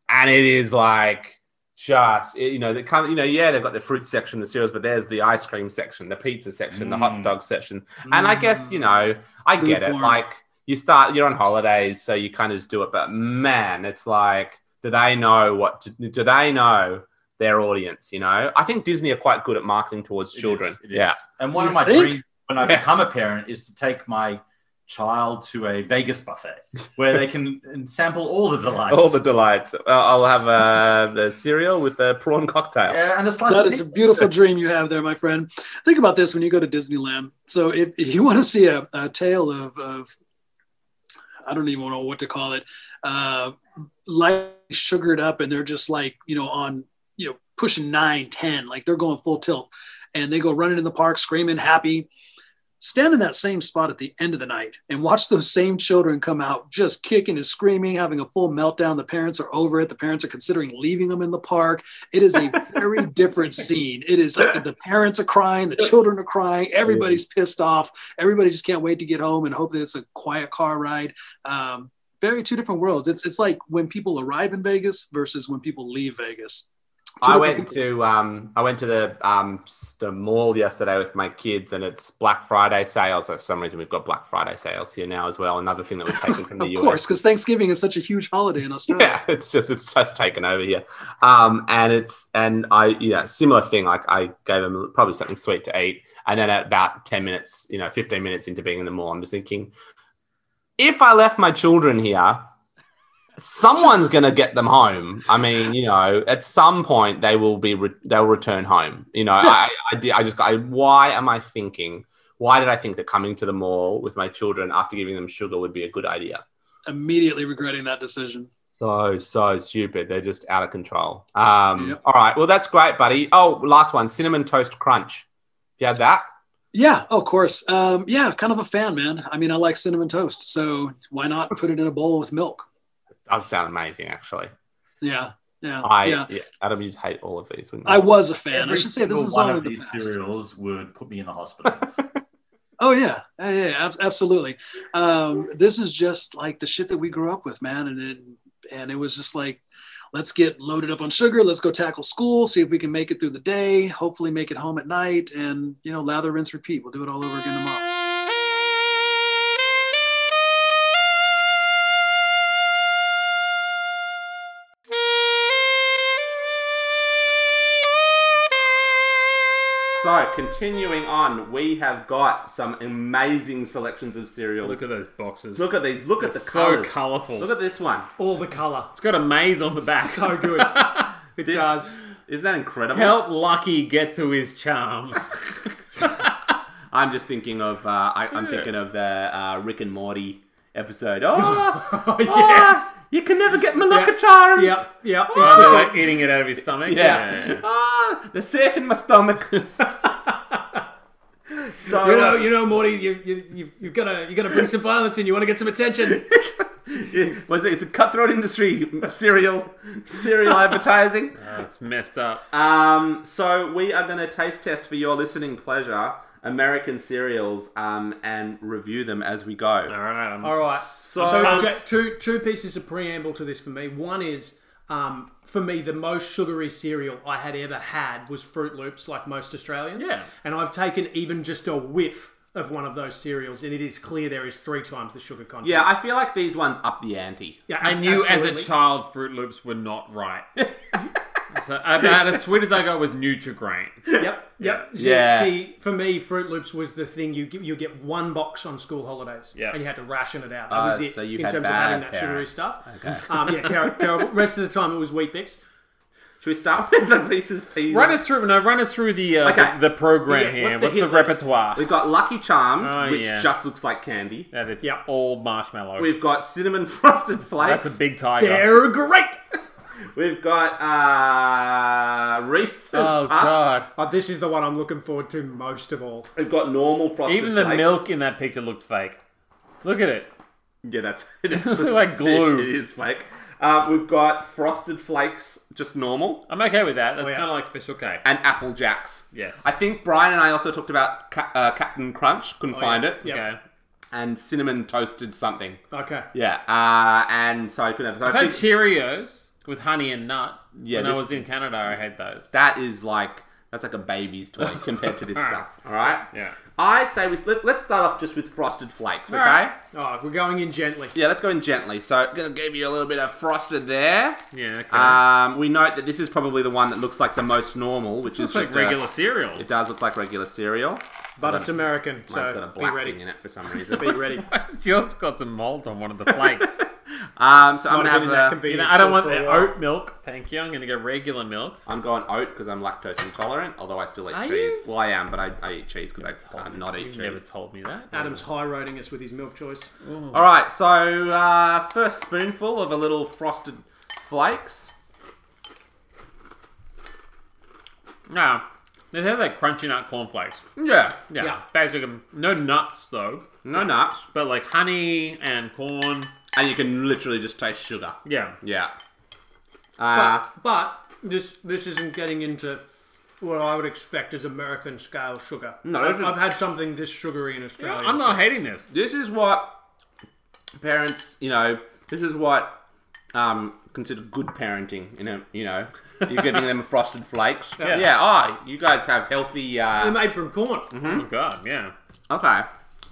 [SPEAKER 1] and it is like just it- you know the kind of, you know yeah they've got the fruit section, the cereals, but there's the ice cream section, the pizza section, the hot
[SPEAKER 6] Mm.
[SPEAKER 1] dog section, and I guess you know I
[SPEAKER 5] Food
[SPEAKER 1] get it.
[SPEAKER 5] porn.
[SPEAKER 1] Like you start, you're on holidays, so you kind of just do it. But man, it's like, do they know what? To, do they know their audience? You know, I think Disney are quite good at marketing towards
[SPEAKER 6] It
[SPEAKER 1] children.
[SPEAKER 6] is, it is.
[SPEAKER 1] yeah,
[SPEAKER 6] And one
[SPEAKER 5] You
[SPEAKER 6] of my
[SPEAKER 5] think?
[SPEAKER 6] dreams when I
[SPEAKER 1] Yeah.
[SPEAKER 6] become a parent is to take my child to a Vegas buffet where they can sample all the delights.
[SPEAKER 1] all the delights. Uh, I'll have uh, the cereal with a prawn cocktail.
[SPEAKER 6] yeah, and a slice
[SPEAKER 5] Mm. That
[SPEAKER 6] of
[SPEAKER 5] is a beautiful dream you have there, my friend. Think about this when you go to Disneyland. So, if, if you want to see a, a tale of, of, I don't even know what to call it, uh, light sugared up, and they're just like, you know, on, you know, pushing nine, 10, like they're going full tilt, and they go running in the park, screaming, happy. Stand in that same spot at the end of the night and watch those same children come out just kicking and screaming, having a full meltdown. The parents are over it. The parents are considering leaving them in the park. It is a very different scene. It is like the parents are crying, the children are crying, everybody's pissed off. Everybody just can't wait to get home and hope that it's a quiet car ride. Um, very two different worlds. It's it's like when people arrive in Vegas versus when people leave Vegas. Two
[SPEAKER 1] I
[SPEAKER 5] different
[SPEAKER 1] went
[SPEAKER 5] people.
[SPEAKER 1] to um, I went to the um, s- the mall yesterday with my kids, and it's Black Friday sales. For some reason, we've got Black Friday sales here now as well. Another thing that we've taken from the
[SPEAKER 5] of
[SPEAKER 1] US.
[SPEAKER 5] course, because Thanksgiving is such a huge holiday in Australia.
[SPEAKER 1] yeah it's just it's just taken over here um and it's and i yeah similar thing like i gave him probably something sweet to eat and then at about 10 minutes you know 15 minutes into being in the mall i'm just thinking if i left my children here someone's going to get them home i mean you know at some point they will be re- they'll return home you know I, I did i just got I, why am i thinking why did i think that coming to the mall with my children after giving them sugar would be a good idea
[SPEAKER 5] Immediately regretting that decision.
[SPEAKER 1] so so stupid. They're just out of control. Um,
[SPEAKER 5] Yep.
[SPEAKER 1] All right. Well, that's great, buddy. Oh, last one: cinnamon toast crunch. You had that.
[SPEAKER 5] Yeah, of course. Um, yeah, kind of a fan, man. I mean, I like cinnamon toast, so why not put it in a bowl with milk?
[SPEAKER 1] That sound amazing, actually.
[SPEAKER 5] Yeah, yeah,
[SPEAKER 1] I
[SPEAKER 5] yeah.
[SPEAKER 1] yeah. Adam, you'd hate all of these, wouldn't
[SPEAKER 5] I
[SPEAKER 1] you?
[SPEAKER 5] was a fan. I
[SPEAKER 6] Every
[SPEAKER 5] should say this
[SPEAKER 6] single
[SPEAKER 5] is
[SPEAKER 6] one
[SPEAKER 5] all in
[SPEAKER 6] of
[SPEAKER 5] the
[SPEAKER 6] these
[SPEAKER 5] past.
[SPEAKER 6] cereals would put me in the hospital.
[SPEAKER 5] Oh yeah, yeah, yeah, yeah, ab- absolutely. Um, this is just like the shit that we grew up with, man, and it, and it was just like, let's get loaded up on sugar, let's go tackle school, see if we can make it through the day, hopefully make it home at night, and you know, lather, rinse, repeat. We'll do it all over again tomorrow.
[SPEAKER 1] So continuing on, we have got some amazing selections of cereals.
[SPEAKER 3] Look at those boxes.
[SPEAKER 1] Look at these. Look at the
[SPEAKER 3] They're so
[SPEAKER 1] colors.
[SPEAKER 3] colourful.
[SPEAKER 1] Look at this one.
[SPEAKER 2] All the colour.
[SPEAKER 3] It's got a maze on the back.
[SPEAKER 2] So good. It
[SPEAKER 1] Did-
[SPEAKER 2] does.
[SPEAKER 1] Isn't that incredible?
[SPEAKER 3] Help Lucky get to his charms.
[SPEAKER 1] I'm just thinking of. Uh, I, I'm
[SPEAKER 3] Yeah.
[SPEAKER 1] thinking of the uh, Rick and Morty episode. Oh,
[SPEAKER 2] Oh,
[SPEAKER 1] yes!
[SPEAKER 2] yes.
[SPEAKER 1] you can never get Malacca
[SPEAKER 2] Yeah.
[SPEAKER 1] charms.
[SPEAKER 2] Yep, yep.
[SPEAKER 3] Oh, they're, like, eating it out of his stomach.
[SPEAKER 1] Yeah. Ah, the surf in my stomach. uh, so Oh,
[SPEAKER 2] You know, you know, Morty, you, you, you've, you've got to you got to bring some violence in. You want to get some attention.
[SPEAKER 1] It- was it? It's a cutthroat industry. Cereal, cereal advertising.
[SPEAKER 3] Oh, it's messed up.
[SPEAKER 1] Um, so we are going to taste test for your listening pleasure American cereals um, and review them as we go.
[SPEAKER 3] All right. I'm
[SPEAKER 2] All right.
[SPEAKER 3] So,
[SPEAKER 2] So
[SPEAKER 3] pumped.
[SPEAKER 2] Jack, two two pieces of preamble to this for me. One is um, for me the most sugary cereal I had ever had was Fruit Loops, like most Australians.
[SPEAKER 3] Yeah.
[SPEAKER 2] And I've taken even just a whiff of one of those cereals, and it is clear there is three times the sugar content.
[SPEAKER 1] Yeah, I feel like these ones up the ante.
[SPEAKER 2] yeah.
[SPEAKER 3] I knew as
[SPEAKER 2] absolutely.
[SPEAKER 3] a child Fruit Loops were not right. so about as sweet as I got was Nutrigrain.
[SPEAKER 2] Yep. Yep. See,
[SPEAKER 1] Yeah.
[SPEAKER 2] see, for me, Fruit Loops was the thing you get, you get one box on school holidays,
[SPEAKER 3] Yeah.
[SPEAKER 2] and you had to ration it out. That
[SPEAKER 1] Ah,
[SPEAKER 2] was it
[SPEAKER 1] so you
[SPEAKER 2] in
[SPEAKER 1] had
[SPEAKER 2] terms of
[SPEAKER 1] bad
[SPEAKER 2] having that sugary
[SPEAKER 1] parents.
[SPEAKER 2] stuff. Okay. Um, yeah, ter- terrible. Rest of the time it was Wheat Bix.
[SPEAKER 1] Should we start with the pieces? Peas?
[SPEAKER 3] Run us through no, run us through the uh,
[SPEAKER 1] Okay.
[SPEAKER 3] the, the program
[SPEAKER 2] Yeah,
[SPEAKER 3] here.
[SPEAKER 2] what's
[SPEAKER 3] What's
[SPEAKER 2] the
[SPEAKER 3] the,
[SPEAKER 2] hit list?
[SPEAKER 3] repertoire?
[SPEAKER 1] We've got Lucky Charms,
[SPEAKER 3] Oh,
[SPEAKER 1] which
[SPEAKER 3] yeah.
[SPEAKER 1] just looks like candy.
[SPEAKER 3] That is
[SPEAKER 2] Yep.
[SPEAKER 3] all marshmallow.
[SPEAKER 1] We've got cinnamon frosted flakes.
[SPEAKER 3] That's a big tiger.
[SPEAKER 2] They're great.
[SPEAKER 1] We've got uh, Reese's
[SPEAKER 3] Oh
[SPEAKER 1] Puffs.
[SPEAKER 3] god.
[SPEAKER 2] Oh, this is the one I'm looking forward to most of all.
[SPEAKER 1] We've got normal frosted.
[SPEAKER 3] Even the
[SPEAKER 1] flakes.
[SPEAKER 3] milk in that picture looked fake. Look at it.
[SPEAKER 1] Yeah, that's it actually-
[SPEAKER 3] Like glue.
[SPEAKER 1] It is fake. Uh, we've got frosted flakes, just normal,
[SPEAKER 3] I'm okay with that. That's
[SPEAKER 2] Oh, yeah.
[SPEAKER 3] kind of like Special K.
[SPEAKER 1] and apple jacks.
[SPEAKER 3] Yes.
[SPEAKER 1] I think Brian and I also talked about ca- uh, Captain Crunch.
[SPEAKER 3] Oh,
[SPEAKER 1] Couldn't find it.
[SPEAKER 2] Yep.
[SPEAKER 3] Okay.
[SPEAKER 1] And cinnamon toasted something.
[SPEAKER 2] Okay.
[SPEAKER 1] Yeah. Uh, and so I couldn't have. So
[SPEAKER 3] I've
[SPEAKER 1] I
[SPEAKER 3] had
[SPEAKER 1] think
[SPEAKER 3] Cheerios with honey and nut.
[SPEAKER 1] Yeah,
[SPEAKER 3] when I
[SPEAKER 1] this
[SPEAKER 3] was in
[SPEAKER 1] is-
[SPEAKER 3] Canada, I had those.
[SPEAKER 1] that is like that's like a baby's toy compared to this stuff. All right.
[SPEAKER 3] Yeah.
[SPEAKER 1] I say we let, let's start off just with frosted flakes. Okay.
[SPEAKER 3] right.
[SPEAKER 2] Oh, we're going in gently.
[SPEAKER 1] Yeah, let's go in gently. So, gonna give you a little bit of frosted there.
[SPEAKER 3] Yeah, okay.
[SPEAKER 1] Um, we note that this is probably the one that looks like the most normal, which is
[SPEAKER 3] This looks like
[SPEAKER 1] just a-
[SPEAKER 3] regular cereal.
[SPEAKER 1] it does look like regular cereal.
[SPEAKER 2] But it's American,
[SPEAKER 1] Mine's got
[SPEAKER 2] so
[SPEAKER 1] a
[SPEAKER 2] be
[SPEAKER 1] black
[SPEAKER 2] ready.
[SPEAKER 1] thing in it for some reason.
[SPEAKER 2] Be ready.
[SPEAKER 3] Yours got some mold on one of the flakes.
[SPEAKER 1] Um, so I'm
[SPEAKER 2] Might have been
[SPEAKER 1] gonna
[SPEAKER 2] in that
[SPEAKER 1] have. A,
[SPEAKER 2] convenience
[SPEAKER 3] you know, I don't
[SPEAKER 2] store
[SPEAKER 3] want
[SPEAKER 2] for a
[SPEAKER 3] the
[SPEAKER 2] while.
[SPEAKER 3] oat milk. Thank you. I'm going to go regular milk.
[SPEAKER 1] I'm going oat because I'm lactose intolerant. Although I still eat
[SPEAKER 3] Are
[SPEAKER 1] cheese.
[SPEAKER 3] you?
[SPEAKER 1] Well, I am, but I, I eat cheese because I can't not
[SPEAKER 3] you
[SPEAKER 1] eat
[SPEAKER 3] never
[SPEAKER 1] cheese.
[SPEAKER 3] told me that.
[SPEAKER 2] Adam's high roading us with his milk choice.
[SPEAKER 1] All right, so uh, first spoonful of a little frosted flakes.
[SPEAKER 3] No. They have like crunchy nut cornflakes.
[SPEAKER 1] Yeah,
[SPEAKER 3] Yeah.
[SPEAKER 2] Yeah.
[SPEAKER 3] Basically, no nuts though,
[SPEAKER 1] no nuts,
[SPEAKER 3] but like honey and corn.
[SPEAKER 1] and you can literally just taste sugar.
[SPEAKER 3] Yeah.
[SPEAKER 1] Yeah. Uh,
[SPEAKER 2] But, but this this isn't getting into what I would expect as American scale sugar.
[SPEAKER 1] No,
[SPEAKER 2] I've,
[SPEAKER 1] this is-
[SPEAKER 2] I've had something this sugary in Australia.
[SPEAKER 3] I'm not hating this.
[SPEAKER 1] this is what parents, you know, this is what um, considered good parenting. You know, you know, you're giving them frosted flakes.
[SPEAKER 2] Yeah.
[SPEAKER 1] Yeah. Ah, you guys have healthy.
[SPEAKER 2] They're
[SPEAKER 1] Uh,
[SPEAKER 2] made from corn.
[SPEAKER 3] Oh god, yeah.
[SPEAKER 1] okay.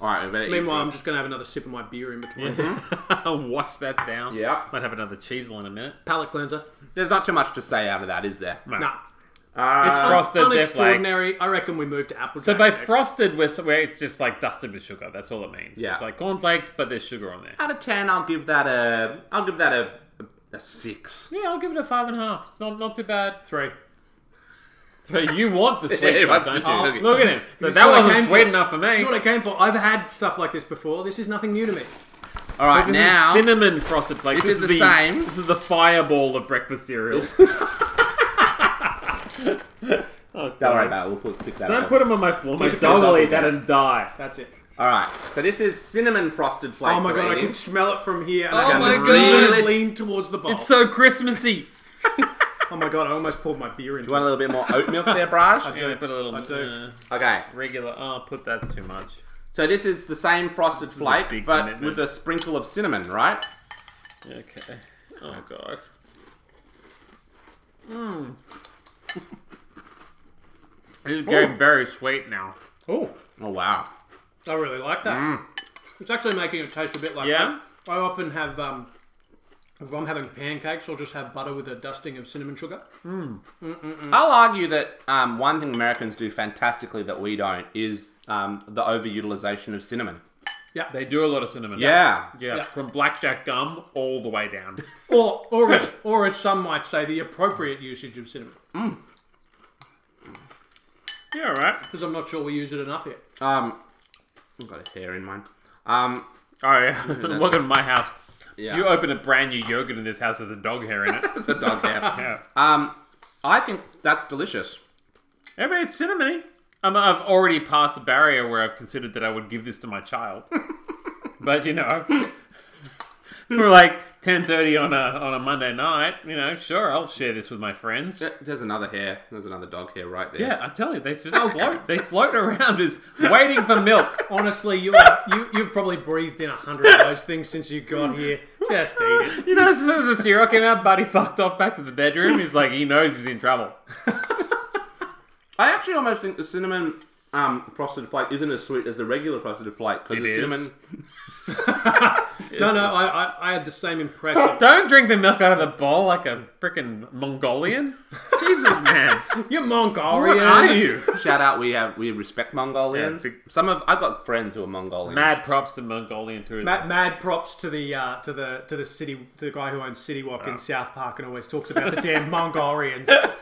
[SPEAKER 1] All right. We better eat
[SPEAKER 2] Meanwhile,
[SPEAKER 1] it.
[SPEAKER 2] I'm just going to have another sip of my beer in between.
[SPEAKER 3] Wash that down.
[SPEAKER 1] Mm-hmm. Yeah.
[SPEAKER 3] Might have another cheesel in a minute.
[SPEAKER 2] Palate cleanser.
[SPEAKER 1] There's not too much to say out of that, is there?
[SPEAKER 3] No.
[SPEAKER 2] Nah.
[SPEAKER 1] Uh,
[SPEAKER 3] It's frosted they're flakes.
[SPEAKER 2] Unextraordinary. I reckon we move to apple.
[SPEAKER 3] So
[SPEAKER 2] Jack
[SPEAKER 3] by
[SPEAKER 2] next.
[SPEAKER 3] frosted, we're, so- where it's just like dusted with sugar. That's all it means.
[SPEAKER 1] Yeah.
[SPEAKER 3] It's like cornflakes, but there's sugar on there.
[SPEAKER 1] Uh, out of ten, I'll give that a. I'll give that a, a six.
[SPEAKER 3] Yeah, I'll give it a five and a half. It's not, not too bad.
[SPEAKER 2] three.
[SPEAKER 3] But you want the
[SPEAKER 1] Yeah, he
[SPEAKER 3] sweet stuff,
[SPEAKER 1] wants to
[SPEAKER 3] don't
[SPEAKER 1] do
[SPEAKER 3] you? Oh,
[SPEAKER 1] it.
[SPEAKER 3] Look at him. So
[SPEAKER 2] This
[SPEAKER 3] that
[SPEAKER 2] is what I
[SPEAKER 3] wasn't
[SPEAKER 2] came
[SPEAKER 3] sweet
[SPEAKER 2] for.
[SPEAKER 3] enough for
[SPEAKER 2] This
[SPEAKER 3] me.
[SPEAKER 2] is what I came for. I've had stuff like this before. This is nothing new to me.
[SPEAKER 1] All right,
[SPEAKER 3] This
[SPEAKER 1] now
[SPEAKER 3] is cinnamon frosted flakes.
[SPEAKER 1] This is the same.
[SPEAKER 3] This is the fireball of breakfast cereals. oh,
[SPEAKER 1] don't worry about it. We'll put, pick that
[SPEAKER 3] Don't
[SPEAKER 1] up.
[SPEAKER 3] put them on my floor. My
[SPEAKER 1] Maybe
[SPEAKER 3] dog
[SPEAKER 1] double
[SPEAKER 3] will eat that
[SPEAKER 1] that.
[SPEAKER 3] and die.
[SPEAKER 2] That's it.
[SPEAKER 1] All right, so this is cinnamon frosted flakes.
[SPEAKER 2] Oh my
[SPEAKER 1] that
[SPEAKER 2] god,
[SPEAKER 1] we're
[SPEAKER 2] I can
[SPEAKER 1] eating.
[SPEAKER 2] smell it from here. And
[SPEAKER 3] Oh
[SPEAKER 2] I
[SPEAKER 3] my
[SPEAKER 2] can
[SPEAKER 3] God.
[SPEAKER 2] really lean towards the bowl.
[SPEAKER 3] It's so Christmassy.
[SPEAKER 2] oh my god, I almost poured my beer into
[SPEAKER 1] You want a little bit more oat milk there, Braj?
[SPEAKER 3] Yeah, put a little
[SPEAKER 2] I do.
[SPEAKER 3] uh,
[SPEAKER 1] Okay,
[SPEAKER 3] regular. Oh, put that's too much.
[SPEAKER 1] so this is the same frosted
[SPEAKER 3] is a
[SPEAKER 1] flake,
[SPEAKER 3] big
[SPEAKER 1] but
[SPEAKER 3] commitment.
[SPEAKER 1] with a sprinkle of cinnamon, right?
[SPEAKER 3] Okay. Oh god. Hmm. Mmm. It's getting very sweet now.
[SPEAKER 2] Oh,
[SPEAKER 1] Oh wow!
[SPEAKER 2] I really like that. It's actually making it taste a bit like
[SPEAKER 3] Yeah?
[SPEAKER 2] that. I often have, um, if I'm having pancakes, I'll just have butter with a dusting of cinnamon sugar.
[SPEAKER 1] Mm. I'll argue that um, one thing Americans do fantastically that we don't is um, the overutilization of cinnamon.
[SPEAKER 3] They do a lot of cinnamon.
[SPEAKER 1] Yeah,
[SPEAKER 3] Yeah,
[SPEAKER 2] Yeah.
[SPEAKER 3] from blackjack gum all the way down.
[SPEAKER 2] Or, or, as, or as some might say, the appropriate usage of cinnamon.
[SPEAKER 3] yeah, all right.
[SPEAKER 2] Because I'm not sure we use it enough yet.
[SPEAKER 1] Um, I've got a hair in mine. Um,
[SPEAKER 3] Oh yeah. Welcome to my house.
[SPEAKER 1] yeah,
[SPEAKER 3] You open a brand new yogurt in this house with a dog hair in it.
[SPEAKER 1] it's a dog hair.
[SPEAKER 3] yeah.
[SPEAKER 1] Um, I think that's delicious.
[SPEAKER 3] I mean, it's cinnamony. I'm, I've already passed the barrier where I've considered that I would give this to my child. but you know, for like ten thirty on a on a Monday night, you know, sure, I'll share this with my friends.
[SPEAKER 1] There- There's another hair. There's another dog hair right there.
[SPEAKER 3] Yeah, I tell you, they just float. They float around as waiting for milk.
[SPEAKER 2] Honestly, you, are, you you've probably breathed in a hundred of those things since you got here. Just eat it.
[SPEAKER 3] You know, as soon as the cereal came out, Buddy fucked off back to the bedroom. He's like, he knows he's in trouble.
[SPEAKER 1] I actually almost think the cinnamon um, frosted flake isn't as sweet as the regular frosted flake because
[SPEAKER 3] It
[SPEAKER 1] the
[SPEAKER 3] is.
[SPEAKER 1] cinnamon.
[SPEAKER 2] No, no, I, I, I had the same impression.
[SPEAKER 3] Don't drink the milk out of the bowl like a freaking Mongolian. Jesus, man.
[SPEAKER 2] You're
[SPEAKER 3] What
[SPEAKER 2] Mongolian.
[SPEAKER 3] are you?
[SPEAKER 1] Shout out, we have we respect Mongolians.
[SPEAKER 3] Yeah, big-
[SPEAKER 1] Some of I've got friends who are Mongolians.
[SPEAKER 3] Mad props to Mongolian tourism.
[SPEAKER 2] Mad, mad props to the uh, to the to the city to the guy who owns City Walk in South Park and always talks about the damn Mongolians. That's,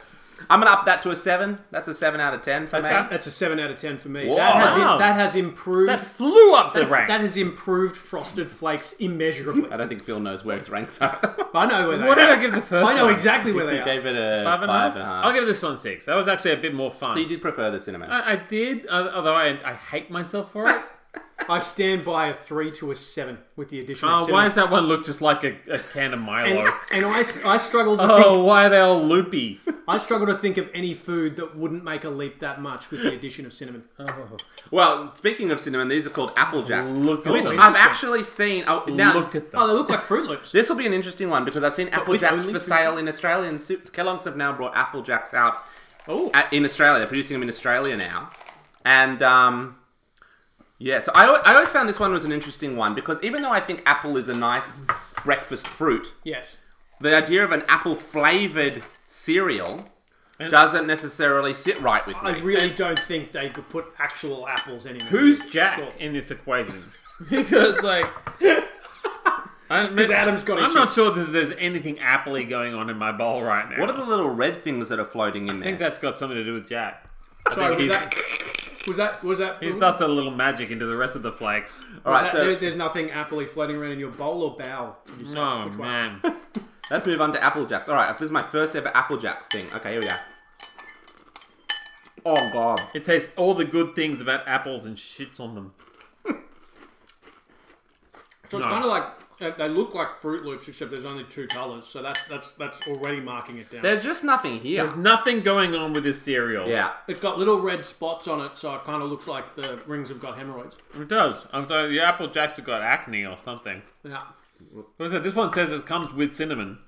[SPEAKER 1] I'm gonna up that to a seven. That's a seven out of ten for me.
[SPEAKER 2] that's a seven out of ten for me.
[SPEAKER 1] Whoa.
[SPEAKER 2] That has
[SPEAKER 3] Wow.
[SPEAKER 2] that has improved.
[SPEAKER 3] that flew up the rank.
[SPEAKER 2] that has improved Frosted Flakes immeasurably.
[SPEAKER 1] I don't think Phil knows where his ranks are.
[SPEAKER 2] I know where they
[SPEAKER 3] what did
[SPEAKER 2] are.
[SPEAKER 3] I give the first
[SPEAKER 2] I know
[SPEAKER 3] one?
[SPEAKER 2] exactly where they
[SPEAKER 1] he
[SPEAKER 2] are.
[SPEAKER 1] gave it a
[SPEAKER 3] Five and a half?
[SPEAKER 1] and a
[SPEAKER 3] I'll give this one six. That was actually a bit more fun.
[SPEAKER 1] So you did prefer the cinnamon.
[SPEAKER 3] I, I did, uh, although I, I hate myself for it.
[SPEAKER 2] I stand by a three to a seven with the addition
[SPEAKER 3] Oh,
[SPEAKER 2] of
[SPEAKER 3] why
[SPEAKER 2] cinnamon.
[SPEAKER 3] does that one look just like a, a can of Milo?
[SPEAKER 2] And, and I, I struggle to think
[SPEAKER 3] oh, why are they all loopy?
[SPEAKER 2] I struggle to think of any food that wouldn't make a leap that much with the addition of cinnamon.
[SPEAKER 3] Oh.
[SPEAKER 1] well, speaking of cinnamon, these are called apple jacks,
[SPEAKER 3] Look at
[SPEAKER 1] which
[SPEAKER 3] them.
[SPEAKER 1] I've actually seen. Oh, now
[SPEAKER 3] Look at them.
[SPEAKER 2] Oh, they look like Fruit Loops.
[SPEAKER 1] This will be an interesting one because I've seen Apple
[SPEAKER 2] with
[SPEAKER 1] Jacks
[SPEAKER 2] only
[SPEAKER 1] for
[SPEAKER 2] two-
[SPEAKER 1] sale in Australia, and soup. Kellogg's have now brought Apple Jacks out
[SPEAKER 2] Oh,
[SPEAKER 1] at, in Australia. They're producing them in Australia now, and um, yeah. So I, al- I always found this one was an interesting one because even though I think apple is a nice breakfast fruit,
[SPEAKER 2] yes.
[SPEAKER 1] the idea of an apple flavored cereal doesn't necessarily sit right with
[SPEAKER 2] I
[SPEAKER 1] me.
[SPEAKER 2] really don't think they could put actual apples anywhere.
[SPEAKER 3] Who's Jack
[SPEAKER 2] Sure.
[SPEAKER 3] in this equation? because like, I don't-
[SPEAKER 2] Adam's got
[SPEAKER 3] I'm
[SPEAKER 2] issues.
[SPEAKER 3] not sure there's, there's anything appley going on in my bowl right now.
[SPEAKER 1] What are the little red things that are floating in
[SPEAKER 3] I think
[SPEAKER 1] there?
[SPEAKER 3] that's got something to do with Jack.
[SPEAKER 2] Sorry, was
[SPEAKER 3] he's-
[SPEAKER 2] that, was that? Was that?
[SPEAKER 3] He starts a little magic into the rest of the flakes.
[SPEAKER 1] All right,
[SPEAKER 2] that-
[SPEAKER 1] so
[SPEAKER 2] there- there's nothing appley floating around in your bowl or bowl. Did you say?
[SPEAKER 3] Oh
[SPEAKER 2] Which one?
[SPEAKER 3] man,
[SPEAKER 1] let's move on to Apple Jacks. All right, this is my first ever Apple Jacks thing. Okay, here we go. Oh god.
[SPEAKER 3] it tastes all the good things about apples and shits on them.
[SPEAKER 2] So it's
[SPEAKER 3] No.
[SPEAKER 2] kind of like uh, they- they look like Fruit Loops, except there's only two colors. So that's that's that's already marking it down.
[SPEAKER 1] There's just nothing here.
[SPEAKER 3] There's nothing going on with this cereal.
[SPEAKER 1] yeah.
[SPEAKER 2] it's got little red spots on it, so it kind of looks like the rings have got hemorrhoids.
[SPEAKER 3] It does. I'm sorry, the Apple Jacks have got acne or something.
[SPEAKER 2] Yeah.
[SPEAKER 3] What is it? This one says it comes with cinnamon.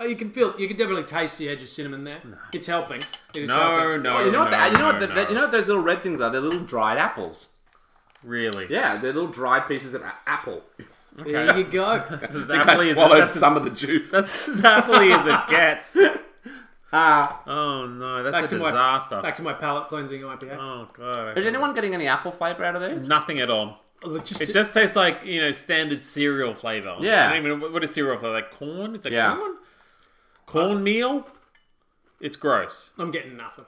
[SPEAKER 2] Oh, you can feel, you can definitely taste the edge of cinnamon there. It's helping. It is
[SPEAKER 3] No,
[SPEAKER 2] helping.
[SPEAKER 3] no,
[SPEAKER 1] Oh, You know what?
[SPEAKER 3] no,
[SPEAKER 1] the, you know what?
[SPEAKER 3] no,
[SPEAKER 1] The,
[SPEAKER 3] no.
[SPEAKER 1] You know what those little red things are? They're little dried apples.
[SPEAKER 3] Really?
[SPEAKER 1] Yeah, they're little dried pieces of a- apple.
[SPEAKER 2] There you go.
[SPEAKER 3] That's as
[SPEAKER 1] I
[SPEAKER 3] aptly as
[SPEAKER 1] swallowed
[SPEAKER 3] that's as-
[SPEAKER 1] some of the juice.
[SPEAKER 3] That's as aptly as it gets.
[SPEAKER 1] Ah.
[SPEAKER 3] Oh no, that's
[SPEAKER 2] Back
[SPEAKER 3] a
[SPEAKER 2] to my-
[SPEAKER 3] disaster.
[SPEAKER 2] Back to my palate cleansing IPA.
[SPEAKER 3] oh god.
[SPEAKER 1] is anyone getting any apple flavor out of these?
[SPEAKER 3] Nothing at all.
[SPEAKER 2] Look, just-
[SPEAKER 3] It just tastes like you know standard cereal flavor.
[SPEAKER 1] Yeah.
[SPEAKER 3] I don't even what is cereal flavor? Like corn? It's like
[SPEAKER 1] Yeah.
[SPEAKER 3] corn. Cornmeal. It's gross.
[SPEAKER 2] I'm getting nothing.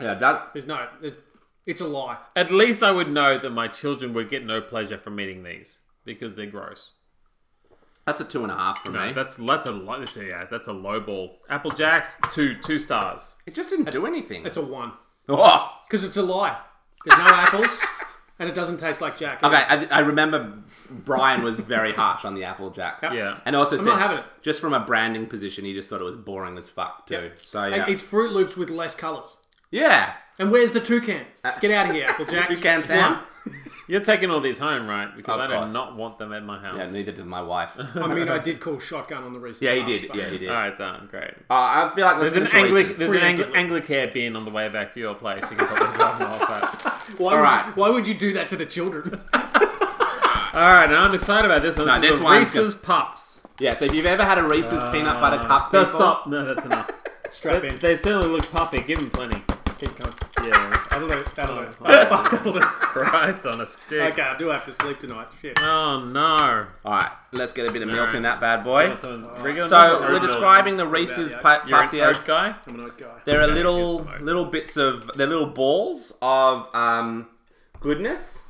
[SPEAKER 1] Yeah, that.
[SPEAKER 2] There's no. There's, it's a lie.
[SPEAKER 3] At least I would know that my children would get no pleasure from eating these because they're gross.
[SPEAKER 1] That's a two and a half for
[SPEAKER 3] No,
[SPEAKER 1] me.
[SPEAKER 3] that's that's a low. Yeah, that's a low ball. Apple Jacks, two two stars.
[SPEAKER 1] It just didn't do anything.
[SPEAKER 2] It's a one
[SPEAKER 1] oh,
[SPEAKER 2] because it's a lie. There's no apples, and it doesn't taste like Jack.
[SPEAKER 1] okay, I, I remember Brian was very harsh on the apple jacks.
[SPEAKER 3] Yeah.
[SPEAKER 1] and also said
[SPEAKER 2] not having it.
[SPEAKER 1] just from a branding position, he just thought it was boring as fuck too. So yeah,
[SPEAKER 2] It's Fruit Loops with less colours.
[SPEAKER 1] yeah.
[SPEAKER 2] And where's the toucan? Get out of here, Apple Jacks.
[SPEAKER 1] Uh, Toucan Sam.
[SPEAKER 3] You're taking all these home, right? Because
[SPEAKER 1] Of
[SPEAKER 3] I do
[SPEAKER 1] course.
[SPEAKER 3] not want them at my house.
[SPEAKER 1] Yeah, neither did my wife.
[SPEAKER 2] I mean, I did call shotgun on the recent.
[SPEAKER 1] yeah, he
[SPEAKER 2] past,
[SPEAKER 1] did.
[SPEAKER 2] but-
[SPEAKER 1] Yeah, he did.
[SPEAKER 3] All right, done. Great.
[SPEAKER 1] Uh, I feel like
[SPEAKER 3] There's an
[SPEAKER 1] Anglican.
[SPEAKER 3] Anglic there's an
[SPEAKER 2] Pretty
[SPEAKER 3] Ang-
[SPEAKER 2] Anglican.
[SPEAKER 3] Anglicare bin on the way back to your place. You can probably drop them off at.
[SPEAKER 2] Why would,
[SPEAKER 1] right.
[SPEAKER 2] you, why would you do that to the children?
[SPEAKER 3] All right, now I'm excited about this one.
[SPEAKER 1] No,
[SPEAKER 3] this
[SPEAKER 1] this
[SPEAKER 3] is a
[SPEAKER 1] one's good.
[SPEAKER 3] Reese's Puffs.
[SPEAKER 1] Yeah, so if you've ever had a Reese's peanut butter cup,
[SPEAKER 3] No,
[SPEAKER 1] people,
[SPEAKER 3] Uh, stop. No, that's enough.
[SPEAKER 2] Strap in.
[SPEAKER 3] They certainly look puffy. Give them plenty.
[SPEAKER 2] Keep going.
[SPEAKER 3] Yeah.
[SPEAKER 2] That'll do. That'll do.
[SPEAKER 3] Oh, Christ on a stick.
[SPEAKER 2] Okay, I do have to sleep tonight. Shit.
[SPEAKER 3] Oh no.
[SPEAKER 1] All right, let's get a bit of milk
[SPEAKER 3] Alright.
[SPEAKER 1] in that bad boy.
[SPEAKER 3] So, regular
[SPEAKER 1] So
[SPEAKER 3] milk or
[SPEAKER 1] we're
[SPEAKER 3] oat milk?
[SPEAKER 1] describing the Reese's
[SPEAKER 2] Yeah,
[SPEAKER 1] pu-
[SPEAKER 3] You're
[SPEAKER 1] puffs
[SPEAKER 3] an
[SPEAKER 1] here.
[SPEAKER 3] oat guy.
[SPEAKER 2] I'm an oat guy.
[SPEAKER 1] They're a
[SPEAKER 3] Yeah,
[SPEAKER 1] little
[SPEAKER 3] here's some oat.
[SPEAKER 1] little bits of they're little balls of um, goodness.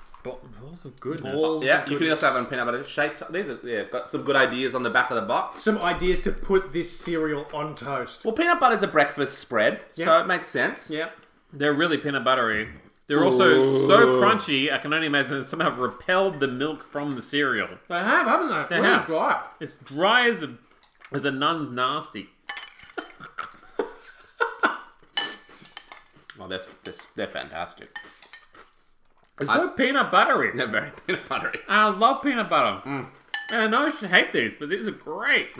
[SPEAKER 3] Balls of goodness.
[SPEAKER 2] Balls.
[SPEAKER 1] Yeah,
[SPEAKER 2] of
[SPEAKER 1] you could
[SPEAKER 2] goodness.
[SPEAKER 1] also have them peanut butter shaped. These are yeah, got some good ideas on the back of the box.
[SPEAKER 2] Some ideas to put this cereal on toast.
[SPEAKER 1] Well, peanut butter is a breakfast spread, so
[SPEAKER 2] Yeah.
[SPEAKER 1] it makes sense.
[SPEAKER 2] Yeah.
[SPEAKER 3] They're really peanut buttery. They're also so crunchy, I can only imagine they somehow repelled the milk from the cereal.
[SPEAKER 2] They have, haven't they?
[SPEAKER 3] They
[SPEAKER 2] Really
[SPEAKER 3] have.
[SPEAKER 2] dry.
[SPEAKER 3] It's dry as a, as a nun's nasty.
[SPEAKER 1] Oh, that's, that's they're fantastic.
[SPEAKER 3] It's so peanut buttery.
[SPEAKER 1] They're very peanut buttery.
[SPEAKER 3] And I love peanut butter. And I know I should hate these, but these are great.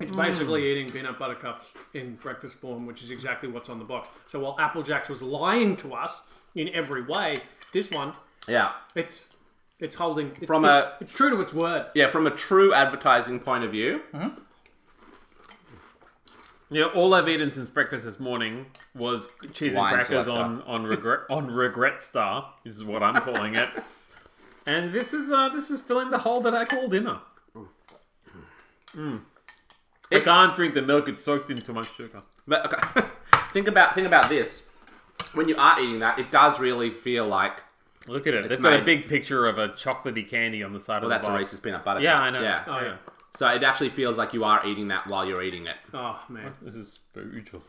[SPEAKER 2] It's basically eating peanut butter cups in breakfast form, which is exactly what's on the box. So while Apple Jacks was lying to us in every way, this one,
[SPEAKER 1] Yeah.
[SPEAKER 2] it's it's holding it's,
[SPEAKER 1] From
[SPEAKER 2] it's,
[SPEAKER 1] a-
[SPEAKER 2] it's true to its word.
[SPEAKER 1] Yeah, from a true advertising point of view,
[SPEAKER 3] You know, all I've eaten since breakfast this morning was cheese
[SPEAKER 1] Wine
[SPEAKER 3] and crackers
[SPEAKER 1] selector.
[SPEAKER 3] on on regret on regret star. This is what I'm calling it. And this is uh, this is filling the hole that I call dinner. Mm. I can't drink the milk; it's soaked in too much sugar.
[SPEAKER 1] But okay. think about think about this. When you are eating that, it does really feel like
[SPEAKER 3] Look at it. They've got
[SPEAKER 1] made-
[SPEAKER 3] a big picture of a chocolatey candy on the side
[SPEAKER 1] well,
[SPEAKER 3] of
[SPEAKER 1] that's
[SPEAKER 3] the
[SPEAKER 1] a
[SPEAKER 3] box.
[SPEAKER 1] racist peanut butter.
[SPEAKER 3] Yeah,
[SPEAKER 1] cup.
[SPEAKER 3] I know.
[SPEAKER 1] Yeah.
[SPEAKER 2] Oh yeah.
[SPEAKER 1] So it actually feels like you are eating that while you're eating it.
[SPEAKER 2] Oh man.
[SPEAKER 3] This is spiritual.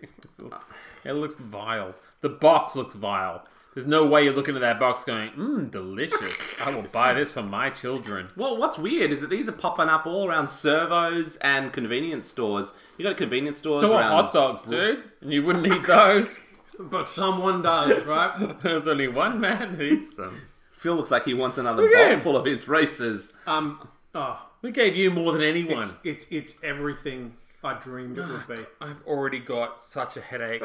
[SPEAKER 3] it looks vile. The box looks vile. There's no way you're looking at that box going, mmm, delicious. I will buy this for my children.
[SPEAKER 1] Well, what's weird is that these are popping up all around servos and convenience stores. You go to convenience stores
[SPEAKER 3] So are
[SPEAKER 1] around
[SPEAKER 3] hot dogs, dude. And you wouldn't eat those.
[SPEAKER 2] But someone does, right?
[SPEAKER 3] There's only one man who eats them.
[SPEAKER 1] Phil looks like he wants another
[SPEAKER 3] at
[SPEAKER 1] bowl
[SPEAKER 3] him.
[SPEAKER 1] full of his races.
[SPEAKER 2] um oh
[SPEAKER 3] We gave you more than anyone.
[SPEAKER 2] it's, it's it's everything I dreamed it would be.
[SPEAKER 3] I've already got such a headache.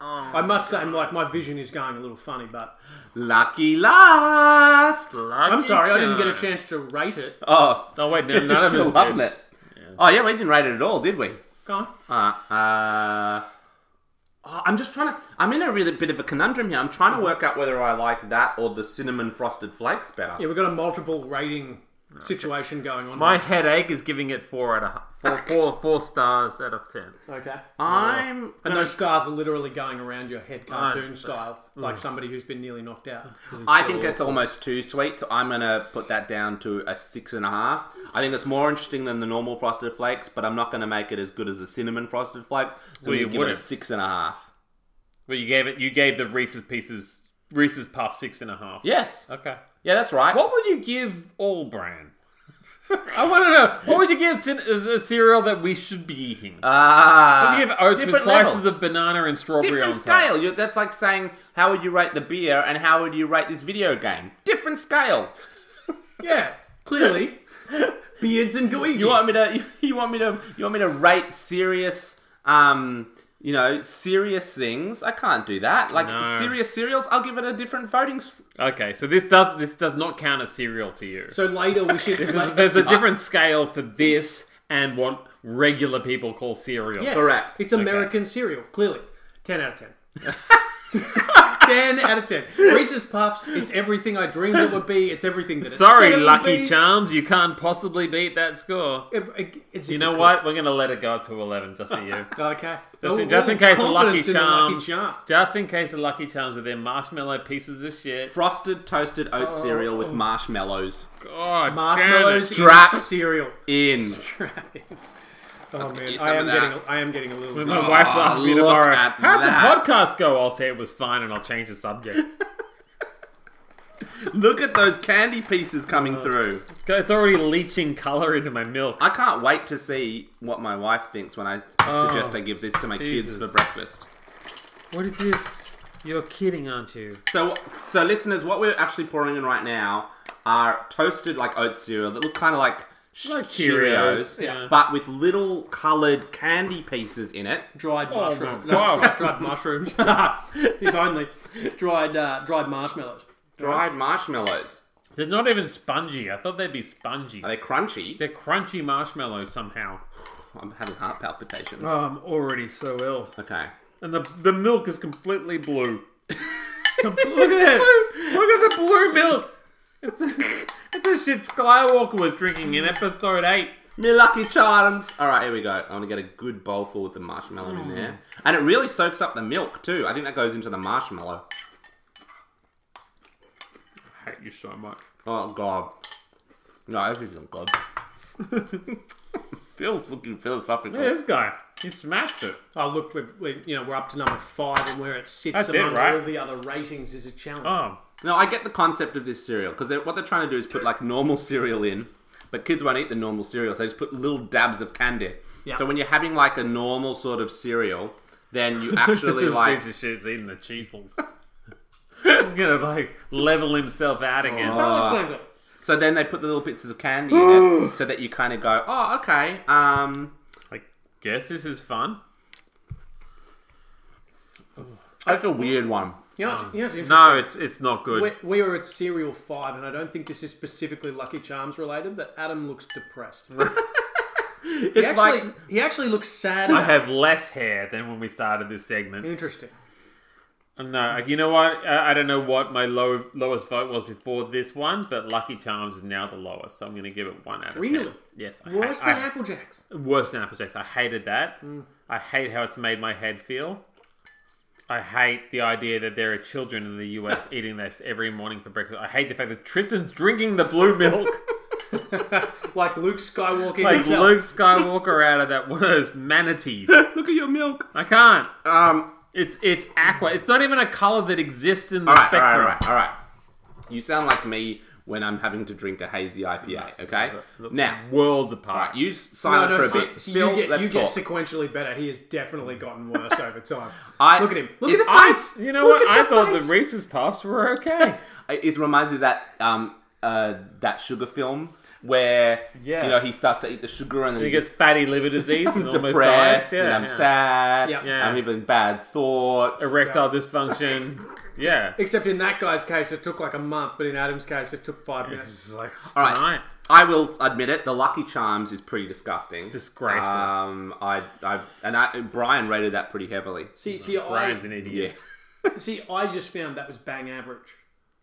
[SPEAKER 2] I must say like my vision is going a little funny, but
[SPEAKER 1] Lucky last.
[SPEAKER 2] I'm sorry, I didn't get a chance to rate it.
[SPEAKER 1] Oh,
[SPEAKER 3] Oh, wait, no,
[SPEAKER 1] you're
[SPEAKER 3] none of
[SPEAKER 1] still
[SPEAKER 3] us
[SPEAKER 1] loving
[SPEAKER 3] did.
[SPEAKER 1] it. Oh yeah, we didn't rate it at all, did we?
[SPEAKER 2] Go on.
[SPEAKER 1] Uh, uh, oh, I'm just trying to. I'm in a really bit of a conundrum here. I'm trying to work out whether I like that or the cinnamon frosted flakes better.
[SPEAKER 2] Yeah, we've got a multiple rating situation going on.
[SPEAKER 3] My headache is giving it four out of four, four, four stars out of ten.
[SPEAKER 2] okay.
[SPEAKER 1] I'm.
[SPEAKER 2] And those stars are literally going around your head, cartoon
[SPEAKER 3] that's-
[SPEAKER 2] style,
[SPEAKER 3] Mm.
[SPEAKER 2] like somebody who's been nearly knocked out.
[SPEAKER 1] I think it's almost too sweet, so I'm gonna put that down to a six and a half. I think that's more interesting than the normal frosted flakes, but I'm not gonna make it as good as the cinnamon frosted flakes. So
[SPEAKER 3] Well,
[SPEAKER 1] we
[SPEAKER 3] you
[SPEAKER 1] give it a
[SPEAKER 3] wouldn't.
[SPEAKER 1] six and a half.
[SPEAKER 3] But you gave it. You gave the Reese's Pieces Reese's Puff six and a half.
[SPEAKER 1] Yes.
[SPEAKER 2] Uh,
[SPEAKER 3] Okay.
[SPEAKER 1] Yeah, that's right.
[SPEAKER 3] What would you give All Brand? I want to know what would you give cin- is a cereal that we should be eating?
[SPEAKER 2] Uh,
[SPEAKER 1] Ah.
[SPEAKER 3] Would you give oats with
[SPEAKER 1] different
[SPEAKER 3] slices
[SPEAKER 1] level.
[SPEAKER 3] of banana and strawberry
[SPEAKER 1] different
[SPEAKER 3] on top?
[SPEAKER 1] scale. You, that's like saying how would you rate the beer and how would you rate this video game? Different scale.
[SPEAKER 2] Yeah, clearly. Beards and Guiges.
[SPEAKER 1] You want me to? You, you want me to? You want me to rate serious? Um, you know, serious things. I can't do that. Like
[SPEAKER 3] No.
[SPEAKER 1] serious cereals, I'll give it a different voting. s-
[SPEAKER 3] Okay, so this does this does not count as cereal to you.
[SPEAKER 2] So later we should.
[SPEAKER 3] This is,
[SPEAKER 2] like,
[SPEAKER 3] there's a different scale for this and what regular people call cereal.
[SPEAKER 2] yes,
[SPEAKER 1] correct.
[SPEAKER 2] It's American cereal, clearly. 10 out of 10. 10 out of 10. Reese's Puffs, it's everything I dreamed it would be. It's everything that it
[SPEAKER 3] Sorry,
[SPEAKER 2] said it would
[SPEAKER 3] Lucky
[SPEAKER 2] be.
[SPEAKER 3] Charms, you can't possibly beat that score.
[SPEAKER 2] It- it- it's
[SPEAKER 3] You know
[SPEAKER 2] difficult.
[SPEAKER 3] what? We're going to let it go up to 11 just for you.
[SPEAKER 2] Okay.
[SPEAKER 3] Just in-
[SPEAKER 2] Oh,
[SPEAKER 3] just in
[SPEAKER 2] oh,
[SPEAKER 3] case of Lucky
[SPEAKER 2] confidence in the
[SPEAKER 3] Charms.
[SPEAKER 2] Charms.
[SPEAKER 3] Just in case the Lucky Charms with their marshmallow pieces of shit.
[SPEAKER 1] Frosted toasted oat
[SPEAKER 3] Oh.
[SPEAKER 1] cereal with marshmallows
[SPEAKER 3] God,
[SPEAKER 2] Marshmallows
[SPEAKER 3] damn it.
[SPEAKER 1] Strap.
[SPEAKER 2] in cereal.
[SPEAKER 1] in.
[SPEAKER 2] Oh
[SPEAKER 1] get you
[SPEAKER 2] man,
[SPEAKER 1] some
[SPEAKER 2] I am
[SPEAKER 1] of that.
[SPEAKER 2] getting a, I am getting a little.
[SPEAKER 3] My wife asked me
[SPEAKER 1] Ah, look
[SPEAKER 3] tomorrow,
[SPEAKER 1] at
[SPEAKER 3] how'd
[SPEAKER 1] that."
[SPEAKER 3] the podcast go? I'll say it was fine and I'll change the subject.
[SPEAKER 1] Look at those candy pieces coming
[SPEAKER 3] Uh.
[SPEAKER 1] through.
[SPEAKER 3] God, it's already leaching colour into my milk.
[SPEAKER 1] I can't wait to see what my wife thinks when I s- suggest I give this to my kids
[SPEAKER 3] Oh, Jesus.
[SPEAKER 1] for breakfast.
[SPEAKER 3] What is this? You're kidding, aren't you?
[SPEAKER 1] So, so listeners, what we're actually pouring in right now are toasted like oat cereal that look kind of like, sh-
[SPEAKER 3] Like
[SPEAKER 1] Cheerios,
[SPEAKER 3] Cheerios, yeah.
[SPEAKER 1] but with little coloured candy pieces in it.
[SPEAKER 2] dried mushrooms.
[SPEAKER 3] my God.
[SPEAKER 2] dried, dried mushrooms. if only dried uh, dried marshmallows.
[SPEAKER 1] Dried marshmallows.
[SPEAKER 3] They're not even spongy. I thought they'd be spongy.
[SPEAKER 1] Are they crunchy?
[SPEAKER 3] They're crunchy marshmallows somehow.
[SPEAKER 1] I'm having heart palpitations.
[SPEAKER 3] Oh, I'm already so ill.
[SPEAKER 1] Okay.
[SPEAKER 3] And the, the milk is completely blue. Com- look at it! Look at the blue milk! It's a, it's a shit Skywalker was drinking in episode 8.
[SPEAKER 1] Me lucky charms. All right, here we go. I'm gonna get a good bowl full with the marshmallow in there, and it really soaks up the milk too. I think that goes into the marshmallow.
[SPEAKER 3] I hate you so much.
[SPEAKER 1] Oh god. No, this isn't good. Phil's looking philosophical.
[SPEAKER 3] Look at this guy. You smashed it.
[SPEAKER 2] Oh, look, we're, we you know we're up to number five, and where it sits
[SPEAKER 3] That's it,
[SPEAKER 2] among
[SPEAKER 3] right?
[SPEAKER 2] all the other ratings is a challenge.
[SPEAKER 3] Oh,
[SPEAKER 1] No, I get the concept of this cereal because what they're trying to do is put like normal cereal in, but kids won't eat the normal cereal, so they just put little dabs of candy.
[SPEAKER 2] Yeah.
[SPEAKER 1] So when you're having like a normal sort of cereal, then you actually
[SPEAKER 3] this
[SPEAKER 1] like.
[SPEAKER 3] piece of shit's eating the cheesels. He's gonna like level himself out again.
[SPEAKER 2] Oh,
[SPEAKER 1] So then they put the little pieces of candy in it, so that you kind of go, oh, okay. Um,
[SPEAKER 3] I guess this is fun. I feel
[SPEAKER 1] weird one.
[SPEAKER 2] you know, it's,
[SPEAKER 3] Um,
[SPEAKER 2] you know, it's interesting.
[SPEAKER 3] No, it's it's not good.
[SPEAKER 2] We, we are at serial five, and I don't think this is specifically Lucky Charms related. But Adam looks depressed.
[SPEAKER 1] It's
[SPEAKER 2] He actually,
[SPEAKER 1] like
[SPEAKER 2] he actually looks sad.
[SPEAKER 3] I have less hair than when we started this segment.
[SPEAKER 2] Interesting.
[SPEAKER 3] No, you know what? I, I don't know what my low, lowest vote was before this one, but Lucky Charms is now the lowest, so I'm going to give it one out of
[SPEAKER 2] Really?
[SPEAKER 3] ten. Yes. I ha-
[SPEAKER 2] Worse
[SPEAKER 3] I-
[SPEAKER 2] than Apple Jacks.
[SPEAKER 3] worse than Apple Jacks. I hated that.
[SPEAKER 1] Mm.
[SPEAKER 3] I hate how it's made my head feel. I hate the idea that there are children in the US eating this every morning for breakfast. I hate the fact that Tristan's drinking the blue milk
[SPEAKER 2] Like Luke Skywalker
[SPEAKER 3] like
[SPEAKER 2] himself.
[SPEAKER 3] Luke Skywalker out of that one of those manatees.
[SPEAKER 1] look at your milk.
[SPEAKER 3] I can't.
[SPEAKER 1] Um,
[SPEAKER 3] It's it's aqua. It's not even a color that exists in the
[SPEAKER 1] all right, all
[SPEAKER 3] spectrum.
[SPEAKER 1] right, all right, all right. You sound like me when I'm having to drink a hazy IPA. Okay, now
[SPEAKER 3] worlds
[SPEAKER 1] All
[SPEAKER 3] apart.
[SPEAKER 1] right, you s-
[SPEAKER 2] No,
[SPEAKER 1] silent
[SPEAKER 2] no,
[SPEAKER 1] for a
[SPEAKER 2] so,
[SPEAKER 1] bit.
[SPEAKER 2] so
[SPEAKER 1] Phil,
[SPEAKER 2] you get
[SPEAKER 1] let's
[SPEAKER 2] you get
[SPEAKER 1] talk.
[SPEAKER 2] sequentially better. He has definitely gotten worse over time.
[SPEAKER 1] I-
[SPEAKER 2] Look at him. Look at
[SPEAKER 1] it's-
[SPEAKER 2] his
[SPEAKER 1] I-
[SPEAKER 2] face.
[SPEAKER 3] you know
[SPEAKER 2] Look
[SPEAKER 3] what?
[SPEAKER 2] at
[SPEAKER 3] I thought
[SPEAKER 2] face.
[SPEAKER 3] the Reese's Puffs were okay.
[SPEAKER 1] It, it reminds me of that um uh that sugar film where
[SPEAKER 3] Yeah.
[SPEAKER 1] you know he starts to eat the sugar and then
[SPEAKER 3] he
[SPEAKER 1] he
[SPEAKER 3] gets fatty liver disease and
[SPEAKER 1] gets
[SPEAKER 3] almost
[SPEAKER 1] depressed
[SPEAKER 3] dies. Yeah,
[SPEAKER 1] and I'm
[SPEAKER 3] yeah.
[SPEAKER 1] sad.
[SPEAKER 2] Yeah.
[SPEAKER 3] Yeah.
[SPEAKER 1] I'm having bad thoughts.
[SPEAKER 3] Erectile dysfunction. Yeah.
[SPEAKER 2] Except in that guy's case, it took like a month, but in Adam's case, it took five minutes.
[SPEAKER 3] It's like
[SPEAKER 1] All right.
[SPEAKER 3] tonight.
[SPEAKER 1] I will admit it. The Lucky Charms is pretty disgusting.
[SPEAKER 3] Disgraceful.
[SPEAKER 1] Um, I, I, and I, Brian rated that pretty heavily.
[SPEAKER 2] See, see, I,
[SPEAKER 3] Brian's an
[SPEAKER 1] Yeah,
[SPEAKER 3] idiot.
[SPEAKER 2] see, I just found that was bang average.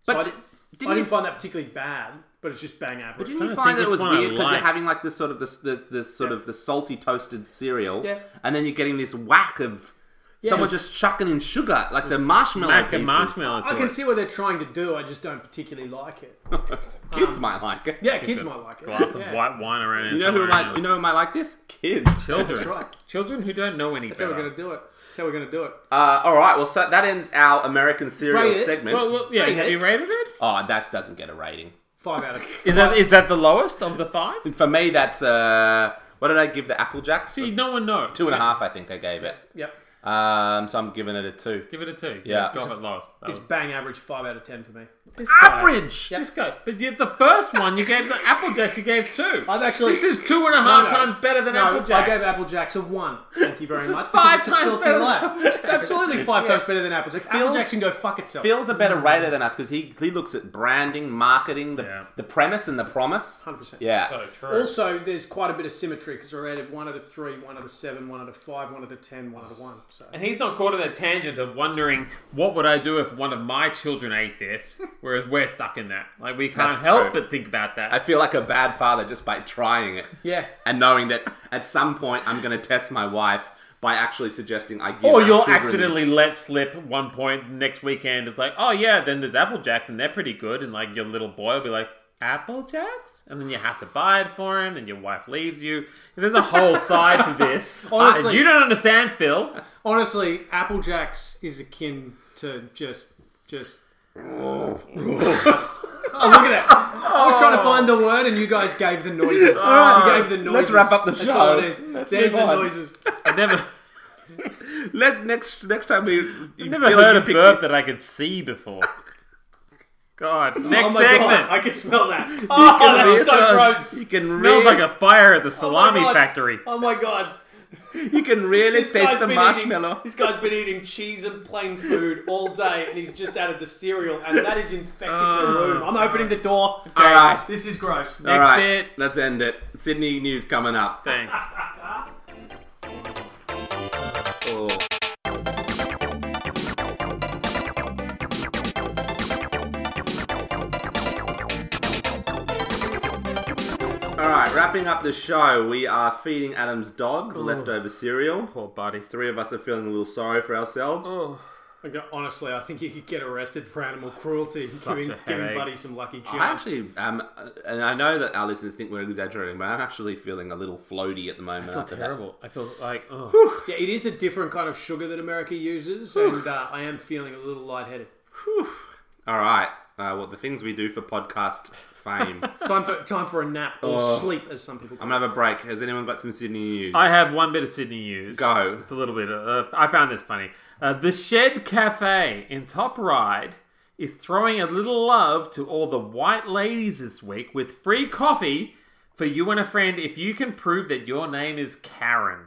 [SPEAKER 1] but
[SPEAKER 2] I, did,
[SPEAKER 1] didn't
[SPEAKER 2] I
[SPEAKER 1] you
[SPEAKER 2] didn't find that particularly bad, but it's just bang average.
[SPEAKER 1] Didn't
[SPEAKER 3] trying
[SPEAKER 1] you
[SPEAKER 3] to
[SPEAKER 1] find
[SPEAKER 3] think
[SPEAKER 1] that it
[SPEAKER 3] which
[SPEAKER 1] was
[SPEAKER 3] one I
[SPEAKER 1] weird because you're
[SPEAKER 3] liked.
[SPEAKER 1] having like this sort of this the, this sort of the salty toasted cereal,
[SPEAKER 2] Yeah.
[SPEAKER 1] and then you're getting this whack of someone just chucking in sugar, like the marshmallow
[SPEAKER 3] Smack a
[SPEAKER 1] pieces.
[SPEAKER 3] marshmallow.
[SPEAKER 2] I can see what they're trying to do. I just don't particularly like it.
[SPEAKER 1] Kids
[SPEAKER 3] Um,
[SPEAKER 1] might like it.
[SPEAKER 2] Yeah, kids might like it.
[SPEAKER 3] glass of
[SPEAKER 2] yeah.
[SPEAKER 3] white wine around.
[SPEAKER 1] You know who might you know who might like this? Kids.
[SPEAKER 3] children.
[SPEAKER 2] That's right.
[SPEAKER 3] Children who don't know any
[SPEAKER 2] That's how we're
[SPEAKER 3] better.
[SPEAKER 2] gonna do it. That's how we're gonna do it.
[SPEAKER 1] Uh, all right. Well, so that ends our American cereal
[SPEAKER 2] Rate it.
[SPEAKER 1] segment.
[SPEAKER 3] Well, well, yeah.
[SPEAKER 2] Rate
[SPEAKER 3] Have
[SPEAKER 2] it.
[SPEAKER 3] you rated it?
[SPEAKER 1] oh, that doesn't get a rating.
[SPEAKER 2] Five out of.
[SPEAKER 3] Is that is that the lowest of the five?
[SPEAKER 1] For me, that's uh, what did I give the Apple Jacks?
[SPEAKER 3] See, no one knows.
[SPEAKER 1] Two and a half, I think I gave it.
[SPEAKER 2] Yep.
[SPEAKER 1] Um, so I'm giving it a two.
[SPEAKER 3] Give it a two.
[SPEAKER 1] Yeah.
[SPEAKER 3] Go off at lowest. That
[SPEAKER 2] It's
[SPEAKER 3] was-
[SPEAKER 2] bang average. Five out of ten for me.
[SPEAKER 3] this guy.
[SPEAKER 1] Average.
[SPEAKER 3] This guy. But yet the first one you gave the Apple Jacks. You gave two.
[SPEAKER 2] I've actually.
[SPEAKER 3] This is two and a half
[SPEAKER 2] No, no.
[SPEAKER 3] times better than
[SPEAKER 2] No,
[SPEAKER 3] Apple Jacks.
[SPEAKER 2] I gave Apple Jacks a one. Thank you very
[SPEAKER 3] is
[SPEAKER 2] much.
[SPEAKER 3] five
[SPEAKER 2] It's a
[SPEAKER 3] times
[SPEAKER 2] filthy
[SPEAKER 3] better than
[SPEAKER 2] lie.
[SPEAKER 3] Apple
[SPEAKER 2] It's absolutely five times better than Apple Jacks. Apple
[SPEAKER 1] Phil's-
[SPEAKER 2] Jacks can go fuck itself.
[SPEAKER 1] Phil's a better rater than us because he, he looks at branding, marketing, the,
[SPEAKER 3] Yeah.
[SPEAKER 1] the premise and the promise.
[SPEAKER 2] 100%.
[SPEAKER 1] Yeah.
[SPEAKER 3] So true.
[SPEAKER 2] Also, there's quite a bit of symmetry because I rated one out of three, one out of seven, one out of five, one out of ten, one out of one. So
[SPEAKER 3] And he's not caught in the tangent of wondering what would I do if one of my children ate this, whereas we're stuck in that. Like we can't
[SPEAKER 1] That's
[SPEAKER 3] help
[SPEAKER 1] true.
[SPEAKER 3] but think about that.
[SPEAKER 1] I feel like a bad father just by trying it
[SPEAKER 2] yeah,
[SPEAKER 1] and knowing that at some point I'm going to test my wife by actually suggesting I give.
[SPEAKER 3] Or
[SPEAKER 1] our
[SPEAKER 3] you'll
[SPEAKER 1] children
[SPEAKER 3] accidentally
[SPEAKER 1] this.
[SPEAKER 3] let slip one point next weekend. It's like, oh yeah, then there's Apple Jacks and they're pretty good. And like your little boy will be like, Apple Jacks? And then you have to buy it for him and your wife leaves you. There's a whole side to this.
[SPEAKER 2] Honestly-
[SPEAKER 3] Uh, you don't understand, Phil.
[SPEAKER 2] honestly, Apple Jacks is akin to just, just. oh, look at that! I was trying to find the word, and you guys gave the noises. All right, you gave the noises.
[SPEAKER 1] let's wrap up the
[SPEAKER 2] That's
[SPEAKER 1] show.
[SPEAKER 2] all it is.
[SPEAKER 1] Let's
[SPEAKER 2] There's
[SPEAKER 1] move
[SPEAKER 2] the
[SPEAKER 1] on.
[SPEAKER 2] noises.
[SPEAKER 3] I never,
[SPEAKER 1] Let next next time we you
[SPEAKER 3] never heard a burp that I could see before. God,
[SPEAKER 1] Oh
[SPEAKER 3] next
[SPEAKER 2] Oh my
[SPEAKER 3] segment.
[SPEAKER 2] God, I can smell that. Oh, that's so gross.
[SPEAKER 1] You can
[SPEAKER 3] Smells
[SPEAKER 1] really,
[SPEAKER 3] like a fire at the salami
[SPEAKER 2] God.
[SPEAKER 3] factory.
[SPEAKER 2] Oh my god.
[SPEAKER 1] you can really
[SPEAKER 2] This guy's
[SPEAKER 1] taste the
[SPEAKER 2] been
[SPEAKER 1] marshmallow.
[SPEAKER 2] Eating, this guy's been eating cheese and plain food all day, and he's just added the cereal, and that is infecting the room. I'm opening the door.
[SPEAKER 1] All right,
[SPEAKER 2] This is gross.
[SPEAKER 1] all
[SPEAKER 3] Next
[SPEAKER 1] right.
[SPEAKER 3] bit.
[SPEAKER 1] Let's end it. Sydney news coming up.
[SPEAKER 3] Thanks.
[SPEAKER 1] Oh. All right, wrapping up the show, we are feeding Adam's dog leftover cereal.
[SPEAKER 3] Poor buddy.
[SPEAKER 1] Three of us are feeling a little sorry for ourselves.
[SPEAKER 2] I go, honestly, I think you could get arrested for animal cruelty.
[SPEAKER 3] Such
[SPEAKER 2] giving,
[SPEAKER 3] a
[SPEAKER 2] giving
[SPEAKER 3] headache.
[SPEAKER 2] Buddy some lucky
[SPEAKER 1] I
[SPEAKER 2] charms.
[SPEAKER 1] actually am, and I know that our listeners think we're exaggerating, but I'm actually feeling a little floaty at the moment.
[SPEAKER 3] I feel
[SPEAKER 1] after that.
[SPEAKER 3] terrible. I feel like, oh.
[SPEAKER 2] Yeah, it is a different kind of sugar that America uses, and uh, I am feeling a little lightheaded.
[SPEAKER 1] All right. Uh, well, the things we do for podcast fame. I'm
[SPEAKER 2] Time for time for a nap or
[SPEAKER 1] Oh.
[SPEAKER 2] sleep, as some people call
[SPEAKER 1] gonna have a break. Has anyone got some Sydney news?
[SPEAKER 3] I have one bit of Sydney news.
[SPEAKER 1] Go.
[SPEAKER 3] It's a little bit. Of, uh, I found this funny. Uh, the Shed Cafe in Top Ride is throwing a little love to all the white ladies this week with free coffee for you and a friend if you can prove that your name is Karen.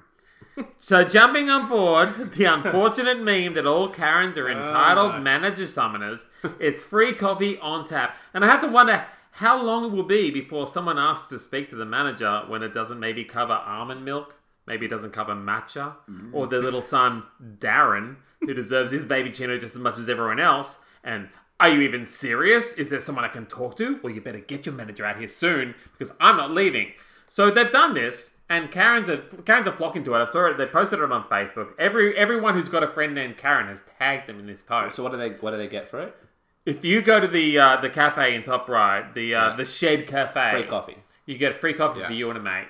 [SPEAKER 3] So jumping on board the unfortunate meme that all Karens are entitled
[SPEAKER 2] no.
[SPEAKER 3] manager summoners, it's free coffee on tap. And I have to wonder how long it will be before someone asks to speak to the manager when it doesn't maybe cover almond milk, maybe it doesn't cover matcha, or their little son Darren, who deserves his baby chino just as much as everyone else, and are you even serious? Is there someone I can talk to? Well, you better get your manager out here soon because I'm not leaving. So they've done this, and Karen's are Karen's are flocking to it. I saw it. They posted it on Facebook. Every everyone who's got a friend named Karen has tagged them in this post.
[SPEAKER 1] so what do they what do they get for it?
[SPEAKER 3] If you go to the uh, the cafe in Top Right, the uh, the Shed Cafe,
[SPEAKER 1] Free coffee.
[SPEAKER 3] you get free coffee
[SPEAKER 1] Yeah. Mm-hmm.
[SPEAKER 3] for you and a mate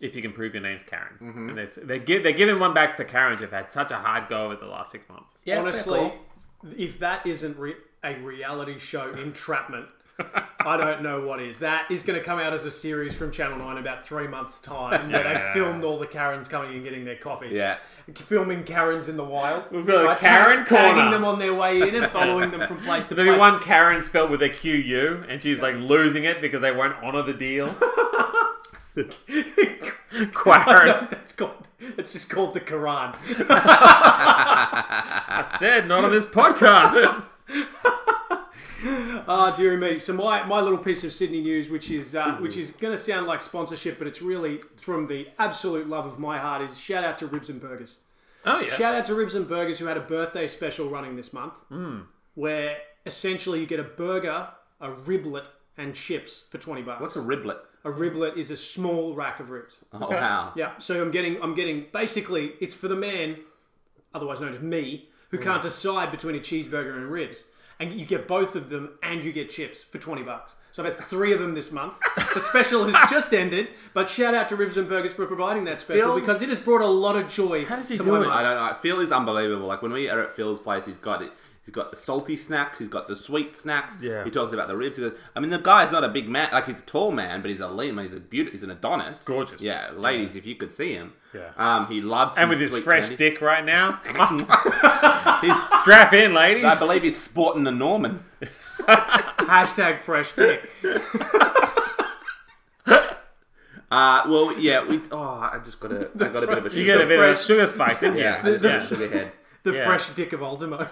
[SPEAKER 3] if you can prove your name's Karen. And they're, they're, gi- they're giving one back for Karens who've had such a hard go over the last six months.
[SPEAKER 2] it. Honestly, if that isn't re- a reality show entrapment, I don't know what is. That is going to come out as a series from Channel 9 in about three months' time where they filmed all the Karens coming and getting their coffees.
[SPEAKER 1] Yeah.
[SPEAKER 2] Filming Karens in the wild.
[SPEAKER 3] got a
[SPEAKER 2] Right,
[SPEAKER 3] Karen
[SPEAKER 2] tag- tagging
[SPEAKER 3] corner.
[SPEAKER 2] them on their way in and following them from place to
[SPEAKER 3] There'll be
[SPEAKER 2] place.
[SPEAKER 3] one Karen spelled with a Q U, and she's like losing it because they won't honor the deal. Quaren.
[SPEAKER 2] That's called. It's just called the Quran.
[SPEAKER 3] I said not on this podcast.
[SPEAKER 2] Ah, dearie me. So my, my little piece of Sydney news, which is
[SPEAKER 1] Mm-hmm.
[SPEAKER 2] uh, which is going to sound like sponsorship, but it's really from the absolute love of my heart, is shout out to Ribs and Burgers.
[SPEAKER 3] oh yeah.
[SPEAKER 2] Shout out to Ribs and Burgers who had a birthday special running this month,
[SPEAKER 1] Hmm.
[SPEAKER 2] where essentially you get a burger, a riblet, and chips for twenty bucks.
[SPEAKER 1] What's a riblet?
[SPEAKER 2] a riblet? Is a small rack of ribs.
[SPEAKER 1] Oh wow.
[SPEAKER 2] Yeah, so I'm getting, I'm getting. Basically, it's for the man, otherwise known as me,
[SPEAKER 3] Mm.
[SPEAKER 2] who can't decide between a cheeseburger and ribs. And you get both of them, and you get chips for twenty bucks. So I've had three of them this month. The special has just ended, but shout out to Ribs and Burgers for providing that special
[SPEAKER 1] Phil's-
[SPEAKER 2] because it has brought a lot of joy. How
[SPEAKER 3] does he
[SPEAKER 2] to
[SPEAKER 3] do
[SPEAKER 2] my
[SPEAKER 3] it?
[SPEAKER 2] mouth.
[SPEAKER 1] I don't know. Phil is unbelievable. Like when we are at Phil's place, he's got it. He's got the salty snacks. He's got the sweet snacks.
[SPEAKER 3] Yeah.
[SPEAKER 1] He talks about the ribs. He goes, I mean, the guy's not a big man. Like he's a tall man, but he's a lean man. He's a beauty. He's an Adonis.
[SPEAKER 3] Gorgeous.
[SPEAKER 1] Yeah, ladies, if you could see him.
[SPEAKER 3] Yeah.
[SPEAKER 1] Um, he loves
[SPEAKER 3] and with his
[SPEAKER 1] sweet
[SPEAKER 3] fresh
[SPEAKER 1] candy.
[SPEAKER 3] dick right now,
[SPEAKER 1] He's-
[SPEAKER 3] strap in, ladies.
[SPEAKER 1] I believe he's sporting the Norman.
[SPEAKER 2] Hashtag fresh dick.
[SPEAKER 1] Uh, well, yeah. We, oh, I just got a. I got a bit of a. Sugar.
[SPEAKER 3] you get a bit of a
[SPEAKER 2] fresh-
[SPEAKER 3] sugar spike, didn't you?
[SPEAKER 1] Yeah, I just got a sugar head.
[SPEAKER 2] The
[SPEAKER 3] Yeah.
[SPEAKER 2] fresh dick of Ultimo.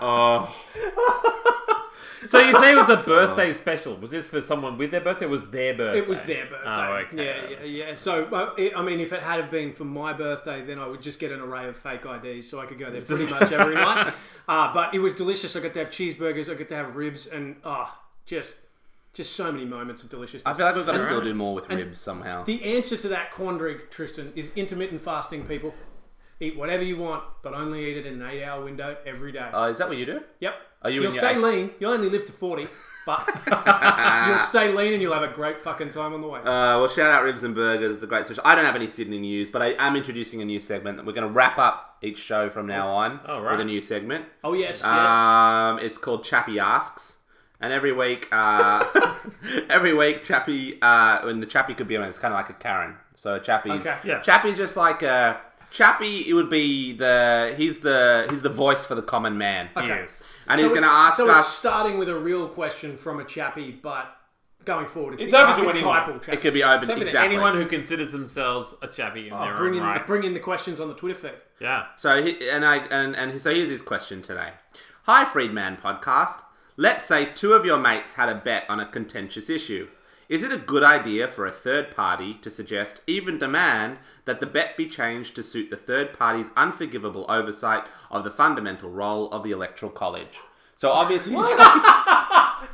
[SPEAKER 1] Oh,
[SPEAKER 3] So you say it was a birthday special? Was this for someone with their birthday? Or was their birthday?
[SPEAKER 2] It was their birthday.
[SPEAKER 3] Oh, okay.
[SPEAKER 2] Yeah, yeah, yeah. So, uh, it, I mean, if it had have been for my birthday, then I would just get an array of fake IDs so I could go there pretty much every night. Uh, but it was delicious. I got to have cheeseburgers. I got to have ribs, and ah, just, just so many moments of
[SPEAKER 1] I
[SPEAKER 2] deliciousness.
[SPEAKER 1] feel like we've got to still do more with ribs somehow.
[SPEAKER 2] the answer to that quandary, Tristan, is intermittent fasting. People eat whatever you want, but only eat it in an eight-hour window every day.
[SPEAKER 1] Uh, is that what you do?
[SPEAKER 2] Yep.
[SPEAKER 1] Are you
[SPEAKER 2] will
[SPEAKER 1] in your
[SPEAKER 2] stay
[SPEAKER 1] eight-
[SPEAKER 2] lean. You'll only live to forty, but you'll stay lean and you'll have a great fucking time on the way.
[SPEAKER 1] Uh, well, shout out Ribs and Burgers. It's a great special. I don't have any Sydney news, but I am introducing a new segment. We're going to wrap up each show from now on
[SPEAKER 3] Oh, right.
[SPEAKER 1] with a new segment.
[SPEAKER 2] oh yes, yes.
[SPEAKER 1] Um, it's called Chappie Asks. And every week, uh, every week, Chappie, uh, when the Chappie could be on, it's kind of like a Karen. So Chappie's,
[SPEAKER 2] Okay,
[SPEAKER 3] yeah.
[SPEAKER 1] Chappie's just like a Chappie. It would be the he's the he's the voice for the common man,
[SPEAKER 3] Yes.
[SPEAKER 1] and
[SPEAKER 2] So
[SPEAKER 1] he's going to
[SPEAKER 2] it's-
[SPEAKER 1] ask
[SPEAKER 2] So it's
[SPEAKER 1] us.
[SPEAKER 2] starting with a real question from a chappie, but going forward, it's,
[SPEAKER 3] It's
[SPEAKER 2] the
[SPEAKER 3] open to
[SPEAKER 2] archetypal
[SPEAKER 3] anyone.
[SPEAKER 2] chappie.
[SPEAKER 1] It could be open.
[SPEAKER 3] It's open to
[SPEAKER 1] exactly. Oh,
[SPEAKER 3] anyone who considers themselves a chappy in their
[SPEAKER 2] bring
[SPEAKER 3] own
[SPEAKER 2] in,
[SPEAKER 3] right.
[SPEAKER 2] bring in the questions on the Twitter feed.
[SPEAKER 3] yeah.
[SPEAKER 1] So he, and I and, and so here's his question today. Hi, Freedman Podcast. Let's say two of your mates had a bet on a contentious issue. Is it a good idea for a third party to suggest, even demand, that the bet be changed to suit the third party's unforgivable oversight of the fundamental role of the Electoral College? So obviously, he's got,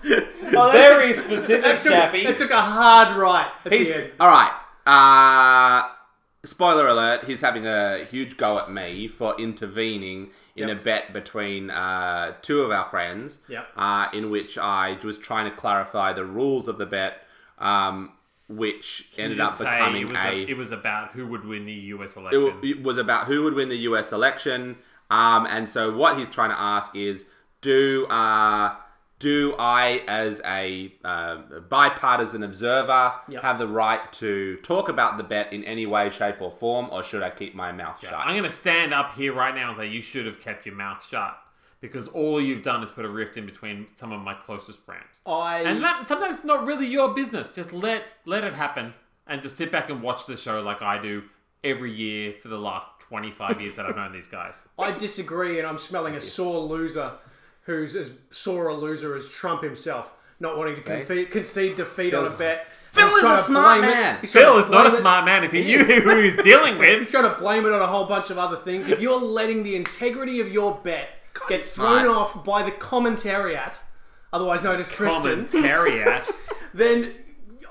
[SPEAKER 3] Very specific, chappy.
[SPEAKER 2] It took a hard right at the end.
[SPEAKER 1] all right. Uh, spoiler alert, he's having a huge go at me for intervening in
[SPEAKER 2] Yep.
[SPEAKER 1] a bet between uh, two of our friends,
[SPEAKER 2] Yep.
[SPEAKER 1] uh, in which I was trying to clarify the rules of the bet, um, which ended up
[SPEAKER 3] Just say
[SPEAKER 1] becoming
[SPEAKER 3] it was,
[SPEAKER 1] a,
[SPEAKER 3] it was about who would win the US
[SPEAKER 1] it,
[SPEAKER 3] election.
[SPEAKER 1] w- it was about who would win the U.S. election. Um, and so what he's trying to ask is, do uh, do I, as a uh, bipartisan observer,
[SPEAKER 2] Yep.
[SPEAKER 1] have the right to talk about the bet in any way, shape, or form, or should I keep my mouth shut?
[SPEAKER 3] I'm going to stand up here right now and say you should have kept your mouth shut because all you've done is put a rift in between some of my closest friends.
[SPEAKER 2] I
[SPEAKER 3] And that, sometimes it's not really your business. Just let let it happen and just sit back and watch the show like I do every year for the last 25 years that I've known these guys.
[SPEAKER 2] I disagree, and I'm smelling a sore loser who's as sore a loser as Trump himself, not wanting to confe- concede defeat on a bet.
[SPEAKER 1] Phil
[SPEAKER 2] He's
[SPEAKER 1] is
[SPEAKER 2] trying
[SPEAKER 1] a
[SPEAKER 2] to
[SPEAKER 1] smart
[SPEAKER 2] blame it-
[SPEAKER 1] man.
[SPEAKER 2] he's trying
[SPEAKER 3] Phil
[SPEAKER 2] to
[SPEAKER 3] is not a
[SPEAKER 2] blame it-
[SPEAKER 3] smart man if he, knew who he was dealing
[SPEAKER 2] He's
[SPEAKER 3] with.
[SPEAKER 2] trying to blame it on a whole bunch of other things. If you're letting the integrity of your bet get
[SPEAKER 1] he's
[SPEAKER 2] thrown
[SPEAKER 1] smart.
[SPEAKER 2] off by the commentariat, otherwise known as Tristan,
[SPEAKER 3] Commentary at.
[SPEAKER 2] then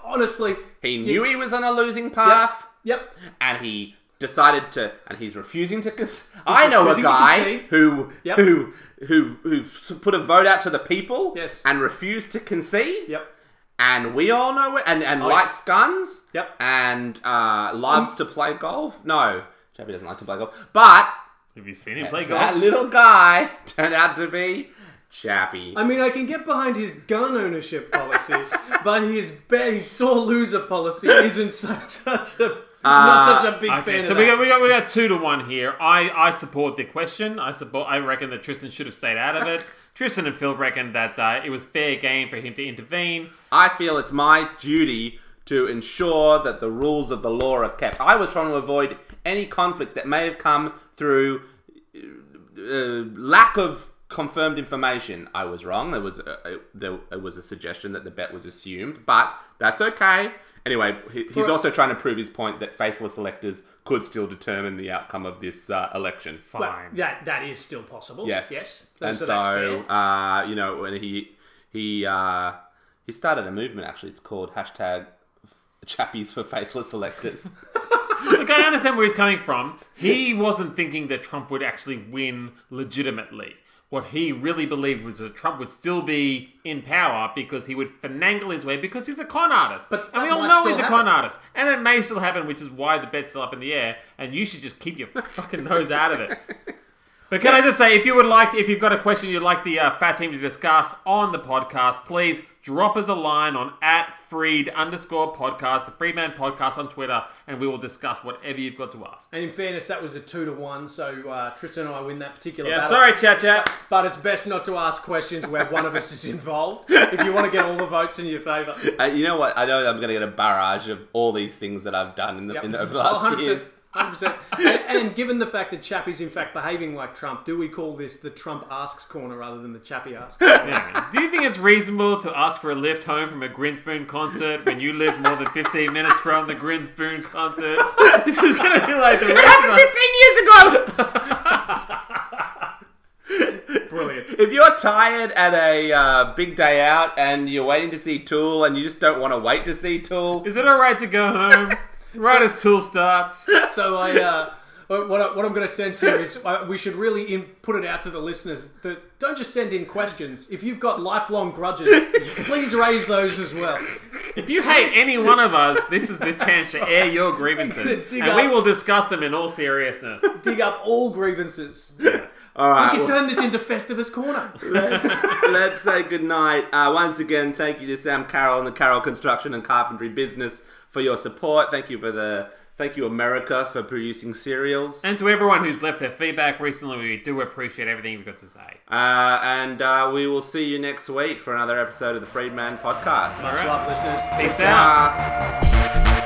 [SPEAKER 2] honestly,
[SPEAKER 1] He knew he was on a losing path,
[SPEAKER 2] yep,
[SPEAKER 1] and he decided to, and he's refusing to. Cons- I know a
[SPEAKER 2] refusing to
[SPEAKER 1] guy
[SPEAKER 2] concede.
[SPEAKER 1] who
[SPEAKER 2] Yep.
[SPEAKER 1] who who who put a vote out to the people,
[SPEAKER 2] Yes.
[SPEAKER 1] and refused to concede,
[SPEAKER 2] yep.
[SPEAKER 1] and we all know it, and,
[SPEAKER 3] Oh,
[SPEAKER 1] and likes guns.
[SPEAKER 2] Yep.
[SPEAKER 1] And uh, loves to play golf. No, Chappie doesn't like to play golf. But
[SPEAKER 3] Have you seen him play
[SPEAKER 1] that
[SPEAKER 3] golf?
[SPEAKER 1] little guy turned out to be Chappie.
[SPEAKER 2] I mean, I can get behind his gun ownership policy, but his bet, his sore loser policy isn't such, such a not such a big
[SPEAKER 3] Okay,
[SPEAKER 2] fan.
[SPEAKER 3] so
[SPEAKER 2] of
[SPEAKER 3] we
[SPEAKER 2] that.
[SPEAKER 3] got, we got we got two to one here. I, I support the question. I support. I reckon that Tristan should have stayed out of it. Tristan and Phil reckon that uh, it was fair game for him to intervene.
[SPEAKER 1] I feel it's my duty to ensure that the rules of the law are kept. I was trying to avoid any conflict that may have come through uh, lack of confirmed information. I was wrong. There was a, a- there it was a suggestion that the bet was assumed, but that's okay. Anyway, he, he's also trying to prove his point that faithless electors could still determine the outcome of this uh, election.
[SPEAKER 2] Well,
[SPEAKER 3] Fine.
[SPEAKER 2] that that is still possible.
[SPEAKER 1] Yes.
[SPEAKER 2] yes.
[SPEAKER 1] And so,
[SPEAKER 2] that's fair.
[SPEAKER 1] uh, you know, when he he uh, he started a movement actually it's called hashtag Chappies for Faithless Electors.
[SPEAKER 3] Look, I understand where he's coming from. He wasn't thinking that Trump would actually win legitimately. What he really believed was that Trump would still be in power because he would finagle his way because he's a con artist.
[SPEAKER 2] But
[SPEAKER 3] and we
[SPEAKER 2] that
[SPEAKER 3] all
[SPEAKER 2] might
[SPEAKER 3] know
[SPEAKER 2] still
[SPEAKER 3] he's a
[SPEAKER 2] happen.
[SPEAKER 3] con artist. And it may still happen, which is why the bet's still up in the air, and you should just keep your fucking nose out of it. But can I just say, if you would like, if you've got a question you'd like the uh, fat team to discuss on the podcast, please drop us a line on at freed underscore podcast, the Freedman podcast on Twitter, and we will discuss whatever you've got to ask.
[SPEAKER 2] and in fairness, that was a two to one. So uh, Tristan and I win that particular
[SPEAKER 3] Yeah,
[SPEAKER 2] battle.
[SPEAKER 3] sorry, chap, chap.
[SPEAKER 2] but it's best not to ask questions where one of us is involved if you want to get all the votes in your favour.
[SPEAKER 1] uh, you know what? I know that I'm going to get a barrage of all these things that I've done in the,
[SPEAKER 2] Yep. Oh,
[SPEAKER 1] in the over the last years.
[SPEAKER 2] 100%. And, and given the fact that Chappie's in fact behaving like Trump, do we call this the Trump asks corner rather than the Chappie asks?
[SPEAKER 3] Yeah. Do you think it's reasonable to ask for a lift home from a Grinspoon concert when you live more than 15 minutes from the Grinspoon concert? This is going to be like the rest of
[SPEAKER 1] Fifteen years ago.
[SPEAKER 2] Brilliant.
[SPEAKER 1] if you're tired at a uh, big day out and you're waiting to see Tool and you just don't want to wait to see Tool,
[SPEAKER 3] Is it alright to go home? Right as Tool starts.
[SPEAKER 2] So I, uh, what, what I- what I'm going to sense here is uh, we should really in, put it out to the listeners that don't just send in questions. If you've got lifelong grudges, please raise those as well.
[SPEAKER 3] If you hate any one of us, this is the chance to air your grievances.
[SPEAKER 2] dig
[SPEAKER 3] And we
[SPEAKER 2] up-
[SPEAKER 3] will discuss them in all seriousness.
[SPEAKER 2] Dig up all grievances.
[SPEAKER 3] Yes.
[SPEAKER 1] all right.
[SPEAKER 2] You
[SPEAKER 1] well-
[SPEAKER 2] turn this into Festivus Corner.
[SPEAKER 1] Let's say goodnight. Uh, once again, thank you to Sam Carroll and the Carroll Construction and Carpentry Business for your support. Thank you for the thank you America for producing serials. Uh,
[SPEAKER 3] And to everyone who's left their feedback recently, we do appreciate everything you've got to say.
[SPEAKER 1] and uh, we will see you next week for another episode of the Freedman Podcast.
[SPEAKER 2] Much love, listeners.
[SPEAKER 3] Peace out.
[SPEAKER 1] Uh,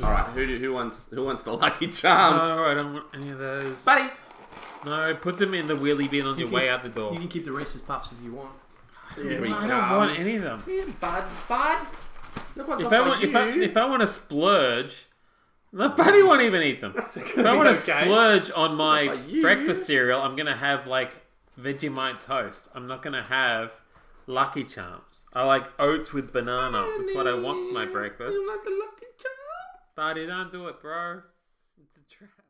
[SPEAKER 1] Uh, Who do, who wants who wants the lucky charm,
[SPEAKER 3] no, I don't want any of those.
[SPEAKER 1] buddy?
[SPEAKER 3] No, put them in the wheelie bin on your
[SPEAKER 2] can-
[SPEAKER 3] way out the door.
[SPEAKER 2] You can keep the Reese's Puffs if you want.
[SPEAKER 1] Here we
[SPEAKER 3] I don't
[SPEAKER 1] come.
[SPEAKER 3] want any of them.
[SPEAKER 1] Yeah, bud, bud. Look what
[SPEAKER 3] If
[SPEAKER 1] got
[SPEAKER 3] I
[SPEAKER 1] for
[SPEAKER 3] want, if I,
[SPEAKER 1] you.
[SPEAKER 3] if I want to splurge, no, Buddy won't even eat them. If I want to
[SPEAKER 2] okay.
[SPEAKER 3] splurge on my
[SPEAKER 1] about you?
[SPEAKER 3] breakfast cereal, I'm gonna have like Vegemite toast. I'm not gonna have Lucky Charms. I like oats with banana. That's what I want for my breakfast.
[SPEAKER 1] You want the lucky charm?
[SPEAKER 3] Buddy, don't do it, bro. It's a trap.